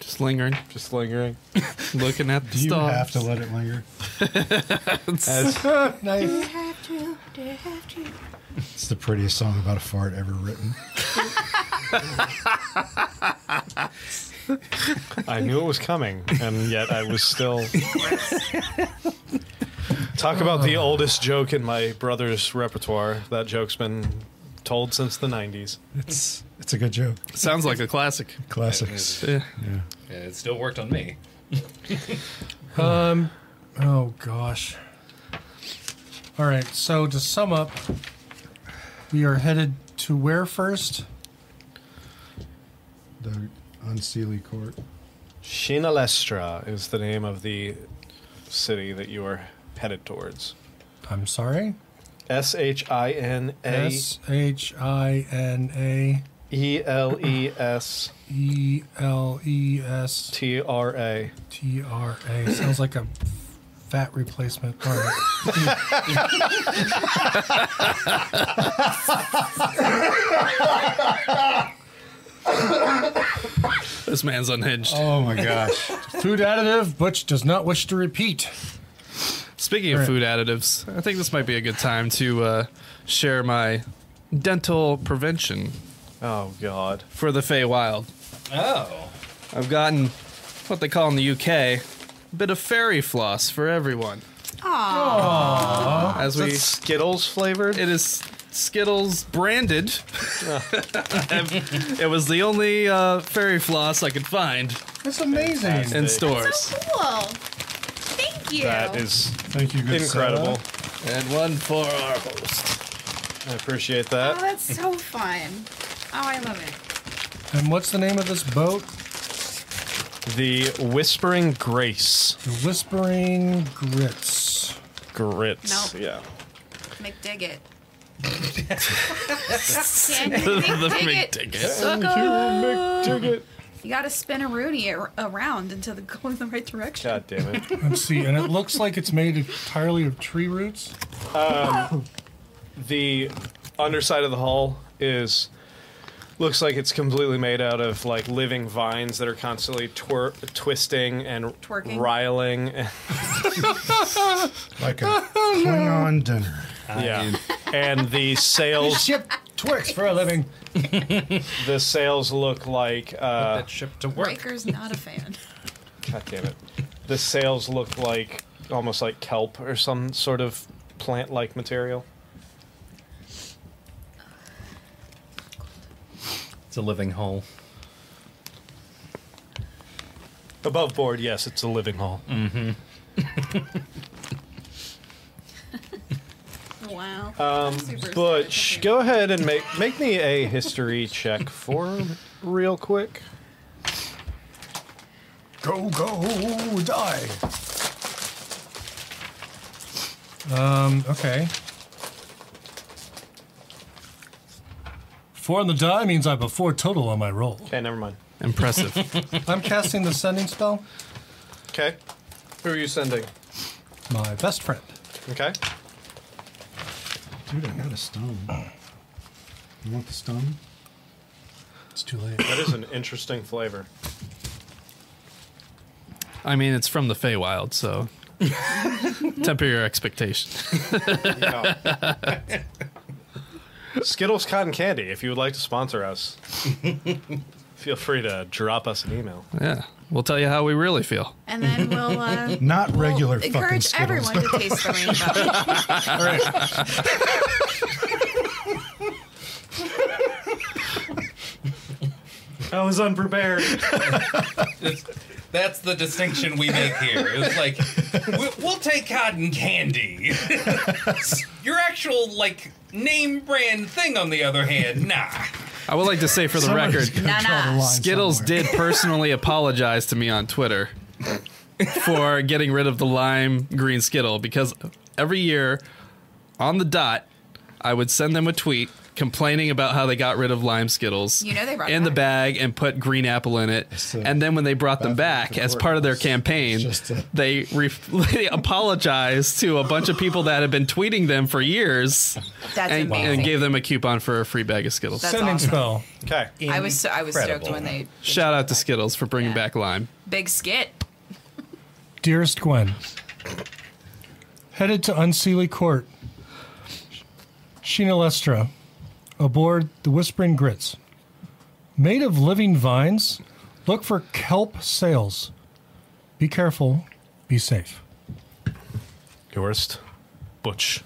Just lingering. Just lingering. Looking at the Do you stars. have to let it linger? As- nice. have to, do you have to? It's the prettiest song about a fart ever written. I knew it was coming, and yet I was still. Talk about the oldest joke in my brother's repertoire. That joke's been told since the 90s. It's it's a good joke. Sounds like a classic. Classics. Yeah. Yeah, it still worked on me. Um, oh gosh. All right. So to sum up, we are headed to where first? The Unseelie Court. Oh Shinalestra is the name of the city that you are headed towards. I'm sorry. S H I N A S H I N A E L E S E L E S T R A. T R A. Sounds like a fat replacement. All right. This man's unhinged. Oh my gosh. Food additive, Butch does not wish to repeat. Speaking of food additives, I think this might be a good time to uh, share my dental prevention. Oh God! For the Feywild. Oh. I've gotten what they call in the UK a bit of fairy floss for everyone. Aww. Ah, As Is we that Skittles flavored. It is Skittles branded. it was the only uh, fairy floss I could find That's amazing. in stores. Cool. Thank you. That is thank you. good incredible. And one for our host. I appreciate Oh, that. that's so fun. Oh, I love it. And what's the name of this boat? Uh-huh. The Whispering Grace. The Whispering Grits. Grits. Nope. Yeah. McDiggit. McDiggit. McDiggit. You gotta spin a Rooney ar- around until they go in the right direction. God damn it. Let's see, and it looks like it's made entirely of tree roots. Um, the underside of the hull is looks like it's completely made out of like living vines that are constantly twir- twisting and Twerking. riling. like a Oh, Klingon dinner. yeah, and the sails. ship twerks for a living. the sails look like uh, that ship to Riker's not a fan. God damn it. The sails look like almost like kelp or some sort of plant like material. It's a living hole. Above board, yes, it's a living hall. Mm-hmm. Wow. Um, Butch, go ahead and make make me a history check for real quick. Go, go, die. Um, okay. Four on the die means I have a four total on my roll. Okay, never mind. Impressive. I'm casting the sending spell. Okay. Who are you sending? My best friend. Okay. Dude, I got a stone. You want the stone? It's too late. That is an interesting flavor. I mean, it's from the Feywild, so temper your expectation. Skittles Cotton Candy, if you would like to sponsor us, feel free to drop us an email. Yeah, we'll tell you how we really feel. And then we'll uh, Not regular fucking encourage Skittles. everyone to taste the rainbow. I was unprepared. That's the distinction we make here. It was like, we- we'll take cotton candy. Your actual, like, name brand thing, on the other hand, nah. I would like to say for the Somebody's record, nah, nah. Skittles did personally apologize to me on Twitter for getting rid of the lime green Skittle because every year on the dot, I would send them a tweet complaining about how they got rid of lime Skittles You know they brought in it the bag and put green apple in it. And then when they brought them back as part of their campaign, they, re- they apologized to a bunch of people that had been tweeting them for years That's and, amazing. and gave them a coupon for a free bag of Skittles. That's sending awesome. spell. Okay. I was so, I was stoked when they Shout out to Skittles for bringing back lime. big skit. Dearest Gwen, headed to Unseelie Court, Sheena Lestra, aboard the Whispering Grits. Made of living vines, look for kelp sails. Be careful, be safe. Yours, Butch.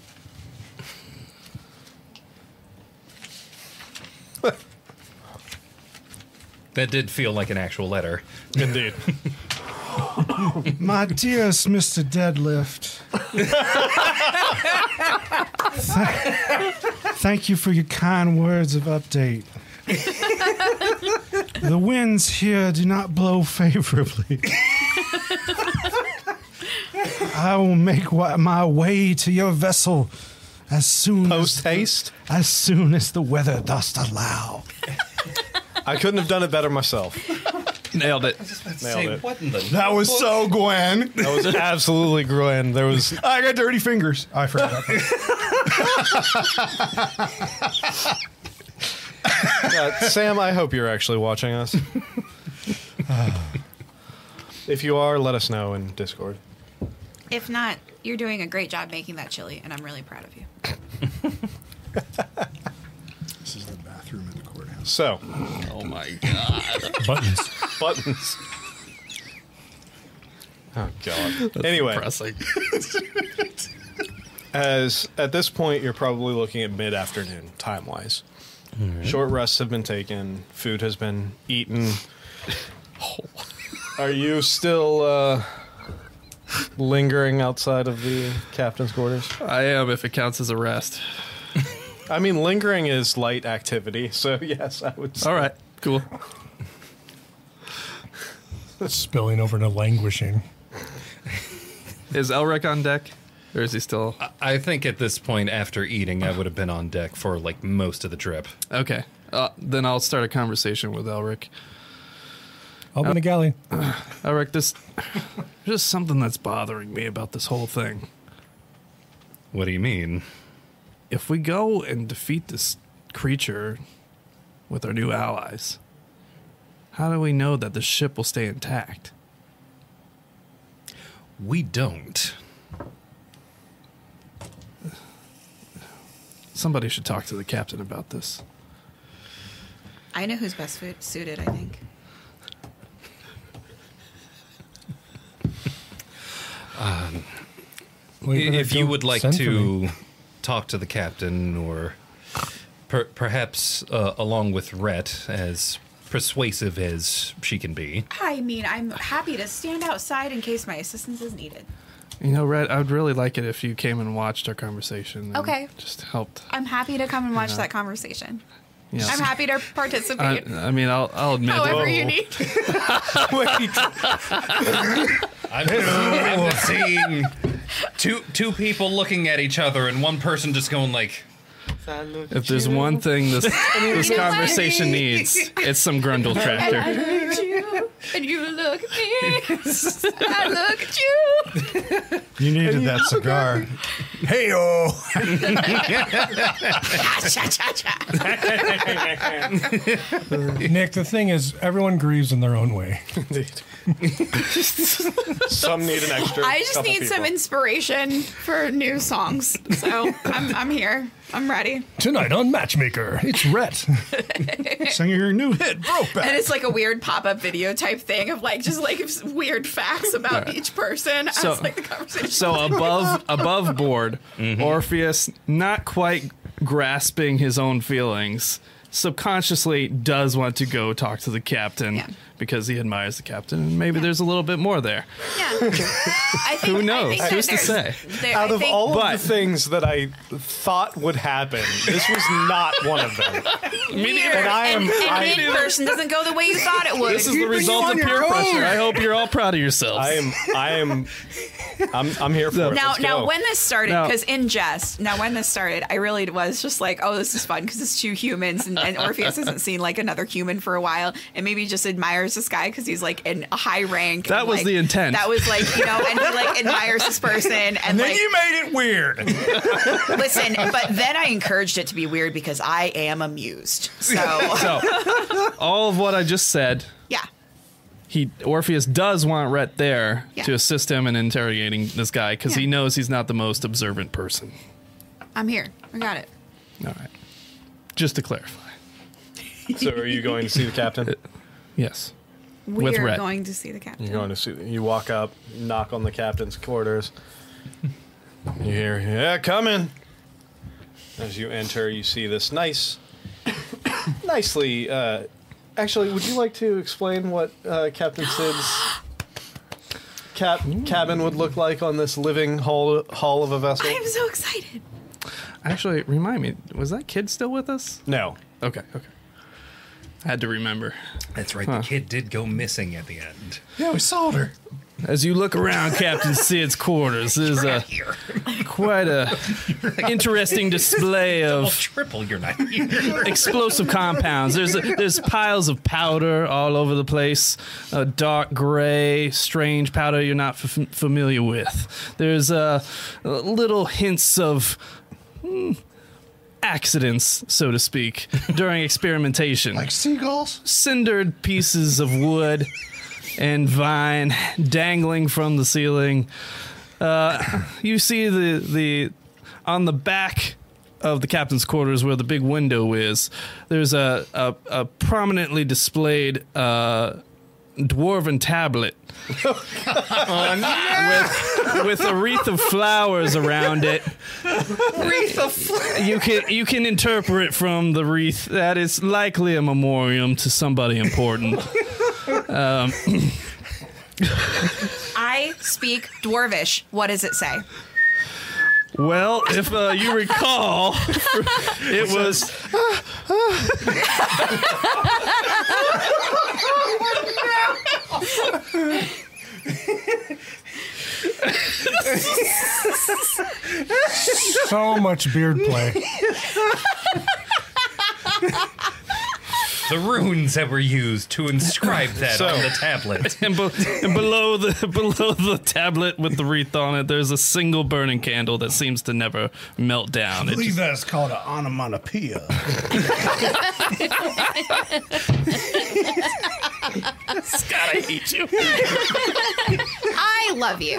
That did feel like an actual letter. Indeed. My dearest Mr. Deadlift. Th- thank you for your kind words of update. the winds here do not blow favorably. I will make wa- my way to your vessel as soon Post haste. as, as soon as the weather dost allow. I couldn't have done it better myself. Nailed it. Nailed it. What in the? That was so Gwen. That was absolutely Gwen. There was I got dirty fingers. I forgot. Yeah, Uh, Sam, I hope you're actually watching us. if you are, let us know in Discord. If not, you're doing a great job making that chili, and I'm really proud of you. this is the bathroom in the courthouse. So, Oh my god. Buttons. buttons. Oh god. Anyway, Depressing. as at this point you're probably looking at mid-afternoon time-wise. Short rests have been taken, food has been eaten. Are you still uh, lingering outside of the captain's quarters? I am if it counts as a rest. I mean, lingering is light activity, so yes, I would. Say. All right. Cool. Spilling over to languishing. Is Elric on deck? Or is he still? I think at this point, after eating, I would have been on deck for like most of the trip. Okay. Uh, then I'll start a conversation with Elric. Up in a galley. Elric, this there's just something that's bothering me about this whole thing. What do you mean? If we go and defeat this creature with our new allies, how do we know that the ship will stay intact? We don't. Somebody should talk to the captain about this. I know who's best fu- suited, I think. Um, Well, you better if you don't would like send for to talk to the captain, or per- perhaps uh, along with Rhett, as persuasive as she can be. I mean, I'm happy to stand outside in case my assistance is needed. You know, Red, I'd really like it if you came and watched our conversation. and Okay. Just helped. I'm happy to come and watch Yeah. that conversation. Yeah. I'm happy to I, participate. I mean, I'll, I'll admit. However you need. I'm just, I'm just seeing two two people looking at each other and one person just going like, If there's one thing this this You know what? conversation needs, it's some Grundle And I tractor. look at you, and you look at me. I look at you. You needed that cigar. Hey, oh. Nick, the thing is, everyone grieves in their own way. Indeed. Some need an extra. I just couple need some people. inspiration for new songs. So I'm, I'm here. I'm ready. Tonight on Matchmaker, it's Rhett. Sing your new hit, And Brokeback. it's like a weird pop-up video type thing of like just like s- weird facts about each person So- as like the conversation. So above above board, Orpheus not quite grasping his own feelings, subconsciously does want to go talk to the captain Yeah. because he admires the captain, and maybe there's a little bit more there. yeah. I think, Who I knows? think that Who's to there's- say? There, Out I of think- all But- of the things that I thought would happen, this was not one of them. weird And I am- and, and I- in person doesn't go the way you thought it would. This is the result of peer pressure. I hope you're all proud of yourselves. I am. I am. I'm. I'm here for it. Now, Let's now, go. when this started, Now- because in jest, now when this started, I really was just like, oh, this is fun because it's two humans, and, and Orpheus hasn't seen like another human for a while, and maybe just admires this guy because he's like in a high rank. That and, was like, the intent. That was like you know, and he like admires this person, and, like made it weird. listen. But then I encouraged it to be weird because I am amused. So So, all of what I just said, yeah, he Orpheus does want Rhett there Yeah. to assist him in interrogating this guy because he Yeah. knows he's not the most observant person. I'm here. I got it. All right, just to clarify, so, are you going to see the captain? yes. We With are Rhett. going to see the captain. You're going to see. You walk up, knock on the captain's quarters. You hear, yeah, coming. As you enter, you see this nice, nicely. Uh, actually, would you like to explain what uh, Captain Sid's cap, cabin would look like on this living hull, hull of a vessel? I am so excited. Actually, remind me, was that kid still with us? no. Okay, okay. I had to remember. "That's right, the kid did go missing at the end." Yeah, we sold her. As you look around Captain Sid's quarters, there's a quite a interesting display Well, of triple, you're not here. explosive compounds. There's there's piles of powder all over the place. A dark gray, strange powder you're not f- familiar with. There's uh, little hints of mm, accidents, so to speak, during experimentation. Like seagulls? cindered pieces of wood and vine dangling from the ceiling. Uh, you see the the on the back of the captain's quarters where the big window is. There's a a, a prominently displayed uh, dwarven tablet. with, with a wreath of flowers around it Wreath of flowers. you can you can interpret from the wreath that it's likely a memoriam to somebody important. I speak dwarvish. What does it say? well, if uh, you recall, it was so much beard play. the runes that were used to inscribe that So- on the tablet. and, be- and below the below the tablet with the wreath on it, there's a single burning candle that seems to never melt down. I It believe that's called an onomatopoeia. Scott, I hate you. I love you.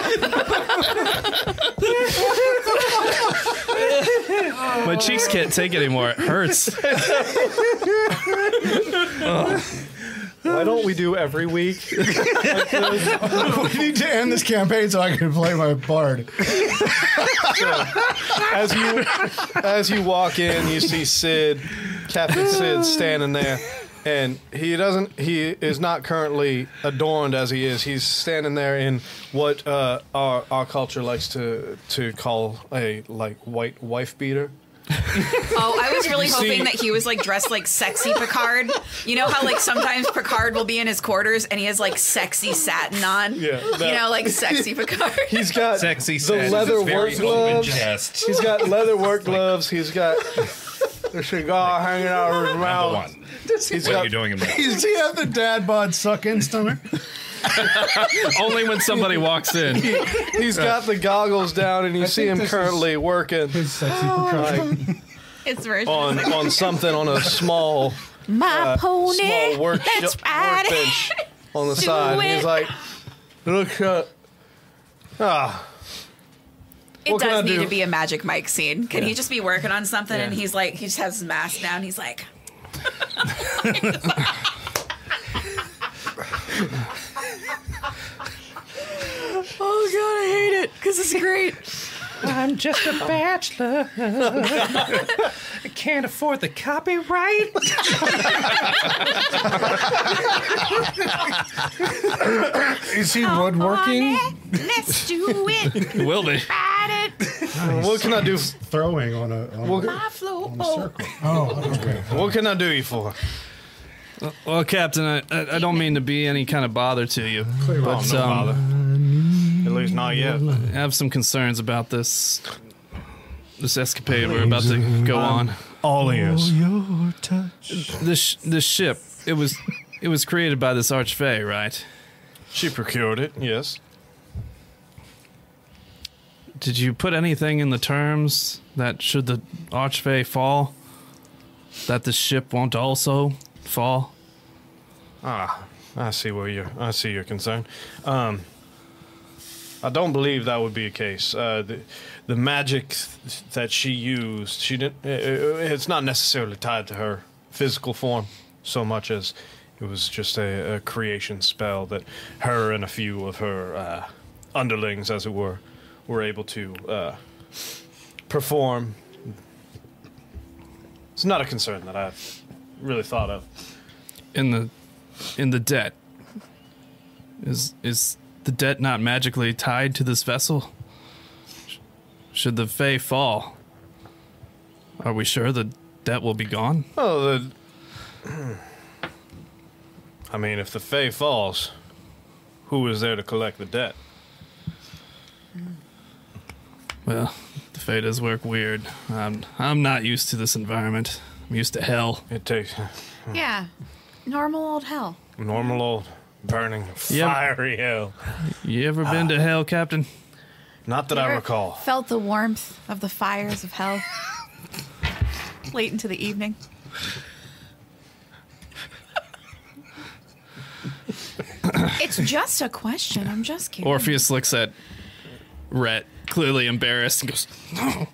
My cheeks can't take it anymore. It hurts. Why don't we do every week? we need to end this campaign so I can play my bard. as you as you walk in, you see Sid, Captain Sid, standing there, and he doesn't. He is not currently adorned as he is. He's standing there in what uh, our our culture likes to to call a like white wife beater. Oh, I was really You hoping see- that he was like dressed like sexy Picard. You know how like sometimes Picard will be in his quarters and he has like sexy satin on. Yeah, you that- know, like sexy Picard. He's got Sexy the Sid leather is very work open gloves. chest. He's got leather work gloves. He's got the cigar hanging out of his mouth. One. He's What got- are you doing in my Does he have the dad bod suck in stomach? Only when somebody walks in. He's got the goggles down, and you see think him this is- currently working His sexy percussion. It's version. on on something on a small My uh, pony. small work That's right. workbench on the side. it. He's like, look, uh, ah, It What can does I need do? to be a magic Mike scene. Can he just be working on something and he's like, he just has his mask down. He's like, oh god, I hate it because it's great. I'm just a bachelor. I can't afford the copyright. Is he woodworking? Let's do it. Will they? Ride it. what can I do? Throwing on a, on What, I flew a over. circle. what can I do you for? Well, Captain, I, I, I don't mean to be any kind of bother to you, but um, At least not yet. I have some concerns about this this escapade we're about to go on. All Oh, ears. This sh- this ship, it was it was created by this archfey, right? She procured it. Yes. Did you put anything in the terms that should the archfey fall, that the ship won't also fall? Ah, I see where you're. I see your concern. Um, I don't believe that would be a case. Uh, the, the magic th- that she used, she didn't. i- i- It's not necessarily tied to her physical form so much as it was just a, a creation spell that her and a few of her uh, underlings, as it were, were able to uh, perform. It's not a concern that I've really thought of. in the in the debt is is the debt not magically tied to this vessel Sh- should the fey fall are we sure the debt will be gone Oh, the. I mean, if the Fae falls, who is there to collect the debt? well the fey does work weird i'm i'm not used to this environment i'm used to hell It takes Yeah. Normal old hell. normal old burning Yeah. fiery hell. you ever been to hell captain Not that I Ever recall. Felt the warmth of the fires of hell. Late into the evening. it's just a question. I'm just kidding. orpheus looks at Rhett, clearly embarrassed and goes no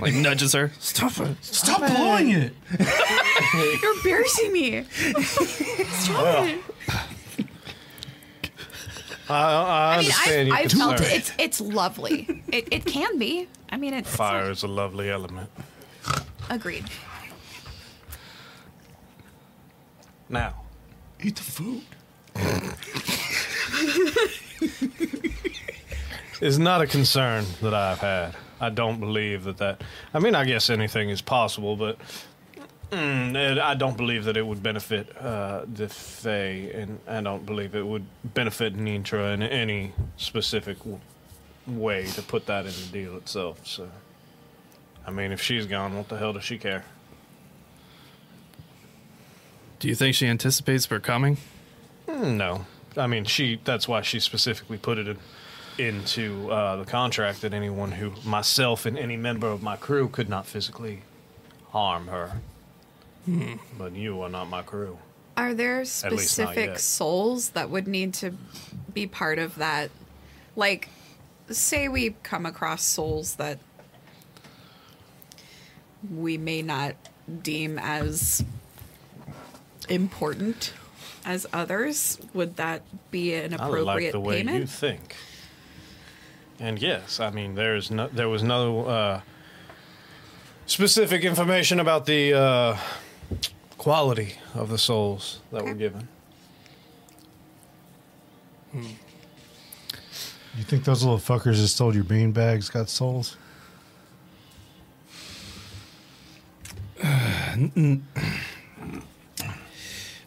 like nudges her Stop it. Stop blowing it. You're embarrassing me. Stop it. I, I I mean, understand I've, your I've concern. felt it. It's, it's lovely. It, it can be. I mean, it's Fire is a lovely element. Agreed. Now, Eat the food. is not a concern that I've had. I don't believe that that. I mean, I guess anything is possible, but Mm, and I don't believe that it would benefit uh, the Fae, and I don't believe it would benefit Nintra in any specific w- way to put that in the deal itself. So, I mean, if she's gone, what the hell does she care? Do you think she anticipates we're coming? Mm, No, I mean she. That's why she specifically put it in, into uh, the contract that anyone who, myself and any member of my crew, could not physically harm her. Hmm. But you are not my crew. Are there least not specific yet. souls that would need to be part of that? Like, say we come across souls that we may not deem as important as others. Would that be an I like appropriate the way payment? you think. And yes, I mean there is no, there was no uh, specific information about the uh, quality of the souls that were given. You think those little fuckers that stole your beanbags got souls?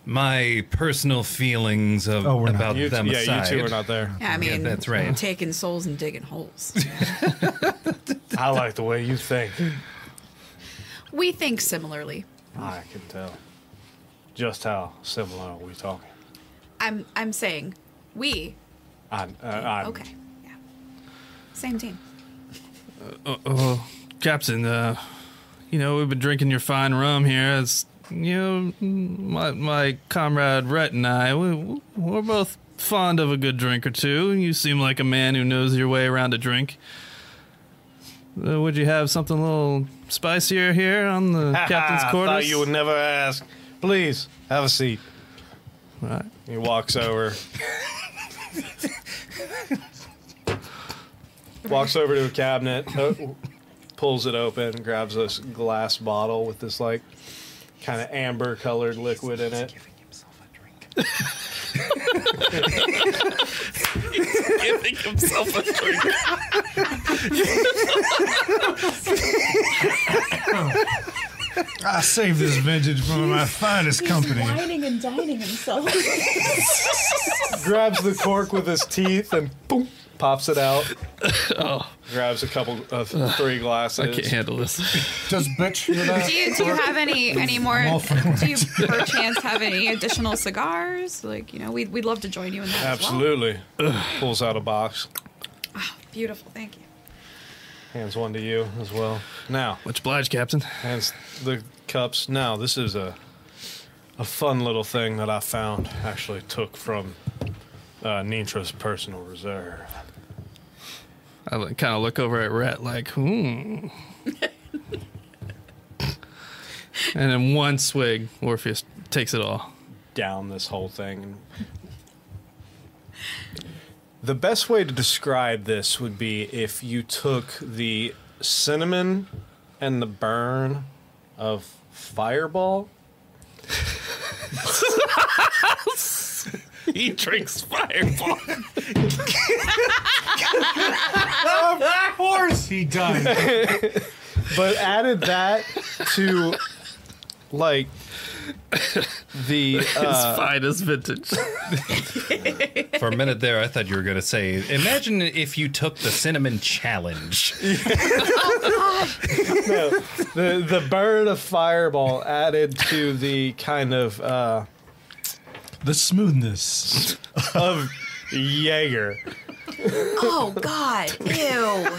My personal feelings of, Oh, we're not. about You t- them yeah, you aside. two are not there. Yeah, I mean, that's right. Taking souls and digging holes. I like the way you think. we think similarly. I can tell. Just how similar are we talking? I'm I'm saying we I, uh, I, okay. Yeah. Same team. Uh, oh, Captain, uh, you know, we've been drinking your fine rum here. It's, you know, my, my comrade Rhett and I, we, we're both fond of a good drink or two. You seem like a man who knows your way around a drink. Uh, would you have something a little spicier here on the captain's I quarters? thought you would never ask. Please have a seat. He walks over. walks over to a cabinet, o- pulls it open, grabs this glass bottle with this like kind of amber colored liquid in it. giving himself a drink. I saved this vintage from my finest company. whining and dining himself. grabs the cork with his teeth and boom, pops it out. Grabs a couple of three glasses. Oh. I can't handle this. Does bitch hear Do you, do you have any any more? Do you perchance have any additional cigars? Like you know, we'd we'd love to join you in that. as well. Absolutely. Pulls out a box, Beautiful, thank you. hands one to you as well. Now, much obliged, Captain. Hands the cups. Now, this is a a fun little thing that I found. Actually, took from uh, Nintra's personal reserve. I kind of look over at Rhett like, hmm. and in one swig, Orpheus takes it all. down this whole thing. The best way to describe this would be if you took the cinnamon and the burn of Fireball. he drinks fireball. of course he died. but added that to like the uh, finest vintage. For a minute there, I thought you were going to say, imagine if you took the cinnamon challenge. no, the the burn of fireball added to the kind of uh, the smoothness of Jaeger. Oh God! Ew!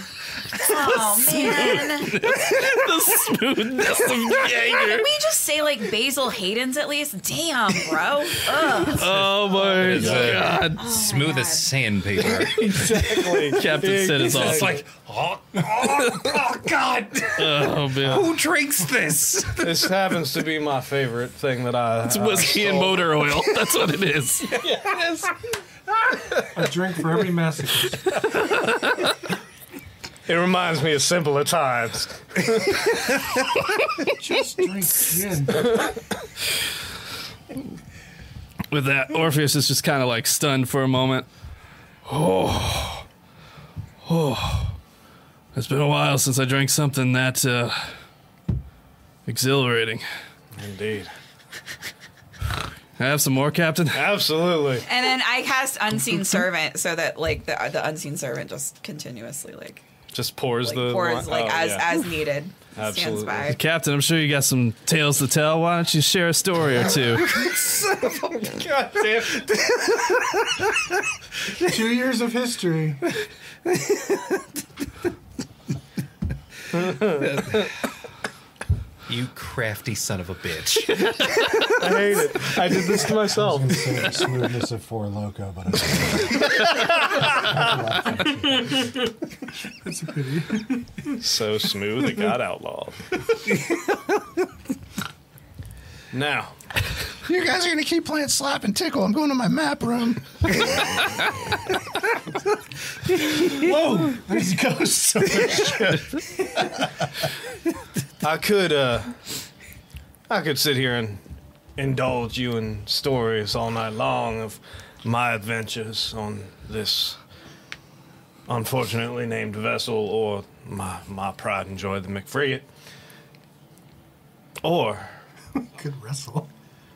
Oh man! the smoothness of Jaeger. Can we just say like Basil Hayden's at least? Damn, bro. Ugh. Oh my It's uh, smooth as sandpaper. exactly. Captain said It's it's awesome. like, oh, oh, oh, God. oh, man. Who drinks this? This happens to be my favorite thing that I. It's I whiskey and stole. motor oil. That's what it is. A drink for every massacre. It reminds me of simpler times. Just drink gin. With that, Orpheus is just kind of like stunned for a moment. Oh, oh, it's been a while since I drank something that uh, exhilarating. Indeed. Have some more, Captain? Absolutely. And then I cast unseen servant so that like the the unseen servant just continuously like Just pours the pours wi- like oh, as yeah. as needed. Stands Absolutely. by. Captain, I'm sure you got some tales to tell. Why don't you share a story or two? Son of a- God damn. Two years of history. You crafty son of a bitch. I hate it. I did this to myself. smoothness of four loco, but That's a pity. so smooth it got outlawed. now, You guys are gonna keep playing slap and tickle. I'm going to my map room. Whoa! There's ghosts so I could, uh, I could sit here and indulge you in stories all night long of my adventures on this unfortunately named vessel, or my my pride and joy, the McFrigate, or Could wrestle.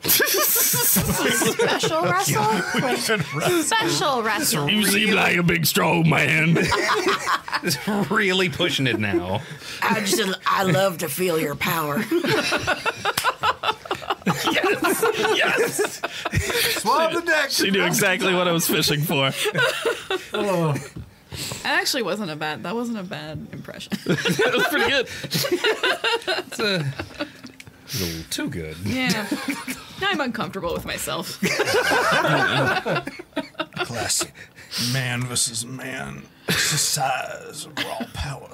Special wrestle? Special wrestle. You seem like a big strong man. it's really pushing it now. I just I love to feel your power. yes, yes. Swab the deck. She knew exactly what I was fishing for. Oh, That actually wasn't a bad. That wasn't a bad impression. that was pretty good. it's a, It's a little too good. yeah. Now I'm uncomfortable with myself. Classic man versus man exercise of raw power.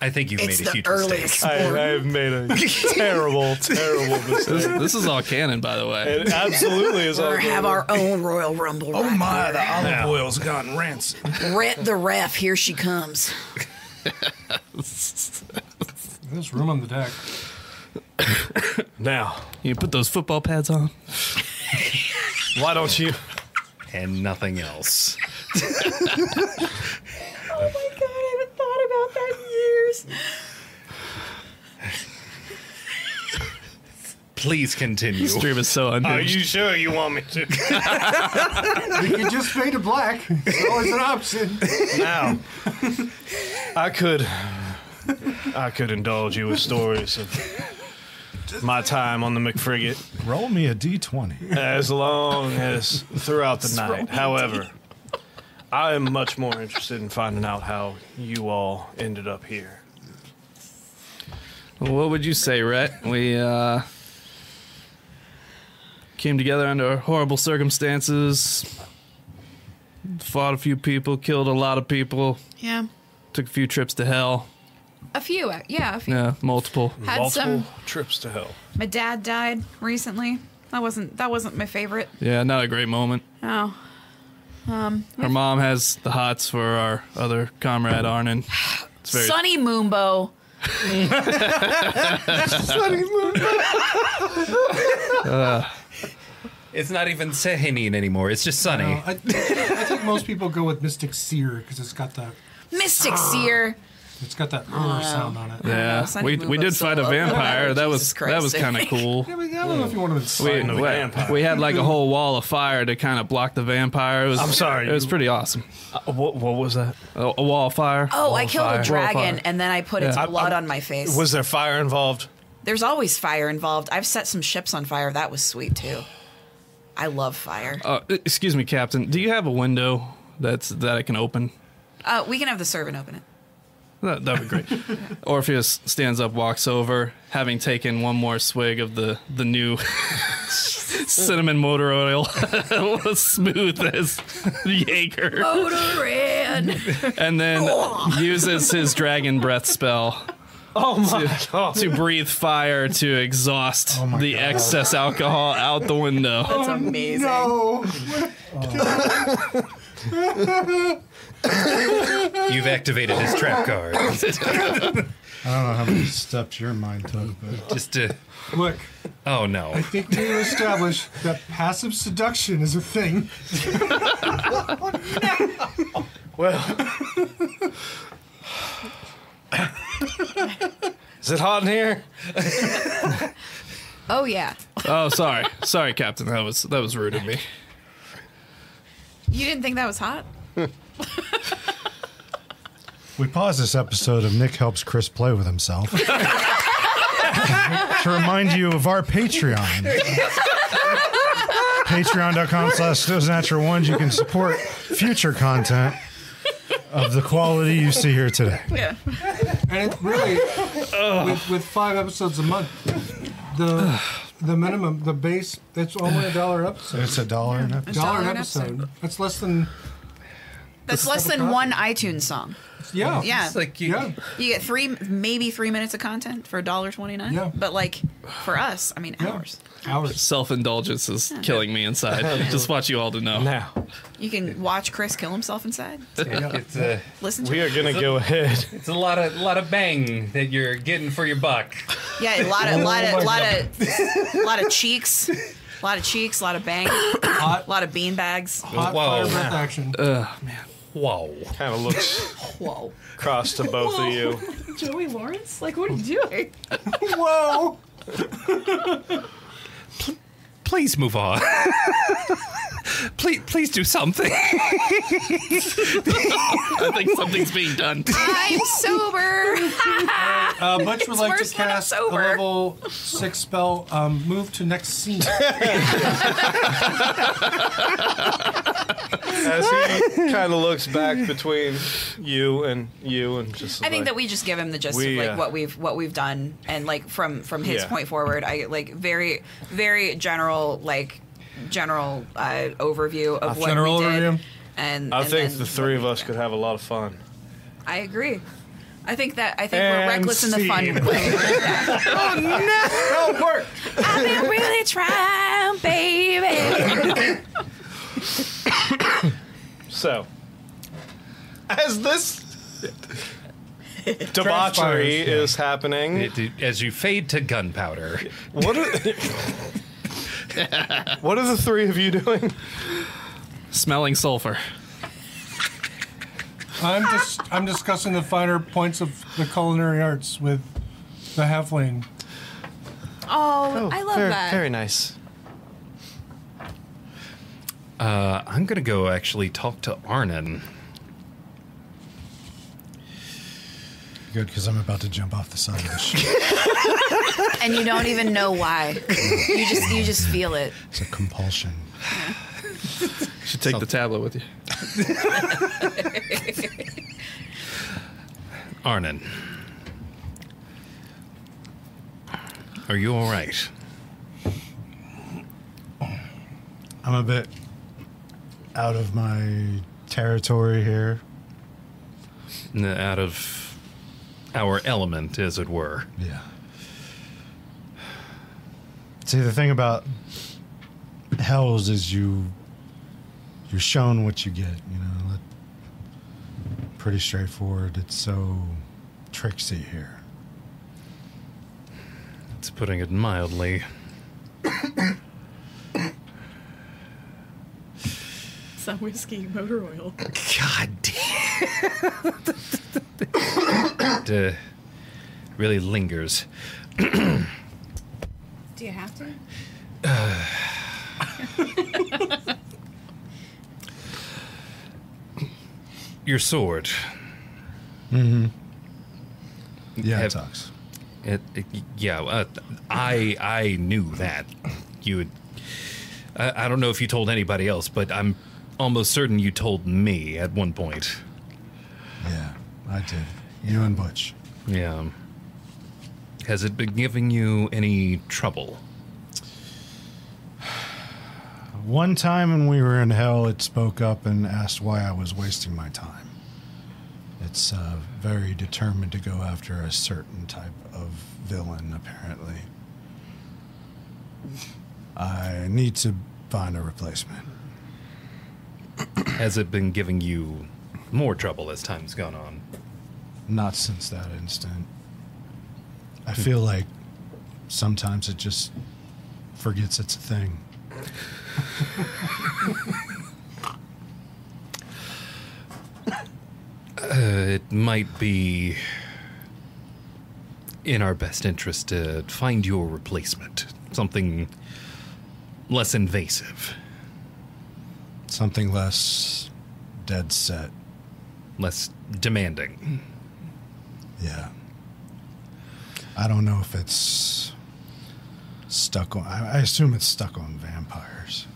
I think you've It's made a the huge earliest mistake. I- I have made a terrible, terrible mistake. This, this is all canon, by the way. It absolutely is all Or have our own Royal Rumble. Oh right my, here. the olive oil's gotten rancid. Rhett the ref, here she comes. there's room on the deck. Now, you put those football pads on. Why don't you? And nothing else. Oh my god, I haven't thought about that in years. Please continue. This stream is so unhinged. Are you sure you want me to? We could just fade to black. It's always an option. now, I could, I could indulge you with stories of my time on the McFrigate roll me a d20. as long as throughout the night. However, I am much more interested in finding out how you all ended up here. What would you say, Rhett? We uh, came together under horrible circumstances, fought a few people, killed a lot of people, Yeah. took a few trips to hell. A few. uh, Yeah. A few. Yeah, multiple. Had some- trips to hell. My dad died recently. That wasn't. That wasn't my favorite. Yeah, not a great moment. Oh. Um. Her mom has the hots for our other comrade Arnon. It's very Sunny Moonbow. Sunny Uh, it's not even Sahanin anymore. It's just Sunny. Uh, I, I think most people go with Mystic Seer because it's got the Mystic Seer. it's got that Oh. uh, sound on it. Ah. Oh, yeah, we, we did fight a Oh, vampire. That was that was kind of cool. Yeah, but I don't know if you wanted to We, slide we- we had like a whole wall of fire to kind of block the vampire. It was, I'm sorry, It was you- pretty awesome. what, what was that? A, a wall of fire. Oh, Wall I of killed fire. a dragon and then I put its Yeah. I- blood on my face. Was there fire involved? There's always fire involved. I've set some ships on fire. That was sweet too. I love fire. Uh, excuse me, Captain. Do you have a window that's that I can open? Uh, we can have the servant open it. That would be great. Orpheus stands up, walks over, having taken one more swig of the the new cinnamon motor oil, smooth as Jaeger, and then uses his dragon breath spell. Oh my to, god! Oh To breathe fire to exhaust the excess alcohol out the window. Oh, That's amazing. You've activated his trap card. I don't know how many steps your mind took, but just to look. Oh no. I think we established that passive seduction is a thing. Well, Is it hot in here? Oh yeah. Oh, sorry, sorry, Captain. That was that was rude of me. You didn't think that was hot? We pause this episode of Nick helps Chris play with himself to remind you of our Patreon. Patreon.com slash those natural ones. You can support future content of the quality you see here today. Yeah. And it really, with, with five episodes a month, the the minimum, the base, it's only a dollar an episode. It's a dollar an episode. Dollar an episode. That's less than. That's a less cup of than coffee. one iTunes song. Yeah. Yeah. It's like you- Yeah. You get three, maybe three minutes of content for $1.29. Yeah. But like for us, I mean, hours. Hours. Self indulgence is killing me inside. Just want you all to know. Now. You can watch Chris kill himself inside. It's a, Listen to We it. are gonna It's a- go ahead. It's a lot of lot of bang that you're getting for your buck. Yeah, a lot of, Oh lot my of, lot of, lot of cheeks, a lot of cheeks, a lot of bang, a lot of bean bags. Hot Oh, Whoa. fire breath action. Uh, Ugh, man. Whoa. Kind of looks Whoa. cross to both of you. Joey Lawrence? Like, what are you doing? Whoa! Please move on. please, please do something. I think something's being done. I'm sober. Uh, Butch would It's like worse to when I'm cast a sober. level six spell. Um, move to next scene. As he kind of looks back between you and you and just. I think like- that we just give him the gist We, of like uh, what we've what we've done and like from from his Yeah. point forward. I like very very general like general uh, overview of what we did. And I and think then the three of us could have a lot of fun. I agree. I think that I think And we're reckless in the fun scene. way. oh no! work. I've been really trying, baby. So, as this debauchery Transpires, yeah. is happening, It- as you fade to gunpowder. What are, what are the three of you doing? Smelling sulfur. I'm just I'm discussing the finer points of the culinary arts with the halfling. Oh, I love very, that. Very nice. Uh, I'm gonna go actually talk to Arnon. Good, because I'm about to jump off the side of the ship. and you don't even know why. You just you just feel it. It's a compulsion. Should take the tablet with you. Arnon, are you all right? I'm a bit out of my territory here. N- Out of our element, as it were. Yeah. See, the thing about hells is you you're shown what you get. You know, That- pretty straightforward. It's so tricksy here. It's putting it mildly. Some whiskey, motor oil. God It uh, really lingers. Do you have to? Your sword. Mm-hmm. Yeah, Have- it sucks. It, it- yeah, uh, I I knew that you. Had, I, I don't know if you told anybody else, but I'm almost certain you told me at one point. Yeah, I did. You and Butch. Yeah. Has it been giving you any trouble? One time when we were in hell, it spoke up and asked why I was wasting my time. It's uh, very determined to go after a certain type of villain, apparently. I need to find a replacement. Has it been giving you more trouble as time's gone on? Not since that instant. I feel like sometimes it just forgets it's a thing. Uh, it might be in our best interest to find you a replacement, something less invasive. Something less dead set. Less demanding. Yeah. I don't know if it's stuck on. I, I assume it's stuck on vampires.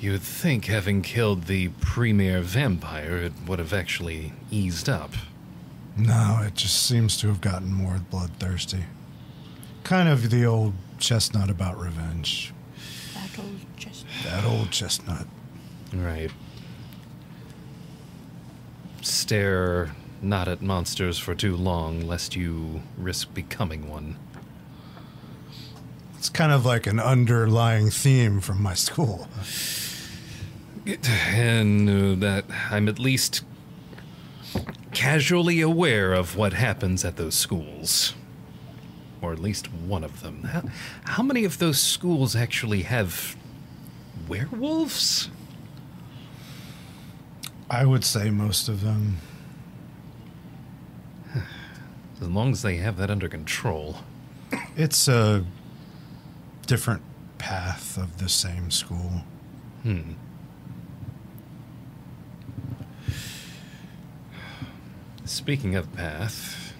You'd think having killed the premier vampire, it would have actually eased up. No, it just seems to have gotten more bloodthirsty. Kind of the old chestnut about revenge. That old just. That old chestnut. Right. Stare not at monsters for too long, lest you risk becoming one. It's kind of like an underlying theme from my school. And uh, that I'm at least casually aware of what happens at those schools. Or at least one of them. How, how many of those schools actually have werewolves? I would say most of them. As long as they have that under control. It's a different path of the same school. Hmm. Speaking of path,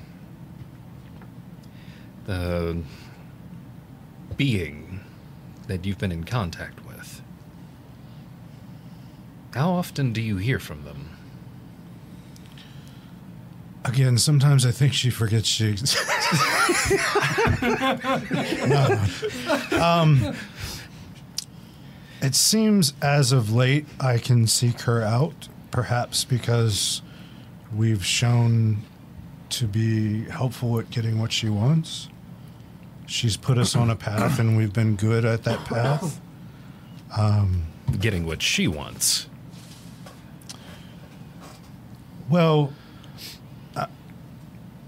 the being that you've been in contact with, how often do you hear from them? Again, sometimes I think she forgets she. exists. no, no. Um, it seems as of late I can seek her out, perhaps because we've shown to be helpful at getting what she wants. She's put us on a path, and we've been good at that path. Um, Getting what she wants. Well, I,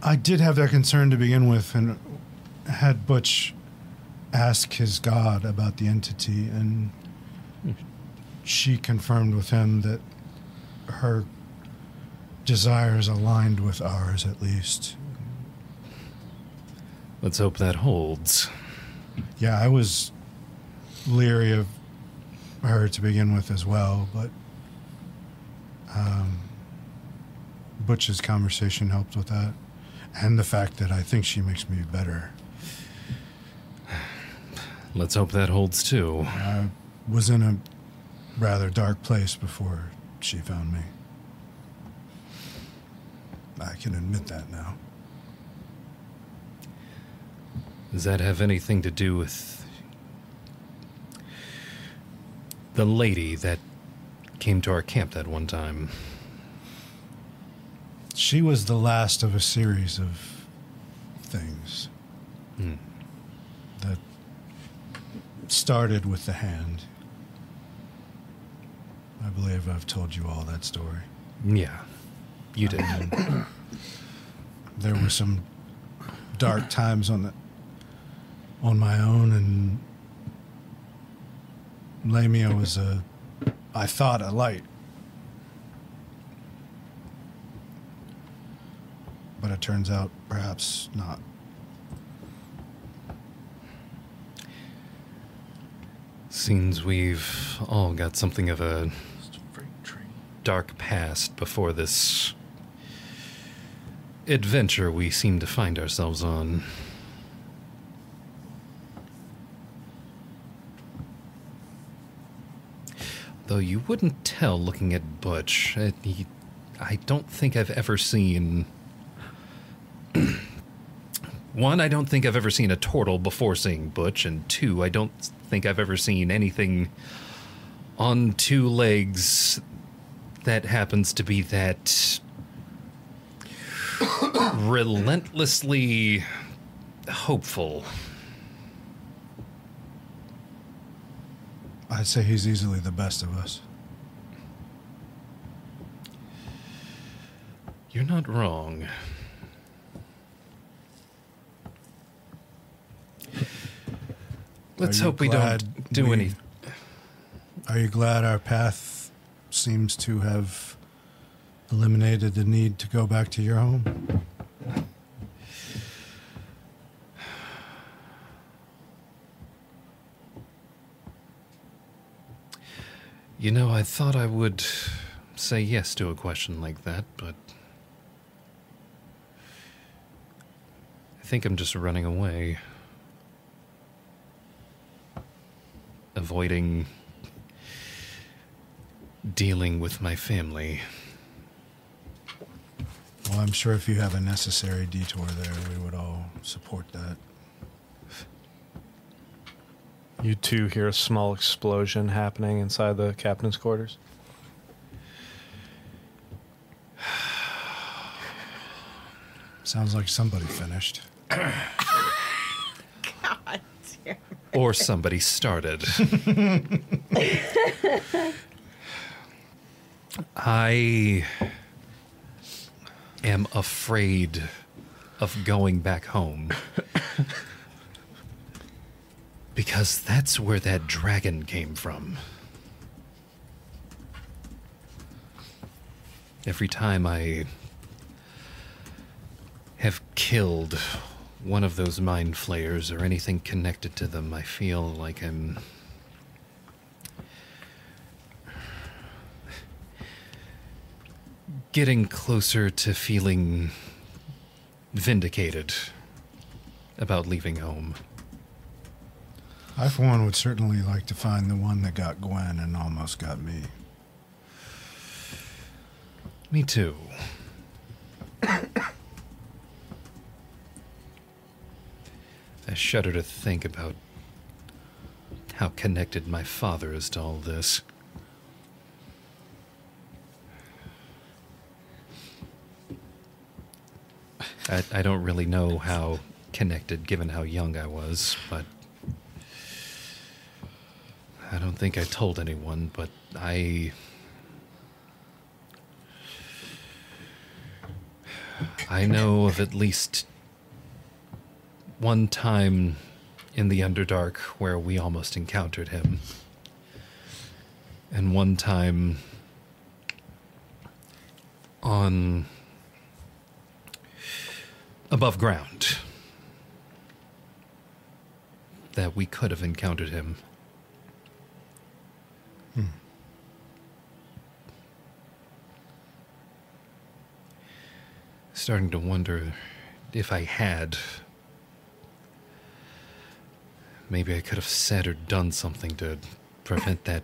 I did have that concern to begin with, and had Butch ask his god about the entity, and she confirmed with him that her desires aligned with ours, at least. Let's hope that holds. Yeah, I was leery of her to begin with as well, but um, Butch's conversation helped with that. And the fact that I think she makes me better. Let's hope that holds too. I was in a rather dark place before she found me. I can admit that now. Does that have anything to do with the lady that came to our camp that one time? She was the last of a series of things Hmm. that started with the hand. I believe I've told you all that story. Yeah, you did. there were some dark times on the on my own and Lamia was a I thought a light. But it turns out perhaps not. Seems we've all got something of a dark past before this adventure we seem to find ourselves on. Though you wouldn't tell looking at Butch. Uh, he- I don't think I've ever seen. One, I don't think I've ever seen a turtle before seeing Butch, and two, I don't think I've ever seen anything on two legs that happens to be that relentlessly hopeful. I'd say he's easily the best of us. You're not wrong. Let's Are you hope we glad don't do we- any Are you glad our path seems to have eliminated the need to go back to your home? You know, I thought I would say yes to a question like that, but. I think I'm just running away. Avoiding dealing with my family. Well, I'm sure if you have a necessary detour there, we would all support that. You two hear a small explosion happening inside the captain's quarters. Sounds like somebody finished. God damn. Or somebody started. I am afraid of going back home because that's where that dragon came from. Every time I have killed one of those mind flayers or anything connected to them, I feel like I'm getting closer to feeling vindicated about leaving home. I, for one, would certainly like to find the one that got Gwen and almost got me. Me too. I shudder to think about how connected my father is to all this. I, I don't really know how connected, given how young I was, but I don't think I told anyone, but I. I know of at least one time in the Underdark where we almost encountered him, and one time on above ground that we could have encountered him. Starting to wonder if I had. Maybe I could have said or done something to prevent that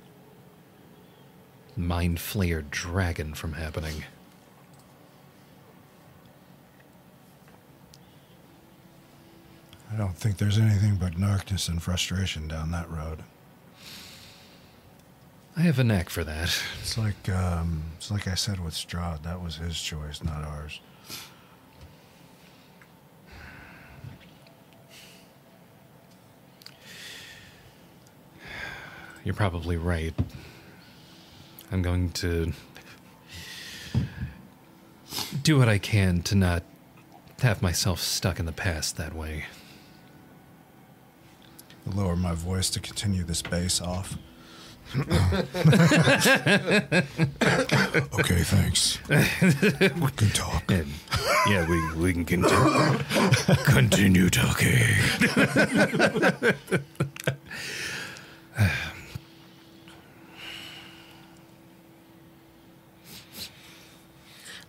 mind flayer dragon from happening. I don't think there's anything but darkness and frustration down that road. I have a knack for that. It's like um, it's like I said with Strahd, that was his choice, not ours. You're probably right. I'm going to do what I can to not have myself stuck in the past that way. Lower my voice to continue this bass off. okay, thanks. We can talk. yeah, we, we can continue, continue talking.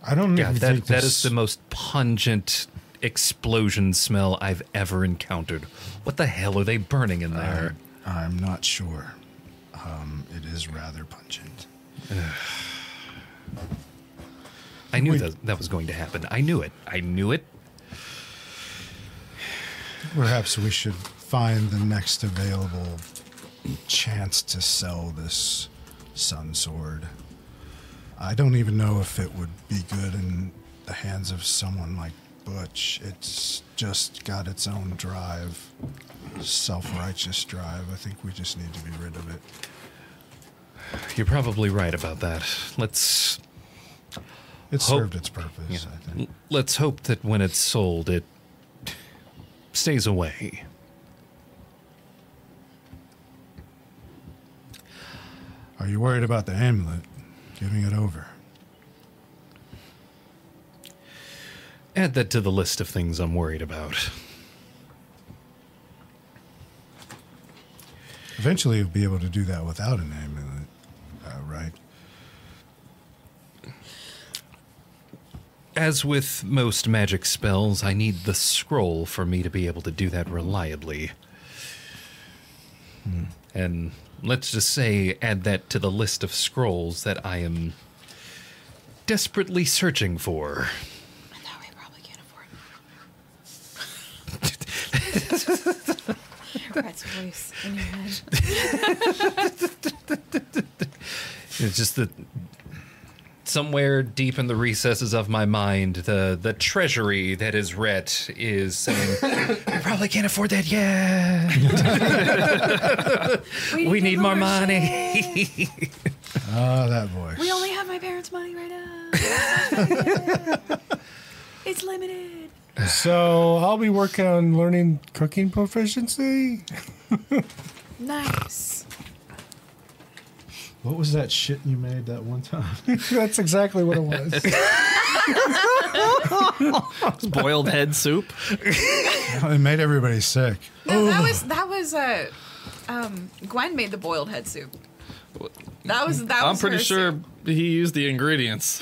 I don't yeah, even that, think that this- is the most pungent explosion smell I've ever encountered. What the hell are they burning in there? I'm not sure. Um, it is rather pungent. I knew that that was going to happen. I knew it. I knew it. Perhaps we should find the next available chance to sell this sun sword. I don't even know if it would be good in the hands of someone like Butch. It's just got its own drive, self righteous drive. I think we just need to be rid of it. You're probably right about that. Let's. It served its purpose, I think. L- Let's hope that when it's sold, it stays away. Are you worried about the amulet? Giving it over. Add that to the list of things I'm worried about. Eventually, you'll be able to do that without an amulet, uh, as with most magic spells, I need the scroll for me to be able to do that reliably. Hmm. And let's just say, add that to the list of scrolls that I am desperately searching for. Red's voice in your head. It's just that somewhere deep in the recesses of my mind, the the treasury that is Rhett is saying, "We probably can't afford that yet. we, need more money." Ah, that voice. We only have my parents' money right now. it's limited. so I'll be working on learning cooking proficiency. Nice. What was that shit you made that one time? That's exactly what it was. Boiled head soup. it made everybody sick. No, that was that was uh, um, Gwen made the boiled head soup. That was that. I'm was pretty her sure soup. he used the ingredients.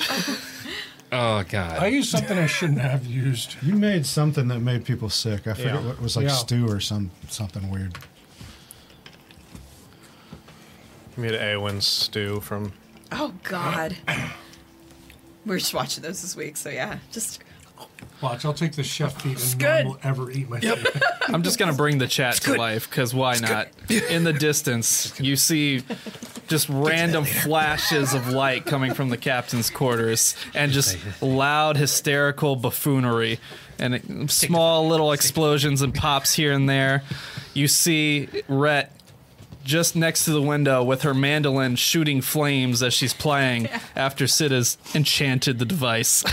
oh god. I used something I shouldn't have used. You made something that made people sick. I forget Yeah. what it was like Yeah. stew or some something weird. We had Eowyn's stew from. Oh God. We were just watching those this week, so yeah, just Watch, I'll take the chef feet and good. no one will ever eat my food. I'm just gonna bring the chat to life because why not? In the distance, you see just random flashes of light coming from the captain's quarters and just loud hysterical buffoonery and it- small little explosions and pops here and there. You see Rhett just next to the window with her mandolin shooting flames as she's playing after Sid has enchanted the device.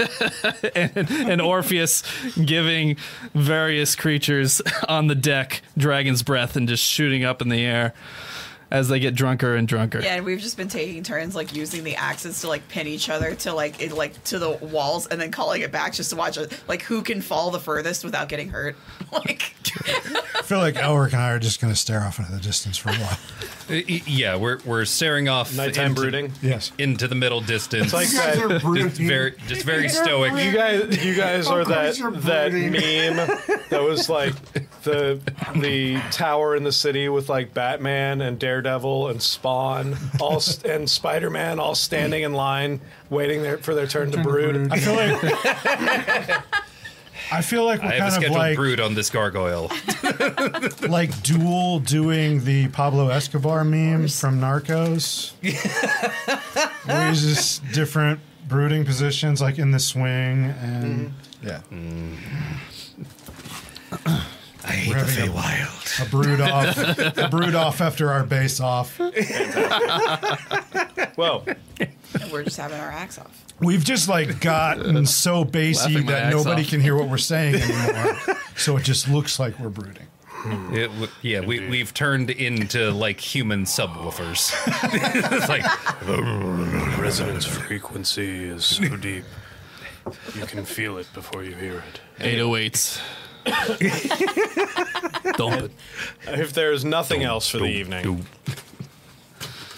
and, and Orpheus giving various creatures on the deck dragon's breath and just shooting up in the air as they get drunker and drunker. yeah. And we've just been taking turns like using the axes to like pin each other to like it, like to the walls and then calling it back just to watch uh, like who can fall the furthest without getting hurt. Like I feel like Elric and I are just going to stare off into the distance for a while. Y- y- Yeah, we're we're staring off Nighttime brooding? Yes. into the middle distance. It's like You guys that- are just very just very You're stoic. You guys, you guys are Of that course that meme that was like the the tower in the city with like Batman and Daredevil and Spawn all st- and Spider Man all standing in line waiting there for their turn to brood. I feel like I feel like I we're have a kind of scheduled like brood on this gargoyle. like dual doing the Pablo Escobar meme from Narcos. Where he's just different brooding positions, like in the swing and yeah. I hate the Wild. A brood off, a brood off after our base off. Whoa. And we're just having our axe off. We've just like gotten so bassy Laughing my that axe nobody off. can hear what we're saying anymore. so it just looks like we're brooding. It w- yeah, we, we've turned into like human subwoofers. it's like resonance frequency is so deep. You can feel it before you hear it. 808s. Dump If there's nothing else for the evening,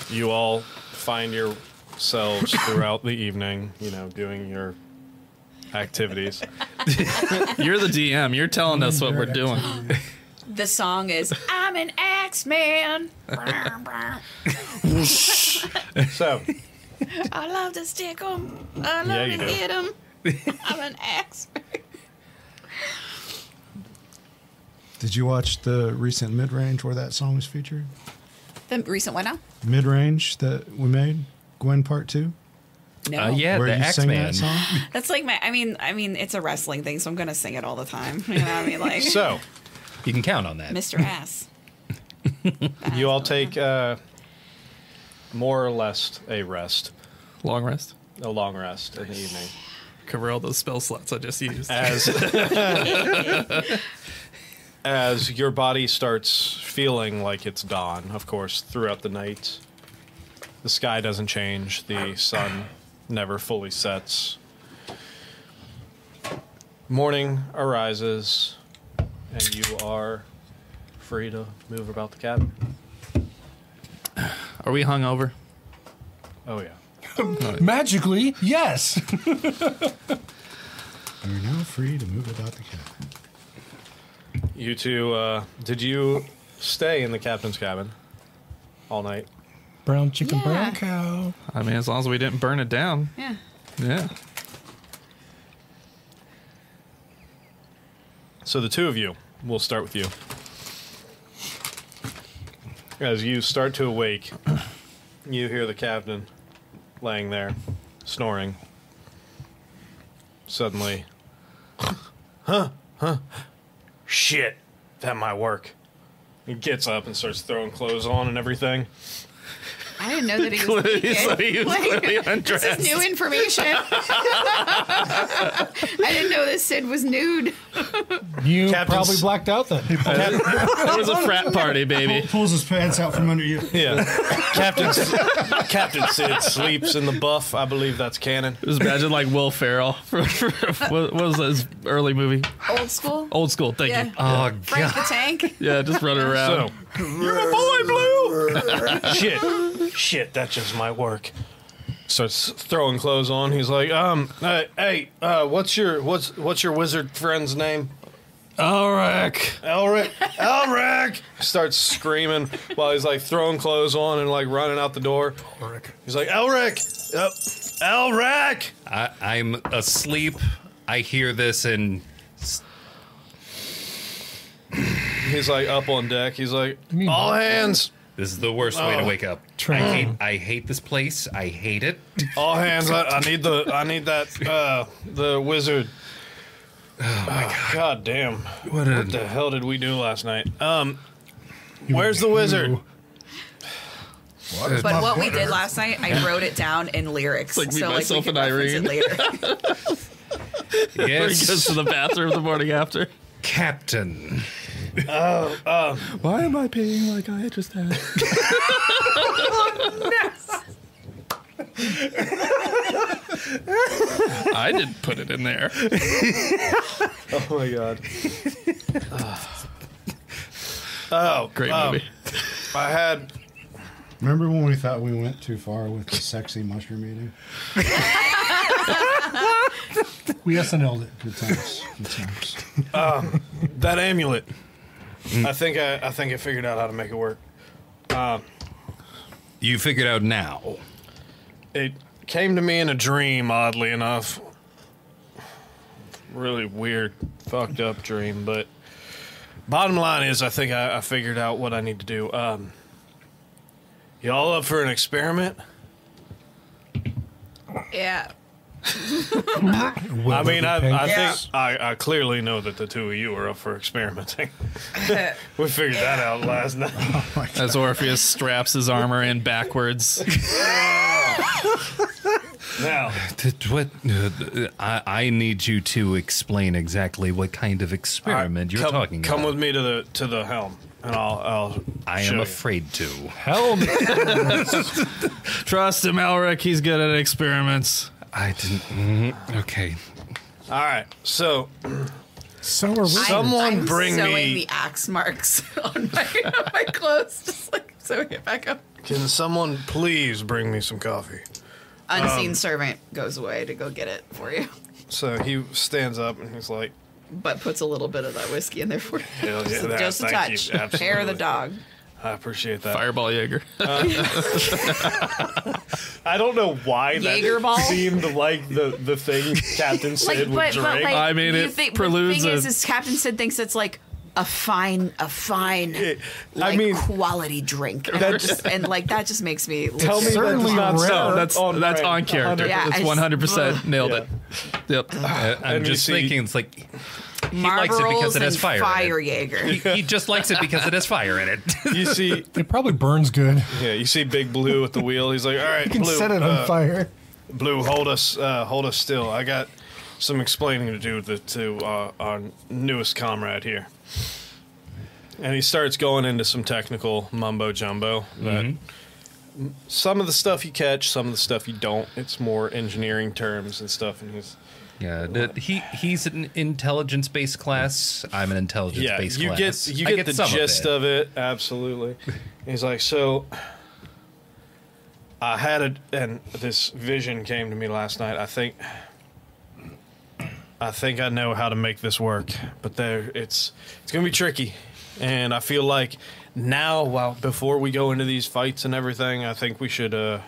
you all find yourselves throughout the evening, you know, doing your activities. You're the DM. You're telling us what we're doing. The song is "I'm an Axe Man." so, I love to stick 'em. I love Yeah, to you do. hit 'em. I'm an axe. Did you watch the recent mid range where that song was featured? The recent one now? Mid range that we made, Gwen Part Two. No. Uh, yeah, where the you sang X-Man. that song. That's like my. I mean, I mean, it's a wrestling thing, so I'm gonna sing it all the time. You know what I mean? Like, so you can count on that. Mr. Ass. You all take uh, more or less a rest, Long rest. a long rest in the evening. Cover all those spell slots I just used. As- as your body starts feeling like it's dawn, of course, throughout the night. The sky doesn't change, the sun never fully sets. Morning arises, and you are free to move about the cabin. Are we hungover? Oh, yeah. Magically, yes. You're now free to move about the cabin. You two, uh, did you stay in the captain's cabin all night? Brown chicken, brown cow. I mean, as long as we didn't burn it down. Yeah. Yeah. So the two of you, we'll start with you. As you start to awake, you hear the captain laying there, snoring. Suddenly, huh, huh, shit, that might work. He gets up and starts throwing clothes on and everything. I didn't know that he was Clearly- naked. so he was clearly This undressed. is new information. I didn't know that Sid was nude. You probably blacked out then. It was a frat party, baby. Pulls his pants out from under you. Yeah. Captain, Captain Sid sleeps in the buff. I believe that's canon. Just imagine like Will Ferrell. For, for, what, what was that, his early movie? Old school. Old school. Thank Yeah. you. Uh, Oh Frank the Tank. Yeah, just running around. You're my boy, Blue. Shit, shit, that just might work. Starts throwing clothes on. He's like, um, uh, hey, uh, what's your what's what's your wizard friend's name? Elric. Elric. Elric. Starts screaming while he's like throwing clothes on and like running out the door. Elric. He's like, Elric. Yep. Elric. I, I'm asleep. I hear this and s- He's like up on deck. He's like, all hands. This is the worst way to Oh. wake up. I Try. hate, I hate this place. I hate it. All hands. I, I need the. I need that. Uh, the wizard. Oh my god. God damn. What, a- the hell did we do last night? Um, where's the wizard? But what we did last night, I wrote it down in lyrics. It's like me, so myself, like and we can reference it Irene. later. Where he goes to the bathroom the morning after. Captain. Oh, Why am I being like I just had? I didn't put it in there. oh my god. oh, Great um, movie. I had. Remember when we thought we went too far with the sexy mushroom eating? we SNL'd it. Good times. Good times. Um, that amulet. I think I. I think I figured out how to make it work. Um, You figured out now. It came to me in a dream, oddly enough. Really weird, fucked up dream, but bottom line is I think I, I figured out what I need to do. Um, y'all up for an experiment? Yeah. I mean, I, I Yeah. think I, I clearly know that the two of you are up for experimenting. we figured that out last night. As Orpheus straps his armor in backwards. now, Th- What, uh, I, I need you to explain exactly what kind of experiment you're Uh, come, talking come about. with me to the to the helm, and I'll. I'll I show am you. afraid to. Helm. Trust him, Elric. He's good at experiments. I didn't. mhm, Okay. All right, so so are I'm, Someone I'm bring sewing me. the axe marks on my, on my clothes, just like sewing it back up. Can someone please bring me some coffee? Unseen Um, servant goes away to go get it for you, So he stands up and he's like, but puts a little bit of that whiskey in there for you. Hell yeah, just, that- just a thank you, touch. Hair of the absolutely. dog. I appreciate that. Fireball Jaeger. I don't know why that Jaeger ball? seemed like the, the thing Captain Sid would drink. you think- but The thing is, is Captain Sid thinks it's like a fine, a fine, like quality drink, and, I'm that- just, and like that just makes me. Tell me that does not sound that's on that's brand. on character. Yeah, I that's just- one hundred percent nailed it. Yep. Uh, I'm Uh, And you just see- thinking it's like he likes it because it has and fire in it. Fire Jaeger. he, he just likes it because it has fire in it. You see, It probably burns good. yeah, you see Big Blue at the wheel. He's like, all right, You can Blue, set it on uh, fire. Blue, hold us, uh, hold us still. I got some explaining to do to, to uh, our newest comrade here. And he starts going into some technical mumbo jumbo. That Mm-hmm. Some of the stuff you catch, some of the stuff you don't. It's more engineering terms and stuff. And he's Yeah, the- he he's an intelligence based class. I'm an intelligence yeah, based you class. get you I get, the some gist of it. Absolutely. And he's like, so I had it, and this vision came to me last night. I think, I think I know how to make this work, but there, it's it's gonna be tricky, and I feel like now, while before we go into these fights and everything, I think we should uh,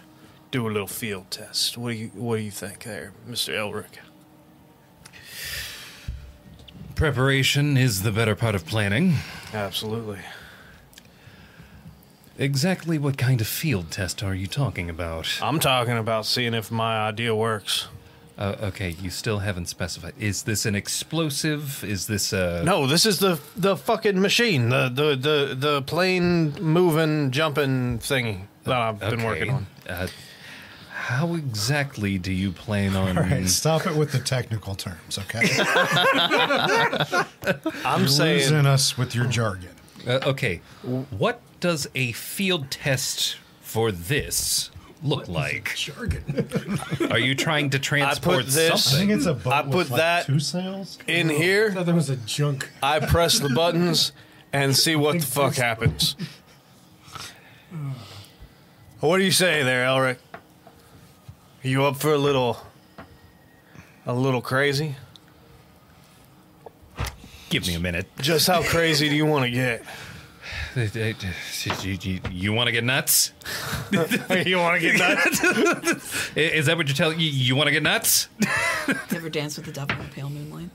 do a little field test. What do you What do you think, there, Mister Elric? Preparation is the better part of planning. Absolutely. Exactly what kind of field test are you talking about? I'm talking about seeing if my idea works. Uh, okay, you still haven't specified. Is this an explosive? Is this a No, this is the the fucking machine, the the the, the plane moving, jumping thingy that I've been working Okay, on. Uh, how exactly do you plan on? All right, Mm-hmm. stop it with the technical terms, okay? I'm You're saying- losing us with your jargon. Uh, okay, what does a field test for this look like? Are you trying to transport this- something? I think it's a boat I put with, like, that two sails in here. That was a junk. I press the buttons and see what the fuck happens. What do you say there, Elric? You up for a little a little crazy? Give me a minute. Just how crazy do you want to get? You, want to get nuts? you want to get nuts? I- Is that what you're telling you? You want to get nuts? Never dance with the devil in pale moonlight.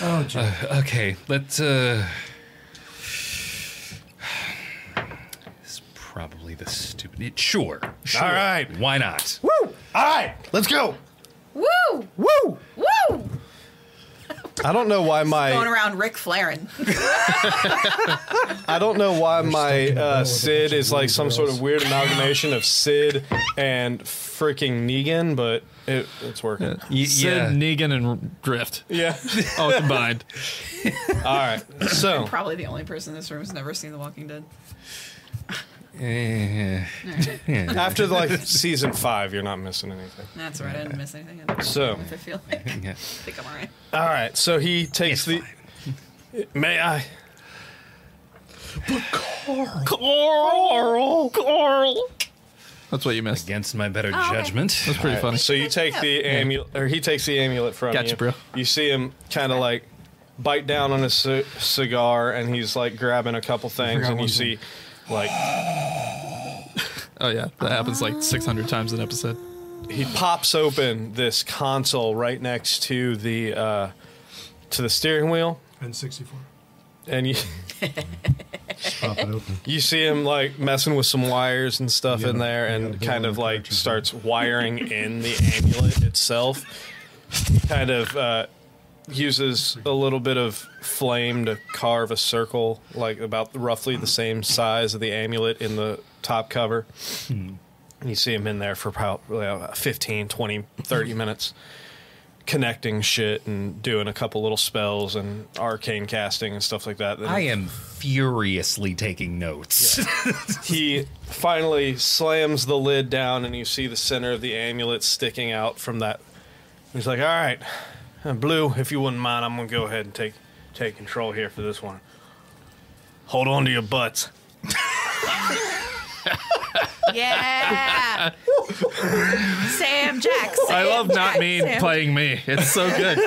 Oh, uh, okay. Let's. Uh, this is probably the stupid. It, sure, sure. All right. Why not? Woo! All right, let's go. Woo! Woo! Woo! I don't know why my Going around Rick Flaring. I don't know why my uh, Sid is like some sort of weird amalgamation of Sid and freaking Negan, but it, it's working. Sid, Negan, and Drift. Yeah. All combined. All right. I'm So probably the only person in this room who's never seen The Walking Dead. after like season five, you're not missing anything. That's right. I didn't miss anything. So- I feel like I think I'm alright. All right. So he takes the. May I? Carl. Carl. Carl. That's what you missed. Against my better Oh, okay. judgment. That's pretty All right, funny. So you take the Yeah. amulet, or he takes the amulet from Gotcha, you. bro. You see him kind of like bite down on his c- cigar, and he's like grabbing a couple things, forgot and you one see, like Oh yeah, that happens like 600 times an episode. he pops open this console right next to the uh, to the steering wheel, And 64. and you Pop it open. you see him like messing with some wires and stuff in there, and kind of like starts wiring in the amulet itself. Kind of uh, uses a little bit of flame to carve a circle, like about roughly the same size of the amulet in the top cover. You see him in there for probably uh, 15, 20, 30 minutes connecting shit and doing a couple little spells and arcane casting and stuff like that. Then I am furiously taking notes. he finally slams the lid down and you see the center of the amulet sticking out from that. He's like, "All right, uh, Blue, if you wouldn't mind, I'm gonna go ahead and take take control here for this one. Hold on to your butts." Yeah. Sam Jack. Sam I love not Jack, me Sam playing me. It's so good.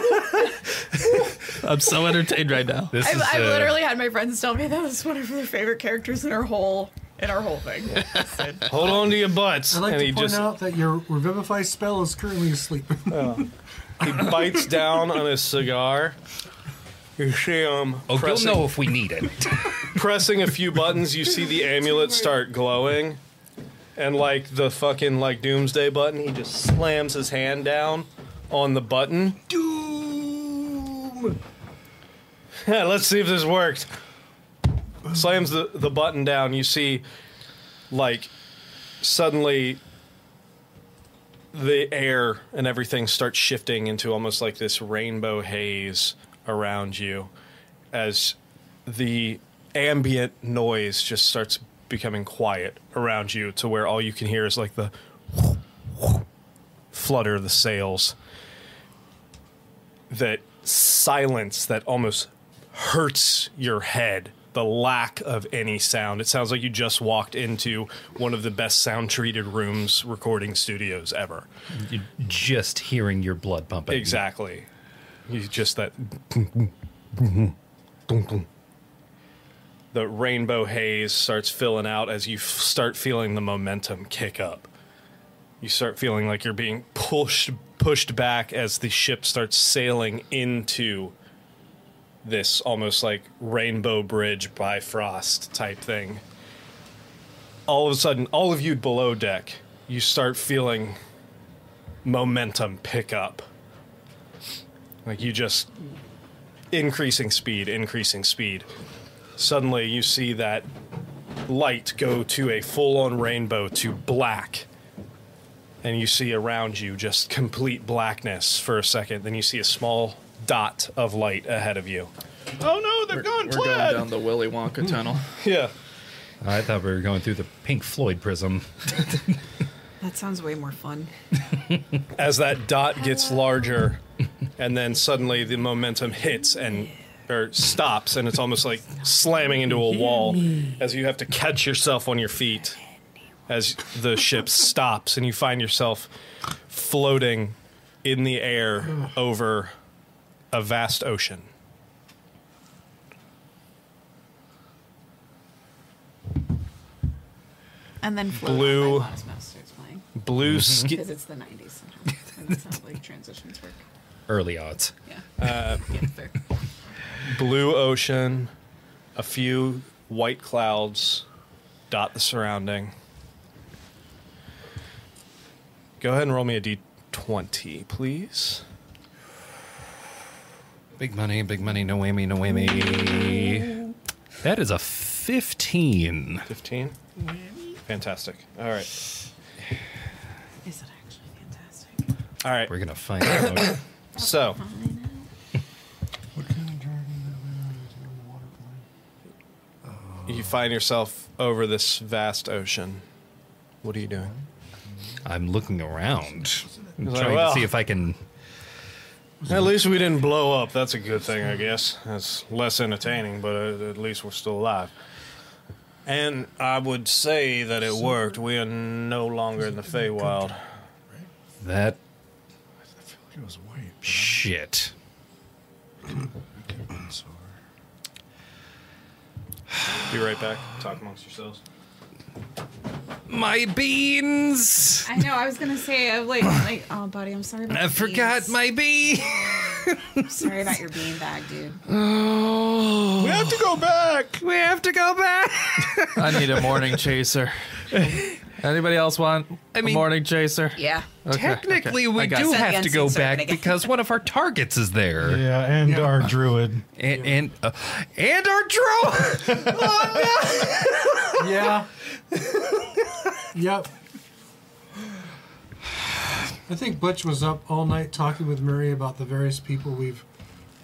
I'm so entertained right now. This uh, I've, I've literally had my friends tell me that was one of their favorite characters in our whole in our whole thing. Hold on to your butts, I'd like and to he point just out that your revivify spell is currently asleep. he bites down on his cigar. You see him. Oh, pressing, you'll know if we need it. pressing a few buttons, you see the amulet start glowing. And like the fucking like doomsday button, he just slams his hand down on the button. Doom. Yeah, let's see if this worked. Slams the, the button down, you see like suddenly the air and everything starts shifting into almost like this rainbow haze around you as the ambient noise just starts becoming quiet around you to where all you can hear is like the flutter of the sails that silence that almost hurts your head the lack of any sound. It sounds like you just walked into one of the best sound treated rooms recording studios ever. You're just hearing your blood pumping. Exactly. You just that the rainbow haze starts filling out as you f- start feeling the momentum kick up. You start feeling like you're being pushed pushed back as the ship starts sailing into this almost like rainbow bridge bifrost type thing. All of a sudden, all of you below deck, you start feeling momentum pick up. Like you just increasing speed, increasing speed. Suddenly, you see that light go to a full on rainbow to black. And you see around you just complete blackness for a second. Then you see a small dot of light ahead of you. Oh no, they're gone We're going down the Willy Wonka tunnel. Yeah. I thought we were going through the Pink Floyd prism. That sounds way more fun. as that dot gets larger, and then suddenly the momentum hits and or stops, and it's almost like slamming into a wall as you have to catch yourself on your feet as the ship stops, and you find yourself floating in the air over a vast ocean. And then float on my Blue- Modest Mouse starts playing. blue Mhm. ski- Because it's the 90s somehow. And that's how like transitions work. Early odds. Uh, blue ocean, a few white clouds dot the surrounding. Go ahead and roll me a d20, please. Big money, big money, no whammy, no whammy. That is a 15. 15? Fantastic. All right. Is it actually fantastic? All right. We're going to find out. so. You find yourself over this vast ocean. What are you doing? I'm looking around, I'm Like, trying well. to see if I can. At least we didn't blow up. That's a good thing, I guess. That's less entertaining, but uh, at least we're still alive. And I would say that it worked. We are no longer in the Feywild. That It was white. shit. Be right back. Talk amongst yourselves. My beans. I know. I was gonna say, uh, like, like, oh, buddy, I'm sorry. About I your forgot beans. my bee. I'm sorry about your bean bag, dude. Oh. We have to go back. We have to go back. I need a morning chaser. Anybody else want a mean- morning chaser? Yeah. Okay, Technically, okay. we I got do you. have to go back because one of our targets is there. Yeah, and our druid. And and, uh, and our druid. yeah. yep. I think Butch was up all night talking with Murray about the various people we've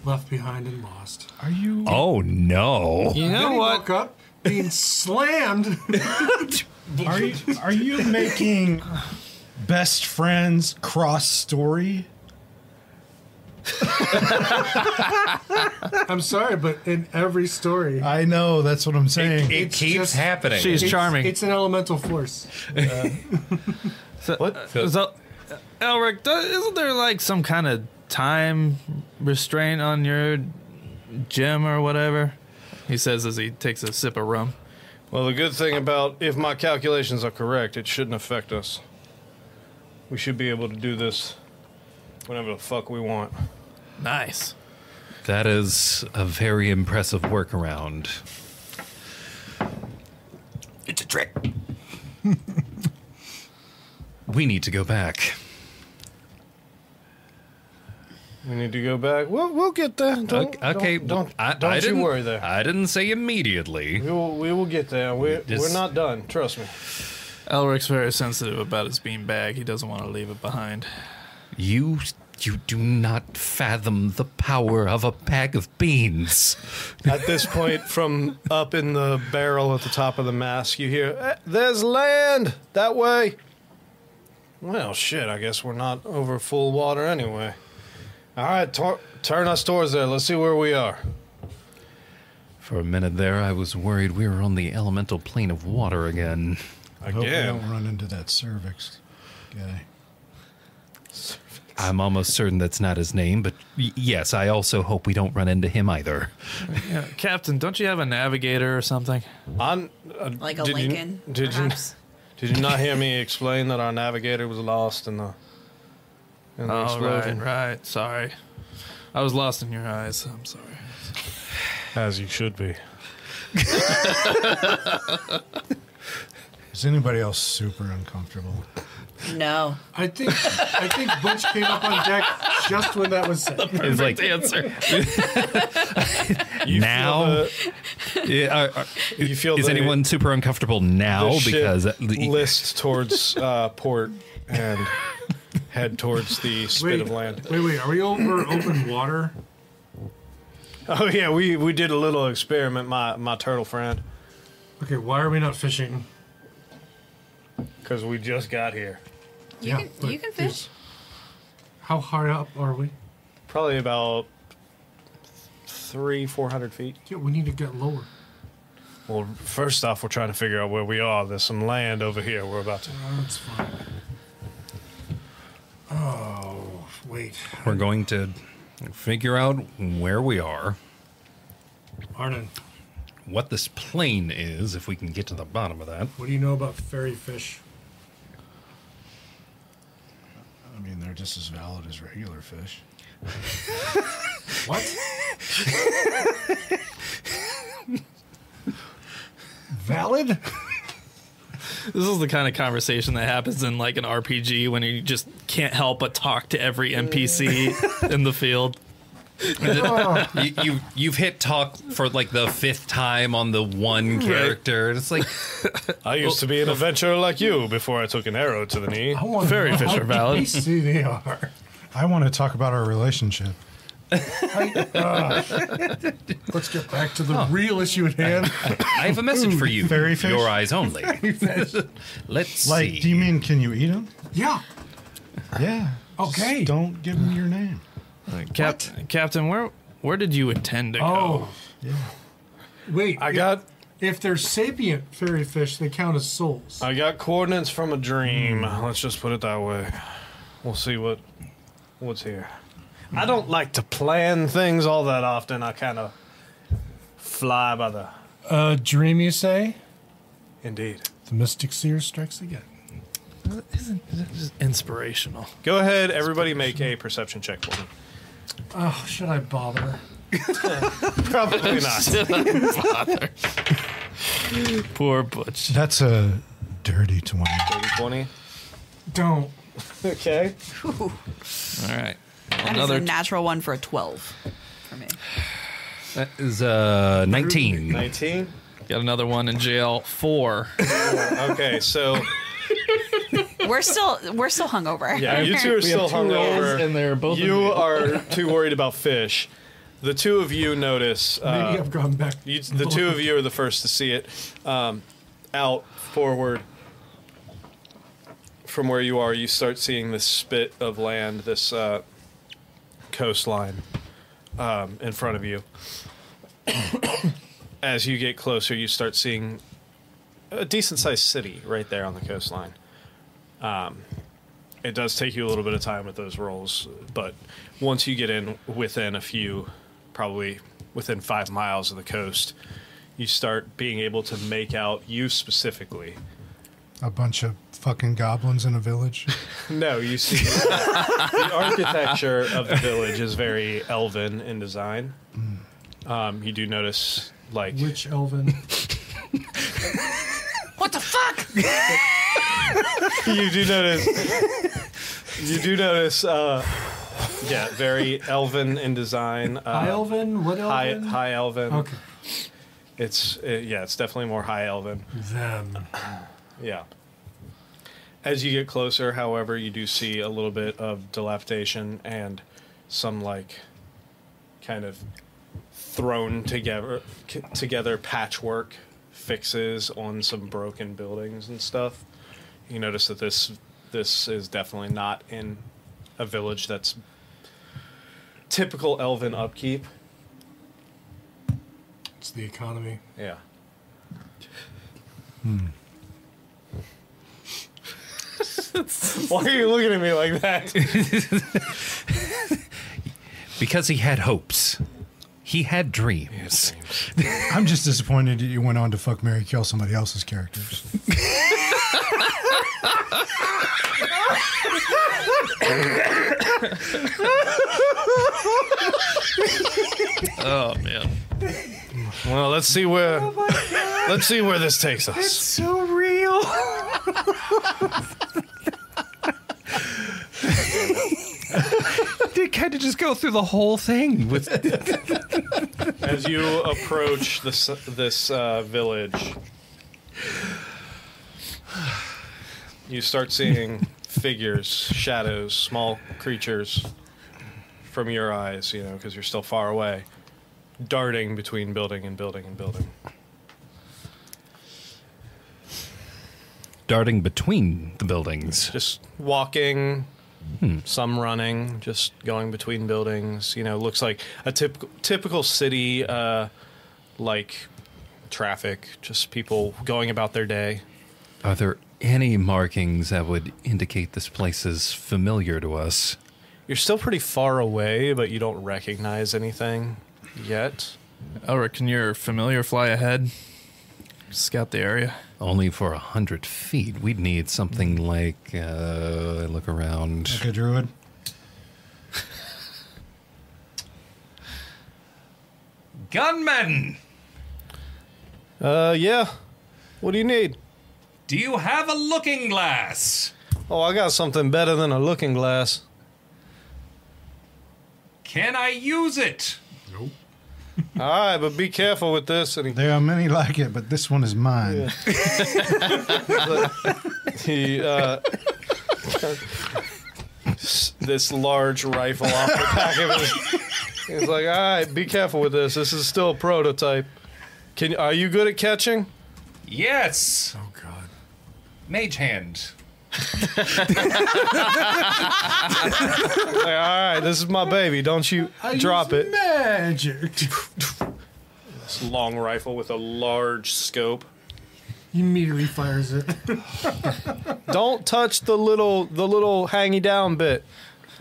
left behind and lost. Are you? oh no! You know what? Woke up being slammed. Are you, are you making best friends cross story? I'm sorry, but in every story, I know that's what I'm saying. it's just- it's- It's an elemental force. what? So, Elric, do- isn't there like some kind of time restraint on your gym or whatever? He says as he takes a sip of rum. Well, the good thing about if my calculations are correct, it shouldn't affect us. We should be able to do this whenever the fuck we want. Nice. That is a very impressive workaround. It's a trick. we need to go back. We need to go back. We'll we'll get there. Don't, okay, okay, don't don't, I, don't I you didn't, worry there. I didn't say immediately. We will, we will get there. We're, Just- we're not done. Trust me. Elric's very sensitive about his bean bag. He doesn't want to leave it behind. You you do not fathom the power of a bag of beans. At this point, from up in the barrel at the top of the mast, you hear, "Eh, "There's land that way." Well, shit. I guess we're not over full water anyway. All right, tor- turn us towards there. Let's see where we are. For a minute there, I was worried we were on the elemental plane of water again. I hope we don't run into that cervix guy. I'm almost certain that's not his name, but y- yes, I also hope we don't run into him either. Yeah, Captain, don't you have a navigator or something? On uh, Like a did you- Lincoln, did perhaps? you did you not hear me explain that our navigator was lost in the in the Oh, right, explosion? right. Sorry. I was lost in your eyes. I'm sorry. As you should be. Is anybody else super uncomfortable? No. I think I think Butch came up on deck just when that was said. It's like- Uh, now, Yeah, are- are- You feel is the- anyone super uncomfortable The now? ship Oh, Because uh, lists towards uh, port and head towards the spit Wait, of land. wait, wait. Are we over open water? Oh yeah, we, we did a little experiment, my my turtle friend, Okay, why are we not fishing? because we just got here. You yeah, can- you can fish. How high up are we? Probably about three, four hundred feet. Yeah, we need to get lower. Well, first off, we're trying to figure out where we are. There's some land over here. We're about to. That's fine. Oh, wait. we're going to figure out where we are, Arnon, what this plane is, if we can get to the bottom of that. what do you know about fairy fish? I mean, they're just as valid as regular fish. What? Valid? This is the kind of conversation that happens in like an RPG when you just can't help but talk to every NPC in the field. Oh. you, you you've hit talk for like the fifth time on the one Right. character. It's like I used to be an adventurer like you before I took an arrow to the knee. wanna Fairy know fish how are Oh. valid. See, they are. I want to talk about our relationship. Let's get back to the real issue at hand. I have a message for you. Fairy fish? Your eyes only. Let's Like, see. do you mean can you eat them? Yeah. Yeah. Oh. Okay. don't give them your name. Cap- Captain, where where did you intend to Oh. Yeah. Wait. I got. If they're sapient fairy fish, they count as souls. I got coordinates from a dream. Let's just put it that way. We'll see what what's here. I don't like to plan things all that often. I kind of fly by the. Uh, dream, you say? Indeed. The mystic seer strikes again. go? Isn't this inspirational? Go ahead, everybody. Make a perception check for me. Oh, should I bother? Probably not. Father. Poor Butch. That's a dirty 20. Thirty twenty. Don't. Okay. Ooh, All right. that is a natural one for a 12 for me. That is uh, 19. 19? Got another one in jail. Four. okay, so. We're still we're still hungover. Yeah, you two are still hungover, and they're both You in- are too worried about fish. The two of you notice. Uh, Maybe I've gone back. you, the two of you are the first to see it. Um, out forward from where you are, you start seeing this spit of land, this uh, coastline um, in front of you. As you get closer, you start seeing a decent sized city right there on the coastline. Um, it does take you a little bit of time with those rolls, but once you get in within a few, probably within five miles of the coast, you start being able to make out you specifically. A bunch of fucking goblins in a village. No, you see, the architecture of the village is very elven in design. Um, you do notice, like, Which elven? What the fuck? you do notice. You do notice. Uh, yeah, very elven in design. Uh, High elven? What elven? High, high elven. Okay. It's uh, yeah, it's definitely more high elven. Them. Yeah. As you get closer, however, you do see a little bit of dilapidation and some like kind of thrown together c- together patchwork fixes on some broken buildings and stuff. You notice that this this is definitely not in a village that's typical elven upkeep. It's the economy. Yeah. Why are you looking at me like that? Because he had hopes. He had dreams. I'm just disappointed that you went on to fuck Mary Kill somebody else's characters. oh man. Well, let's see where let's see where this takes us. so real. Did kind of just go through the whole thing with As you approach this this uh, village, you start seeing figures, shadows, small creatures from your eyes. You know, because you're still far away, darting between building and building and building. darting between the buildings. Just walking, some running, just going between buildings. You know, looks like a typical typical city uh, like traffic, just people going about their day. Are there any markings that would indicate this place is familiar to us? You're still pretty far away, but you don't recognize anything yet. Elric, can your familiar fly ahead? Scout the area. Only for a hundred feet, we'd need something like uh, look around. Like a druid. Gunman, Uh, yeah. What do you need? do you have a looking glass? Oh, I got something better than a looking glass. Can I use it? Nope. All right, but be careful with this. And he There are many like it, but this one is mine. he uh, s- this large rifle off the back of his. He's like, all right, be careful with this. This is still a prototype. Can are you good at catching? Yes. Oh God. Mage hand. Like, all right, this is my baby. Don't you drop it. Magic. This long rifle with a large scope. He immediately fires it. Don't touch the little the little hangy down bit.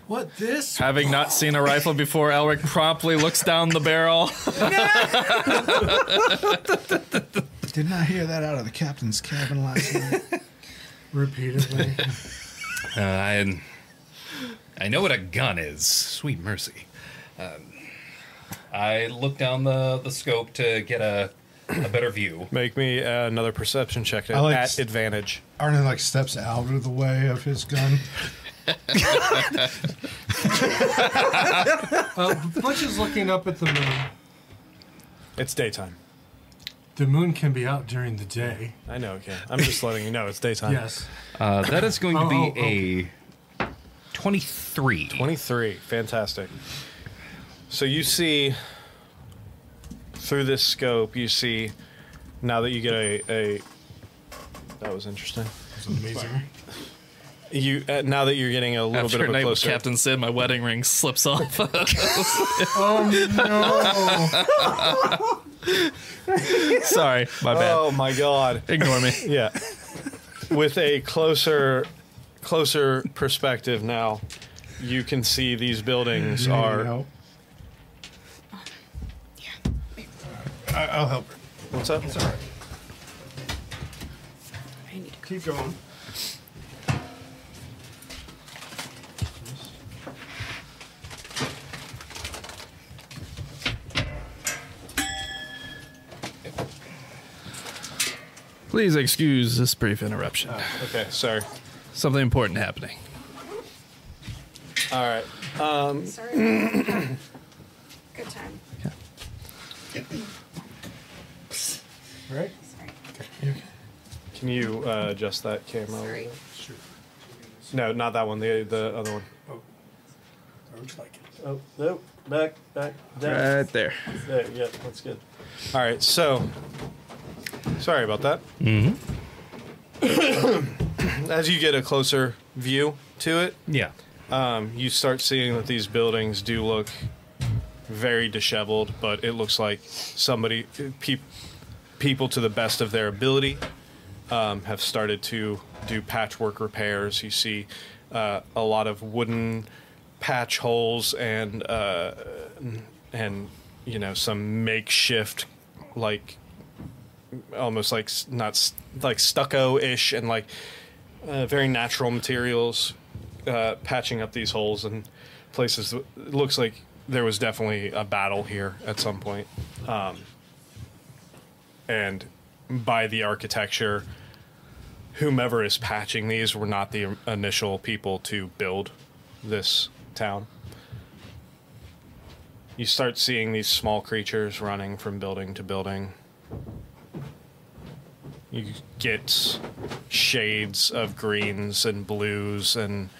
What this? Having not seen a rifle before, Elric promptly looks down the barrel. Didn't I hear that out of the captain's cabin last night? Repeatedly. Uh, I, I know what a gun is. Sweet mercy. Um, I look down the, the scope to get a, a better view. Make me uh, another perception check I like at s- advantage. Arnon like steps out of the way of his gun. Uh, Butch is looking up at the moon. It's daytime. The moon can be out during the day. I know, okay. I'm just letting you know it's daytime. Yes. Uh, that is going to Oh, be oh, oh. a 23. 23. Fantastic. So you see through this scope, you see now that you get a. a that was interesting. It's amazing. You uh, now that you're getting a little After bit of a night with closer. Captain Sid, my wedding ring slips off. Oh, Sorry, my bad. Oh my god. Ignore me. yeah. With a closer closer perspective now, you can see these buildings You need are help? I- I'll help her. What's up? It's all right. Keep going. Please excuse this brief interruption. okay, sorry. Something important happening. All right. Um, Good time. Right? Can you uh, adjust that camera? Sorry. No, not that one. The the other one. Oh, looks like it. Oh, nope. Back, back, down. Right there. There, yeah, that's good. All right, so sorry about that. Mm-hmm. As you get a closer view to it, Yeah. um, you start seeing that these buildings do look very disheveled, but it looks like somebody, peop people to the best of their ability, um, have started to do patchwork repairs. You see uh, a lot of wooden patch holes and uh, and you know some makeshift like almost like s- not s- like stucco ish and like uh, very natural materials uh, patching up these holes and places. that- It looks like there was definitely a battle here at some point. Um, and by the architecture, whomever is patching these were not the initial people to build this town. You start seeing these small creatures running from building to building. You get shades of greens and blues and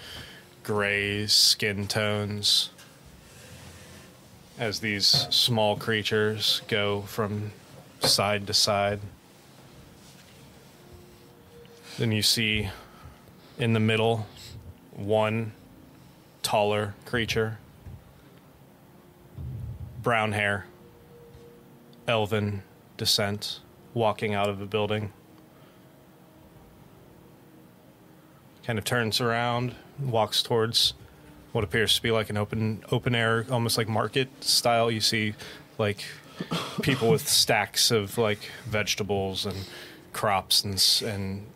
grays, skin tones as these small creatures go from side to side. Then you see in the middle one taller creature, brown hair, elven descent, walking out of the building. Kind of turns around, walks towards what appears to be like an open open air, almost like market style. You see like people with stacks of like vegetables and crops and s- and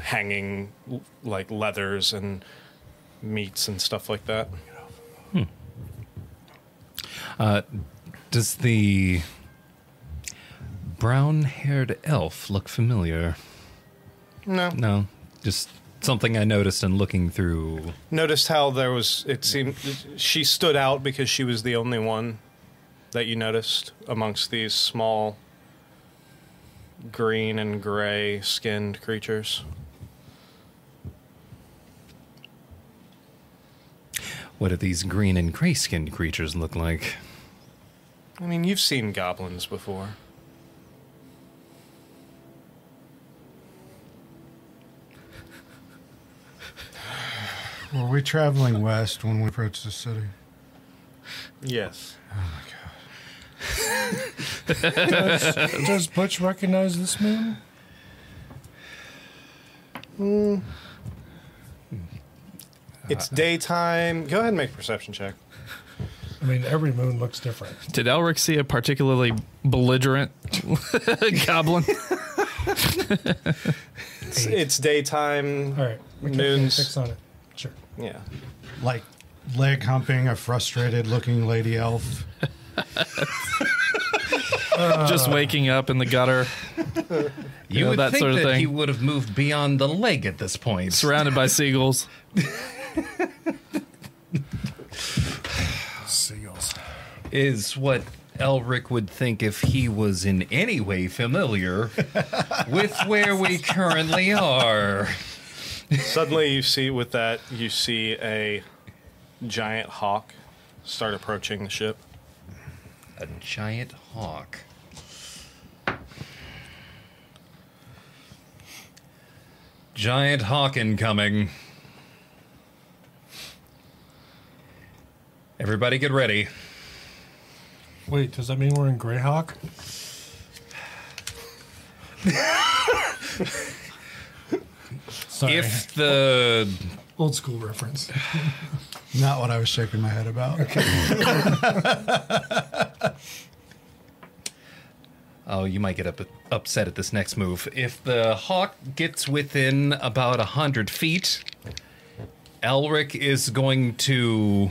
hanging l- like leathers and meats and stuff like that. Uh, does the brown haired elf look familiar? No. No, just something I noticed in looking through. Noticed how there was it seemed she stood out because she was the only one that you noticed amongst these small green and gray skinned creatures. What do these green and gray skinned creatures look like? I mean, you've seen goblins before. Were we traveling west when we approached the city? Yes. Oh, does, does Butch recognize this man? It's daytime. Go ahead and make a perception check. I mean, every moon looks different. Did Elric see a particularly belligerent goblin? It's, it's daytime. All right. We can Moons. fix on it. Sure. Yeah. Like leg humping a frustrated looking lady elf. Just Uh. waking up in the gutter. You, You know, would that think sort of that thing. he would have moved beyond the leg at this point. Surrounded by seagulls. Seagulls. Is what Elric would think if he was in any way familiar with where we currently are. Suddenly, you see with that, you see a giant hawk start approaching the ship. A giant hawk. Giant hawk incoming. Everybody get ready. Wait, does that mean we're in Greyhawk? Sorry. If the Old school reference. Not what I was shaking my head about. Oh, you might get up, upset at this next move. If the hawk gets within about a hundred feet, Elric is going to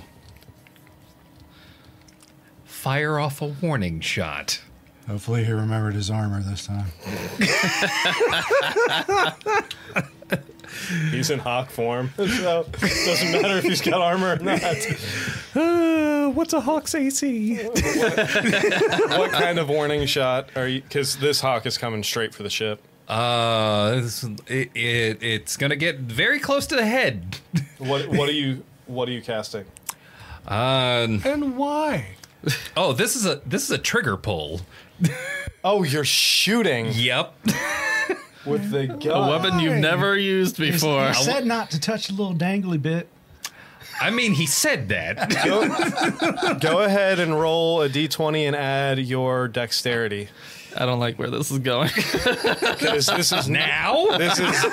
fire off a warning shot. Hopefully, he remembered his armor this time. He's in hawk form, so doesn't matter if he's got armor or not. Uh, what's a Hawk's AC? what kind of warning shot are you? Because this hawk is coming straight for the ship. Uh, this- it, it, it's gonna get very close to the head. What What are you What are you casting? Um, and why? Oh, this is a this is a trigger pull. Oh, you're shooting. Yep. With the a weapon you've never used before. I said not to touch the little dangly bit. I mean, he said that. go, go ahead and roll a d20 and add your dexterity. I don't like where this is going. Because this is Now? This is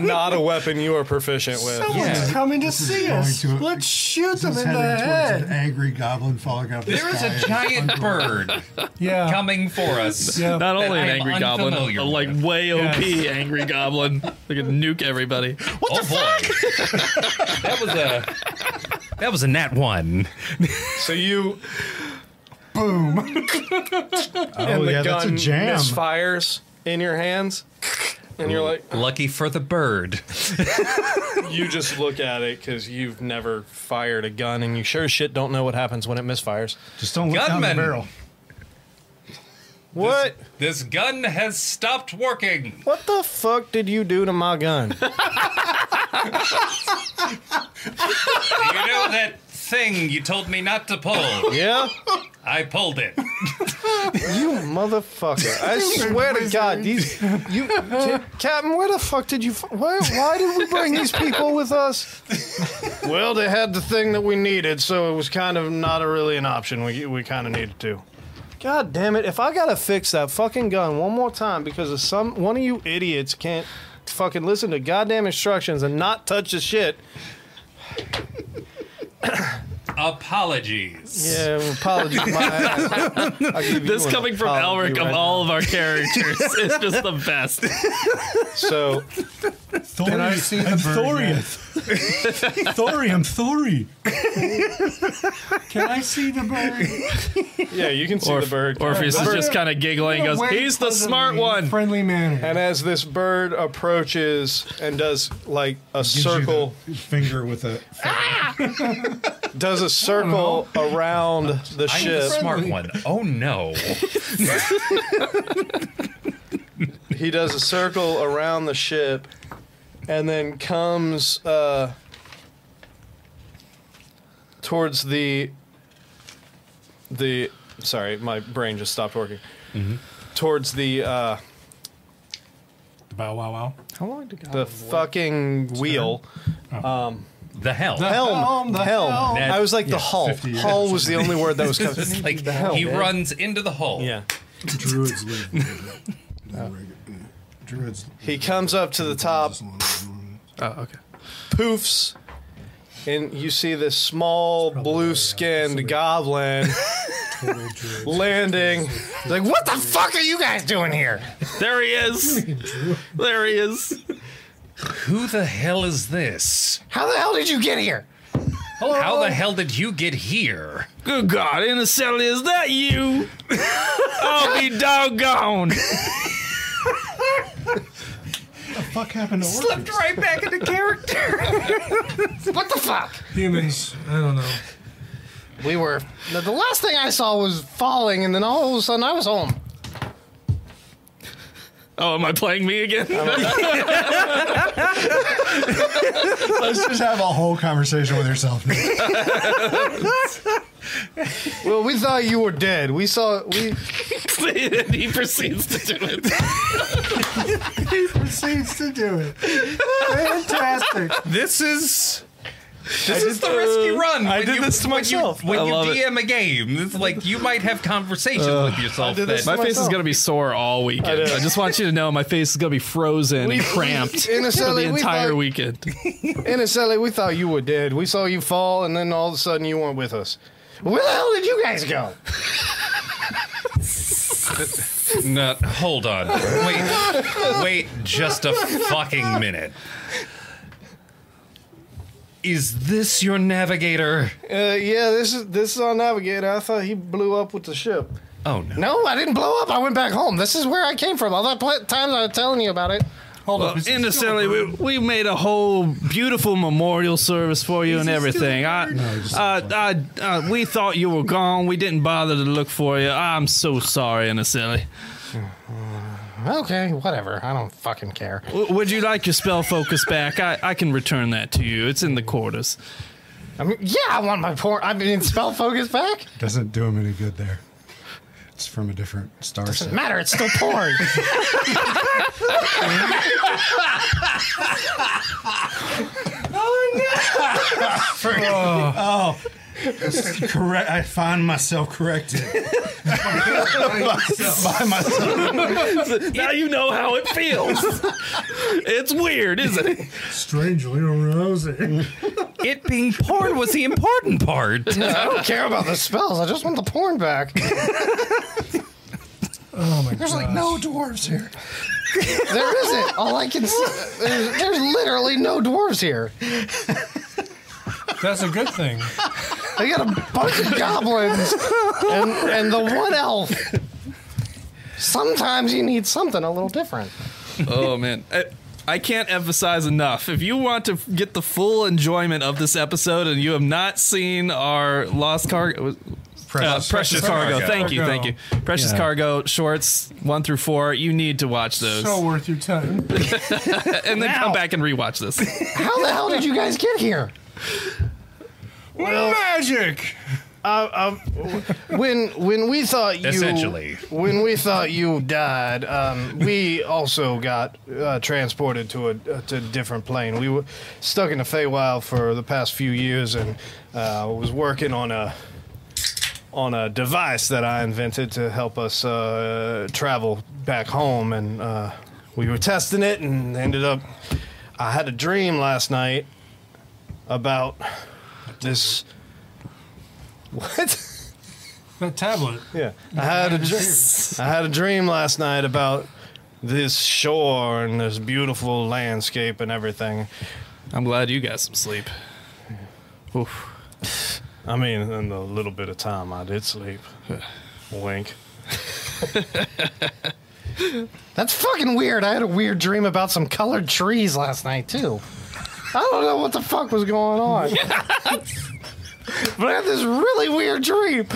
not a weapon you are proficient with. Someone's coming to see us. Let's shoot them in the head. An angry goblin falling out. of the There is sky. a giant bird Yeah. coming for us. Not only an that I'm angry goblin, unfamiliar a like way OP angry goblin. They could nuke everybody. What oh boy, that was a that was a nat one. So you boom, Oh, and the yeah, that's a gun jam. misfires in your hands, and you're like, Lucky for the bird. you just look at it because you've never fired a gun, and you sure as shit don't know what happens when it misfires. Just don't look down the Gunman. barrel. What? This gun has stopped working. What the fuck did you do to my gun? You know that thing you told me not to pull? Yeah? I pulled it. You motherfucker! I swear to God, these you, Ca- Captain. Where the fuck did you? f- Why? Why did we bring these people with us? Well, they had the thing that we needed, so it was kind of not a, really an option. We we kind of needed to. God damn it! If I gotta fix that fucking gun one more time because of some one of you idiots can't fucking listen to goddamn instructions and not touch the shit. Apologies. Yeah, apologies. My ass. I'll give you This an coming Um, from apology Elric right of now. all of our characters is just the best. So Then I see the bird. Thori, I'm Thori. Can I see the bird? Yeah, you can see Orph- the bird. Orpheus The is bird- just kind of giggling and goes, he's the smart one. Friendly manner. And as this bird approaches and does like a Gives you the circle, finger with a does a circle around the I'm ship. the smart one. Oh no. He does a circle around the ship, and then comes uh, towards the the. Sorry, my brain just stopped working. Mm-hmm. Towards the uh, The bow wow wow. How long did the fucking wheel? Um, the helm. The helm. helm, the helm. helm. I was like the hull. Hull was the only word that was coming. like The helm. he runs into the hole. Yeah. Druids live. Druids. He comes up to the top. Oh, okay. Poofs. And you see this small blue skinned goblin landing. He's like, what the fuck are you guys doing here? There he is. there he is. Who the hell is this? How the hell did you get here? How the hell did you get here? Good God, Innocently, is that you? I'll be doggone. What the fuck happened to Slipped orcs? right back into character. what the fuck? Humans. I don't know. We were. The, the last thing I saw was falling, and then all of a sudden I was home. Oh, am I playing me again? Let's just have a whole conversation with yourself. Well, we thought you were dead. We saw. We. he proceeds to do it. he proceeds to do it. Fantastic. This is I this is did the the- risky run. I when did you, this to when myself. You, when I you love it. DM a game, it's like you might have conversations with yourself. that- my face is gonna be sore all weekend. I I, know. just want you to know my face is gonna be frozen We- and cramped for innocently, the we entire thought- weekend. Innocently, we thought you were dead. We saw you fall, and then all of a sudden you weren't with us. Where the hell did you guys go? No, hold on. Wait, wait just a fucking minute. Is this your navigator? Uh, yeah, this is this is our navigator. I thought he blew up with the ship. Oh no. No, I didn't blow up. I went back home. This is where I came from. All that pl- times I was telling you about it. Hold well, Innocently, we, we made a whole beautiful memorial service for you and everything. I, uh, I, uh, we thought you were gone. We didn't bother to look for you. I'm so sorry, Innocently. Okay, whatever. I don't fucking care. W- would you like your spell focus back? I, I can return that to you. It's in the quarters. I mean, yeah, I want my poor. I mean, spell focus back. Doesn't do him any good there. It's from a different star Doesn't set. matter. It's still porn. oh oh. That's correct. I find myself corrected. by, by myself. now you know how it feels. it's weird, isn't it? Strangely arousing. It being porn was the important part. I don't care about the spells. I just want the porn back. oh my There's like no dwarves here. there isn't. All I can see- there's, there's literally no dwarves here. That's a good thing. They got a bunch of goblins and, and the one elf. Sometimes you need something a little different. oh man I, I can't emphasize enough if you want to get the full enjoyment of this episode and you have not seen our lost cargo Precious- uh, Precious, cargo. Cargo. Thank you, thank you. Precious Yeah. cargo shorts one through four. You need to watch those, So worth your time. and then come back and rewatch this. How the hell did you guys get here? Magic. Uh, um, when when we thought you Essentially. when we thought you died, um, we also got uh, transported to a uh, to a different plane. We were stuck in the Feywild for the past few years, and uh, was working on a on a device that I invented to help us uh, travel back home, and uh, we were testing it, and ended up. I had a dream last night about this. What? That tablet. Yeah. I had a dream. I had a dream last night about this shore and this beautiful landscape and everything. I'm glad you got some sleep. I mean, in the little bit of time I did sleep. Wink. That's fucking weird. I had a weird dream about some colored trees last night too. I don't know what the fuck was going on. but I had this really weird dream.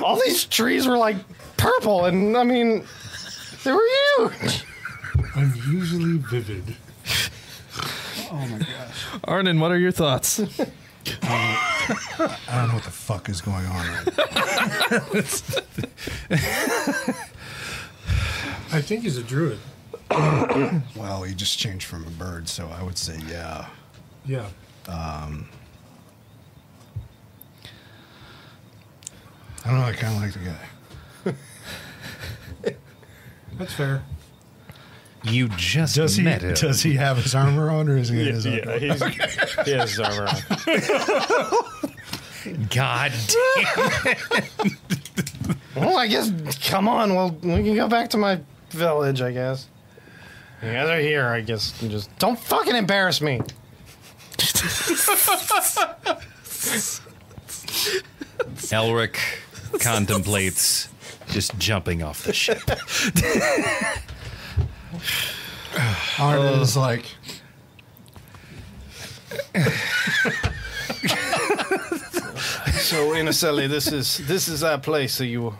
All these trees were like purple and I mean they were huge. Unusually vivid. Oh my gosh. Arnon, what are your thoughts? I don't know what the fuck is going on. I think he's a druid. well, he just changed from a bird, so I would say yeah. Yeah. Um, I don't know. I kind of like the guy. That's fair. You just Does he? met him. Does he have his armor on, or is he in his Yeah, armor? he's- he has his armor on. God Well, I guess come on, well we can go back to my village, I guess. You guys are here, I guess. You just don't fucking embarrass me. Elric contemplates just jumping off the ship. Arnold is like. so Innocently, this is this is that place that you were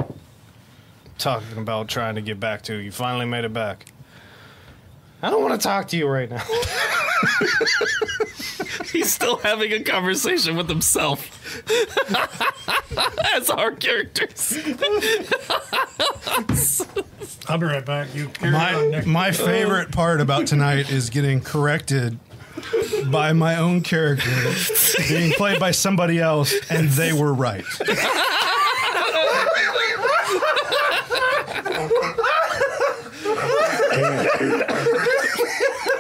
talking about trying to get back to. You finally made it back. I don't want to talk to you right now. He's still having a conversation with himself. As our characters. I'll be right back. You carry on, My, Nick. my favorite part about tonight is getting corrected by my own character being played by somebody else, and they were right.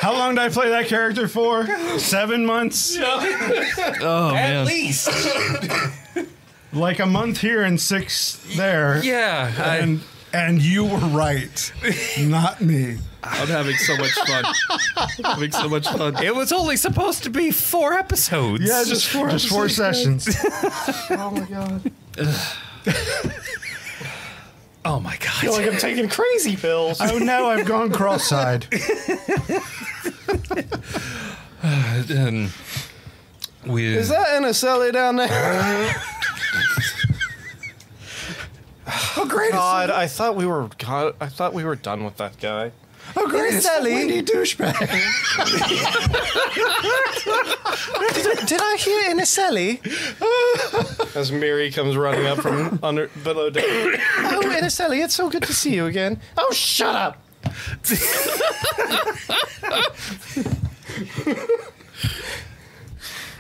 How long did I play that character for? Seven months? Oh, At man. least. like a month here and six there. Yeah, I- And, and you were right, not me. I'm having so much fun. having so much fun. It was only supposed to be four episodes. Yeah, just four, just four sessions. oh my god. Oh my god. feel like I'm taking crazy pills. Oh no, I've gone cross-eyed. um, we, Is that Innocently down there? oh great! God, I thought we were God, I thought we were done with that guy. Oh great! It's that windy douchebag. did, did I hear Innocently? As Mary comes running up from under below deck. Oh, Innocently, it's so good to see you again. Oh, shut up.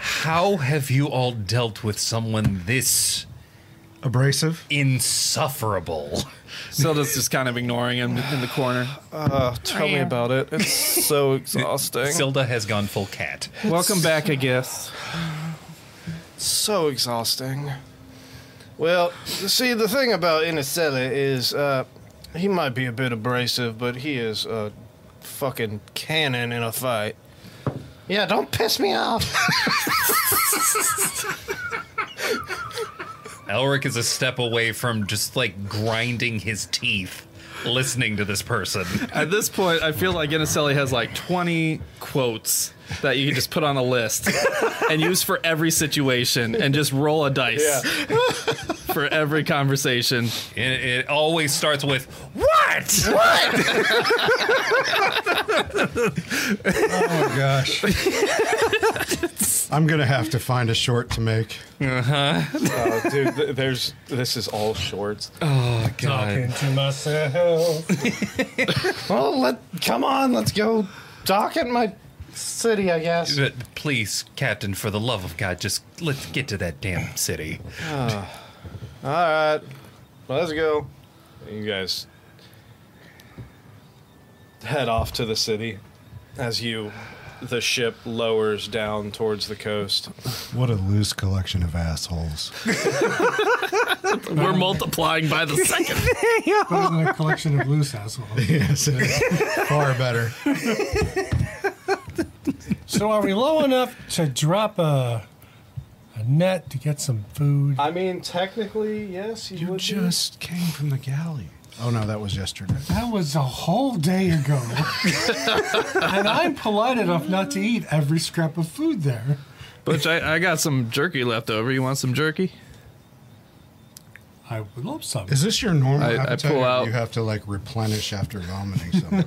How have you all dealt with someone this abrasive, insufferable? Zelda's just kind of ignoring him in the corner. Uh, tell me about it. It's so exhausting. Zelda has gone full cat. Welcome back, I guess. so exhausting. Well, see, the thing about Inicella is uh, he might be a bit abrasive, but he is a fucking cannon in a fight. Yeah, don't piss me off. Elric is a step away from just like grinding his teeth listening to this person. At this point, I feel like Inicelli has like 20 quotes that you can just put on a list and use for every situation and just roll a dice for every conversation. It, it always starts with, What? Oh my gosh. I'm gonna have to find a short to make. Uh-huh. Oh, dude, th- there's this is all shorts. Oh Talking to myself. well, let come on, let's go dock at my city, I guess. Uh, Please, Captain, for the love of God, just let's get to that damn city. Ah. all right, let's go. You guys head off to the city as you the ship lowers down towards the coast. What a loose collection of assholes. We're multiplying by the second. Better than a collection of loose assholes. yes, it is. far better. So are we low enough to drop a a net to get some food? I mean, technically, yes, you, would be. Just came from the galley. Oh no, that was yesterday. That was a whole day ago. and I'm polite enough not to eat every scrap of food there. Butch, I, I got some jerky left over. You want some jerky? I would love some. Is this your normal I- I appetite? pull or do out- You have to like replenish after vomiting something.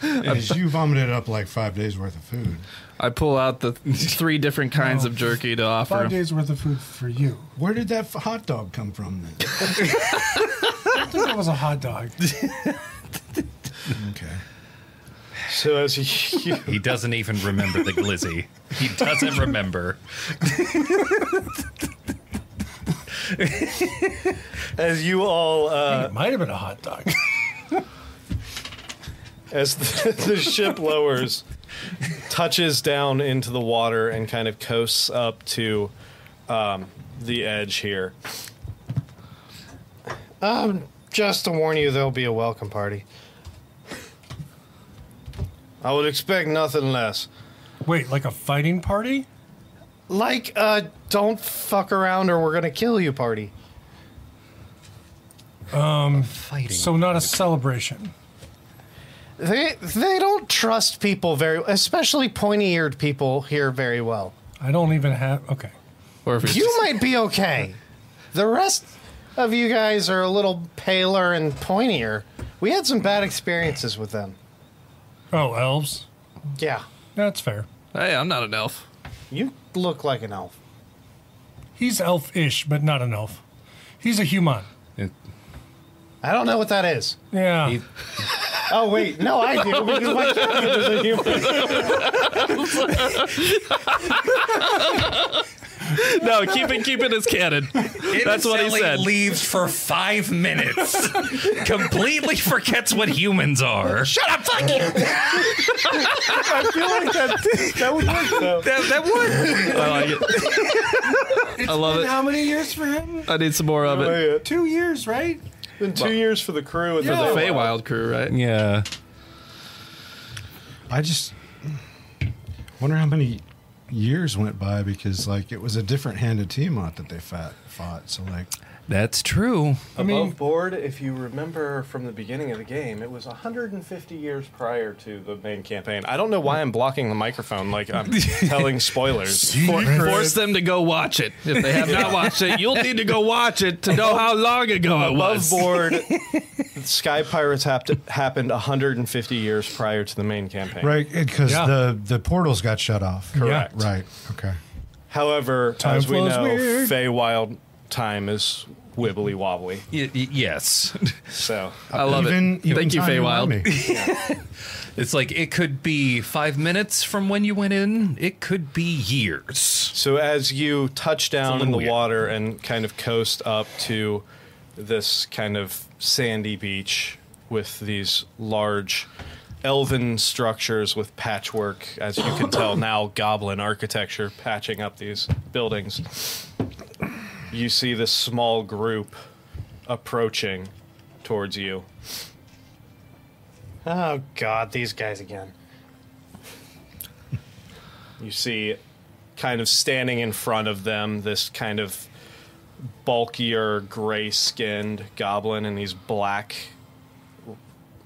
Because you vomited up like five days worth of food. I pull out the three different kinds of jerky to offer Five him. days worth of food for you. Where did that f- hot dog come from then? I think it was a hot dog. Okay. So as you, He doesn't even remember the glizzy. He doesn't remember. as you all uh, It might have been a hot dog. as the, the ship lowers, touches down into the water and kind of coasts up to um, the edge here. Um, just to warn you, there'll be a welcome party. I would expect nothing less. Wait, like a fighting party? Like, uh, don't fuck around or we're gonna kill you party. Um, Fighting. so not a celebration. They they don't trust people very, especially pointy-eared people here very well. I don't even have. Okay. Or if it's You might be okay. The rest of you guys are a little paler and pointier. We had some bad experiences with them. Oh, elves. Yeah, That's fair. hey, I'm not an elf. you look like an elf. He's elf-ish, but not an elf. He's a human. I don't know what that is. Yeah. Oh wait, no, I do because my character's a human. No, keep it, keep it as canon. That's what he Innocently said. Leaves for five minutes. Completely forgets what humans are. Shut up! Fuck you. I feel like that that would work though. That, that would. I like it. I love it. How many years for him? I need some more of it. Yeah. Two years, right? Been two years for the crew and For the then Feywild crew, right? Yeah. I just hmm, wonder how many years went by because like it was a different handed Tiamat that they fat, fought. So like That's true. Above board, if you remember from the beginning of the game, it was 150 years prior to the main campaign. I don't know why I'm blocking the microphone like I'm telling spoilers. For- force them to go watch it. If they have not watched it, you'll need to go watch it to know how long ago it Above was. board, Sky Pirates hap- happened 150 years prior to the main campaign. right eh, because Yeah. the the portals got shut off. Correct. Right. Okay. However, as we flows know, weird. Feywild time is wibbly wobbly. yes. So I love it. Even- even Thank you, time you Feywild. remind me. It's like it could be five minutes from when you went in. It could be years. So as you touch down in little the weird. water and kind of coast up to this kind of sandy beach with these large elven structures with patchwork, as you can tell now, goblin architecture patching up these buildings. You see this small group approaching towards you. Oh God, these guys again. You see, kind of standing in front of them, this kind of bulkier, gray skinned goblin in these black,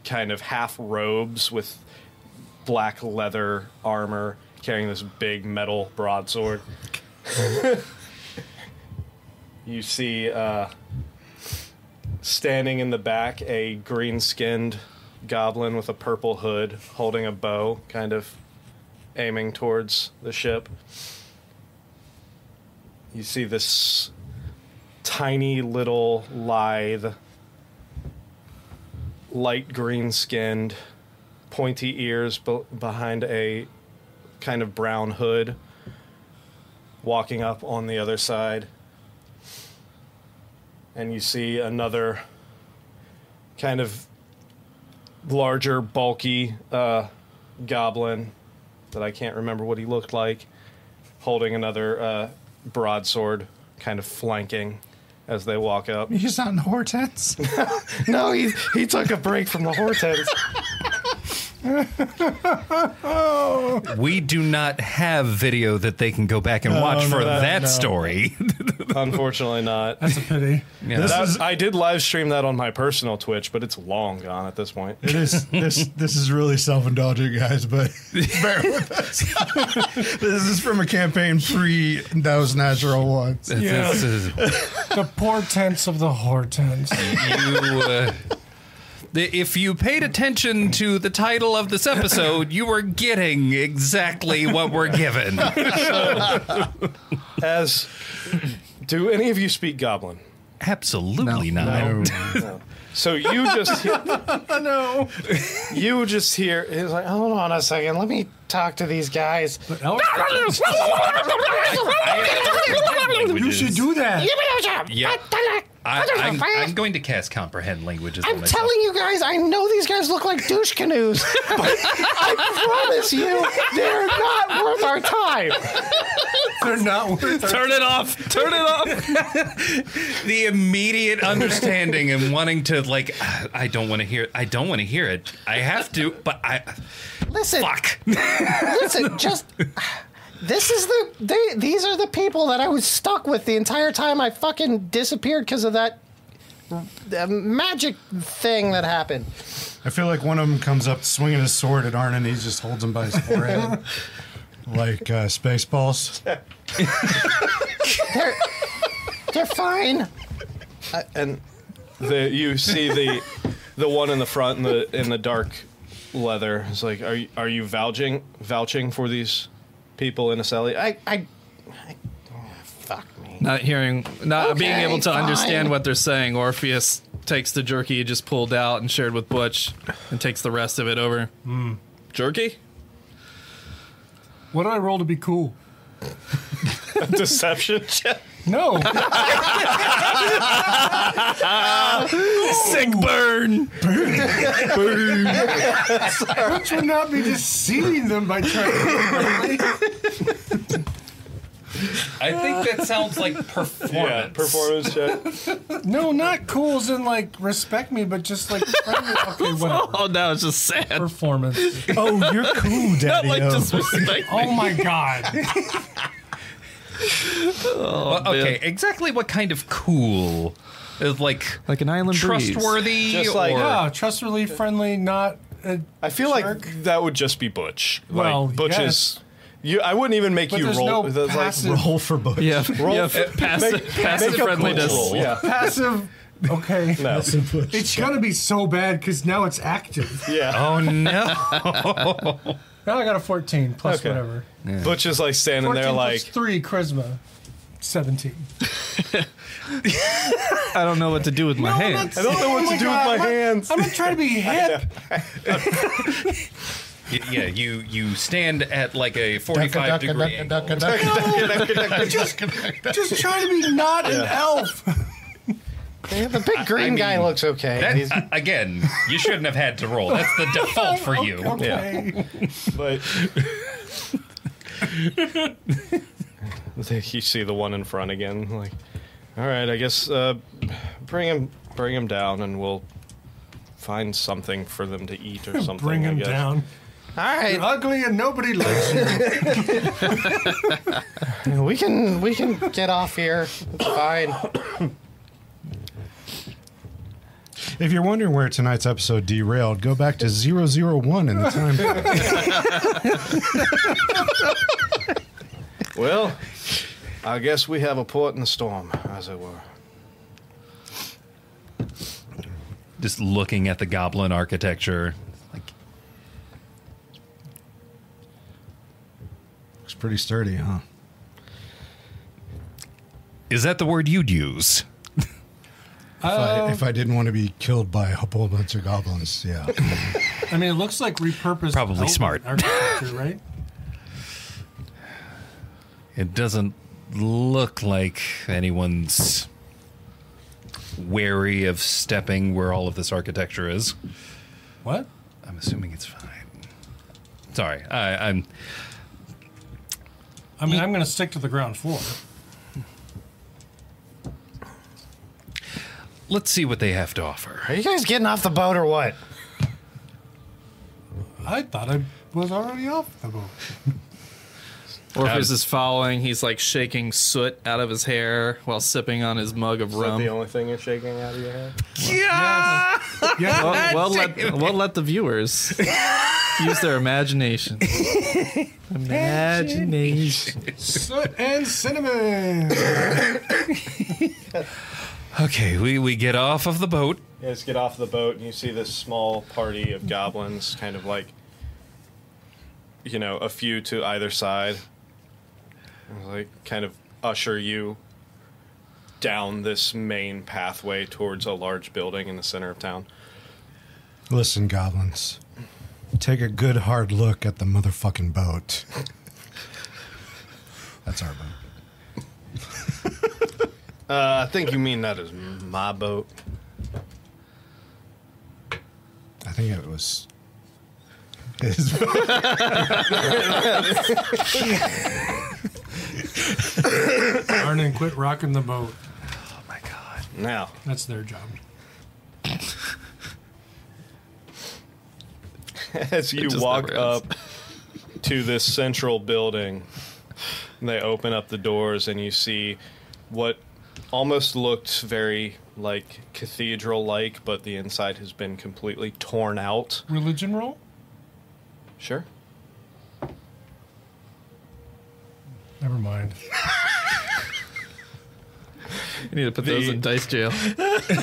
kind of half robes with black leather armor, carrying this big metal broadsword. you see, uh, standing in the back, a green skinned goblin with a purple hood holding a bow, kind of aiming towards the ship. You see this tiny little lithe, light green skinned, pointy ears be- behind a kind of brown hood walking up on the other side. And you see another kind of larger, bulky uh, goblin that I can't remember what he looked like, holding another uh, broadsword, kind of flanking as they walk up. He's not in Hortense. no, he, he took a break from the Hortense. oh. We do not have video that they can go back and No, watch no, for no, that no. story. Unfortunately, not. That's a pity. Yeah, This that- is- I did live stream that on my personal Twitch, but it's long gone at this point. It is this. This is really self-indulgent, guys. But bear with us. this is from a campaign pre those natural ones. It's- Yeah. it's- the portents of the hortents. you, uh, th- if you paid attention to the title of this episode, you were getting exactly what we're given. As do any of you speak Goblin? Absolutely not. No. So you just hear, no. you just hear it's like hold on a second, let me talk to these guys. you should do that. Yeah. I, I'm, I'm going to cast comprehend languages. on I'm myself. telling you guys, I know these guys look like douche canoes, but I promise you, they're not worth our time. They're not worth our Turn it off. Turn it off. the immediate understanding and wanting to like "Ah, I don't want to hear I don't want to hear it. I have to, but I Listen, fuck. listen, just this is the they. These are the people that I was stuck with the entire time I fucking disappeared because of that uh, magic thing that happened. I feel like one of them comes up swinging his sword at Arn, and he just holds him by his forehead, like uh, Spaceballs. They're they're fine. and the, you see the the one in the front in the in the dark leather. It's like, are you, are you vouching vouching for these people in Aseli? I I Not hearing, not being Okay, able to fine. understand what they're saying, Orpheus takes the jerky he just pulled out and shared with Butch and takes the rest of it over. Jerky? What did I roll to be cool? Deception check. No. Sick burn. Burn. Which would not be deceiving them by trying to. I think that sounds like performance. Yeah, performance check. No, not cools and like respect me, but just like friendly. Okay, whatever. Oh, now it's just sad. Performance. Oh, you're cool, Daddy. like, disrespect me. Oh my God. Well, okay, exactly what kind of cool is like like an island trustworthy Just like- "Ah, or yeah, trustworthy, friendly, not. uh, A I feel like that would just be Butch. Like, Well, Butch yes. is. You, I wouldn't even make But you there's roll. no that's passive- Roll for Butch. Yeah, roll yeah, f- passive, make- passive make a friendliness. cool roll, yeah. Passive. Okay. No. It's gonna be so bad because now it's active. Yeah. Oh no. now I got a 14 plus Okay. whatever. Butch is like standing there, 14 like plus three charisma, 17. I don't know what to do with my hands. I don't know Oh what to do with my hands. I'm not trying to be hip. Y- yeah, you you stand at like a 45 degree angle. just, just try to be not an Yeah. elf. the big green guy looks okay. that- He's- uh, again, you shouldn't have had to roll. That's the default for Oh, you. But you see the one in front again. Like, all right, I guess uh, bring him, bring him down, and we'll find something for them to eat or something. Bring I him guess. down. All right. You're ugly and nobody likes you. we can we can get off here. It's fine. If you're wondering where tonight's episode derailed, go back to 001 in the time. Well, I guess we have a port in the storm, as it were. Just looking at the goblin architecture. Looks pretty sturdy, huh? Is that the word you'd use? If, Uh, I, if I didn't want to be killed by a whole bunch of goblins, yeah. I mean, it looks like repurposed. Probably elven smart. Architecture, right? It doesn't look like anyone's wary of stepping where all of this architecture is. What? I'm assuming it's fine. Sorry, I, I'm. I mean, I'm going to stick to the ground floor. Let's see what they have to offer. Are you guys getting off the boat or what? I thought I was already off the boat. Orpheus is following. He's like shaking soot out of his hair while sipping on his mug of Is that rum. Um, the only thing you're shaking out of your head? Yeah. Well, we'll let, we'll let the viewers use their imagination. Imagination. Soot and cinnamon. Okay, we, we get off of the boat. You guys get off the boat and you see this small party of goblins, kind of like, you know, a few to either side. And, Like, kind of usher you down this main pathway towards a large building in the center of town. Listen, goblins, take a good hard look at the motherfucking boat. That's our boat. Uh, I think you mean that is my boat. I think it was. Arnon, quit rocking the boat. Now, That's their job. as you just walk never ends. up to this central building, they open up the doors and you see what almost looked very like cathedral like, but the inside has been completely torn out. Religion roll? Sure. Never mind. You need to put those The- in dice jail.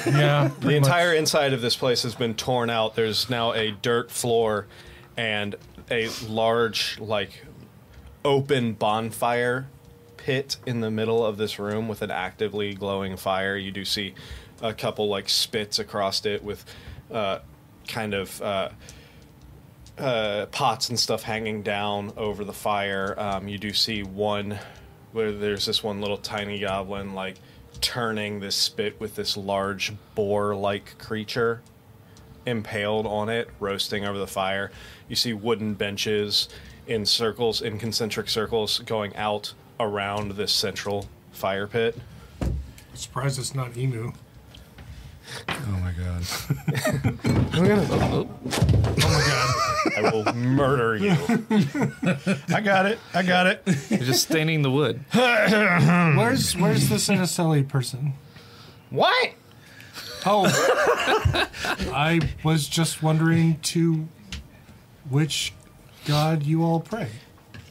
yeah. The entire inside of this place has been torn out. There's now a dirt floor and a large, like, open bonfire pit in the middle of this room with an actively glowing fire. You do see a couple, like, spits across it with uh, kind of. Uh, uh, pots and stuff hanging down over the fire. Um, you do see one where there's this one little tiny goblin like turning this spit with this large boar like creature impaled on it, roasting over the fire. You see wooden benches in circles, in concentric circles, going out around this central fire pit. Surprised it's not emu. Oh my god. Oh my god. I will murder you. I got it. I got it. You're just staining the wood. Hmm. where's where's the Sinicelli person? What? Oh, I was just wondering to which god you all pray.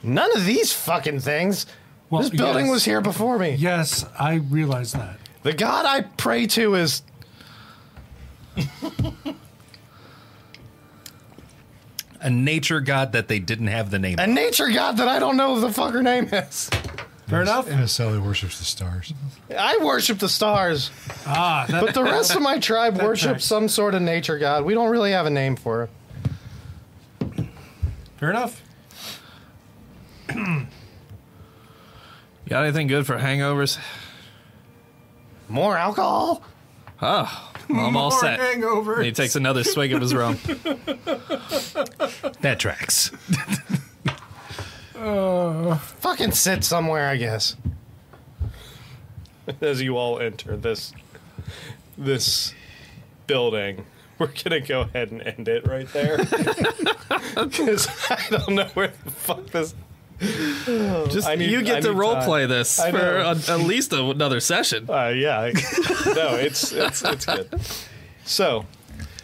None of these fucking things. this building yes. was here before me. Yes, I realize that. The god I pray to is A nature god that they didn't have the name a nature god that I don't know the fucker name is. Fair enough. And Sally E worships the stars. I worship the stars. Ah, that- but the rest of my tribe That worship tracks. some sort of nature god. We don't really have a name for it. Fair enough. You got anything good for hangovers? More alcohol? Oh, well, I'm all More set. hangovers. And he takes another swig of his rum. That tracks. Uh, fucking sit somewhere, I guess. As you all enter this this building, we're gonna go ahead and end it right there. Because I don't know where the fuck this. Just I need- you get I to need role time. play this I for know. a, at least a, another session. Uh, yeah. I- no, it's, it's it's good. So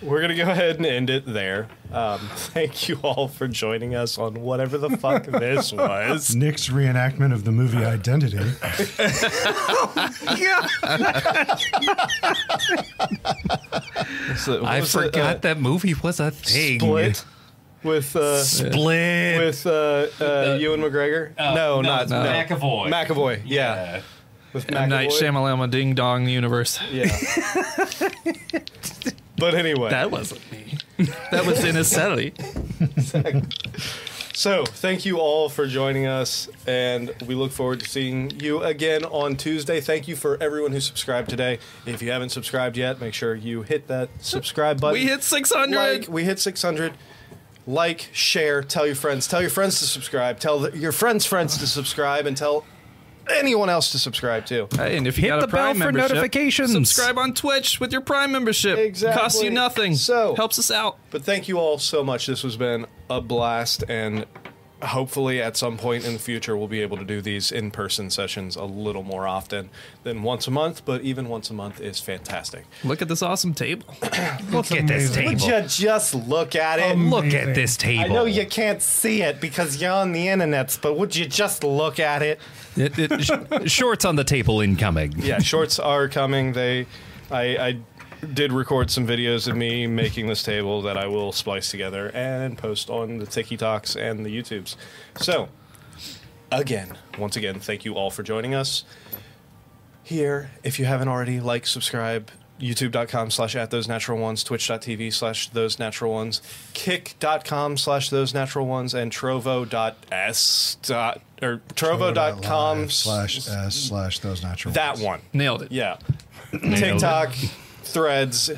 we're gonna go ahead and end it there. Um, thank you all for joining us on whatever the fuck this was. Nick's reenactment of the movie Identity. I was it, uh, forgot that movie was a thing. Split with uh, Split. with uh, uh, Ewan McGregor. uh, no, no, not no. no. McAvoy. McAvoy, yeah. With M. Night McAvoy. Shyamalama Ding Dong universe. Yeah. but anyway, That wasn't me. That was Ineselli. so thank you all for joining us, and we look forward to seeing you again on Tuesday. Thank you for everyone who subscribed today. If you haven't subscribed yet, make sure you hit that subscribe button. We hit 600. Like, we hit 600. Like, share, tell your friends, tell your friends to subscribe, tell th- your friends' friends to subscribe, and tell anyone else to subscribe too. Hey, and if you Hit got the a bell Prime for membership, notifications. Subscribe on Twitch with your Prime membership. Exactly. Costs you nothing. So helps us out. But thank you all so much. This has been a blast, and hopefully at some point in the future we'll be able to do these in-person sessions a little more often than once a month. But even once a month is fantastic. Look at this awesome table. Look at this amazing. table. Would just look at it? Look at this table. I know you can't see it because you're on the internets, but would you just look at it? It- it- sh- shorts on the table incoming. yeah, shorts are coming. They, I, I did record some videos of me making this table that I will splice together and post on the TikToks and the YouTubes. So, again, once again, thank you all for joining us here. If you haven't already, like, subscribe. YouTube.com slash at those natural ones, twitch.tv slash those natural ones, kick.com slash those natural ones, and trovo.s. Dot, or trovo.com Live slash s slash those natural. that one. Nailed it. Yeah. Nailed TikTok, threads,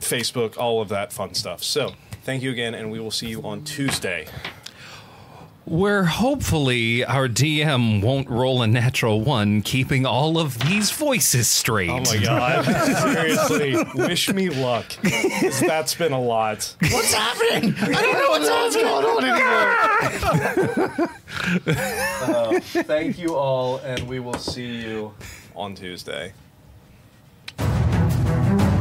Facebook, all of that fun stuff. So thank you again, and we will see you on Tuesday. Where hopefully our DM won't roll a natural one, keeping all of these voices straight. Oh my God. Seriously, wish me luck. 'cause That's been a lot. What's happening? I don't know what's going on thank you all, and we will see you on Tuesday. anymore.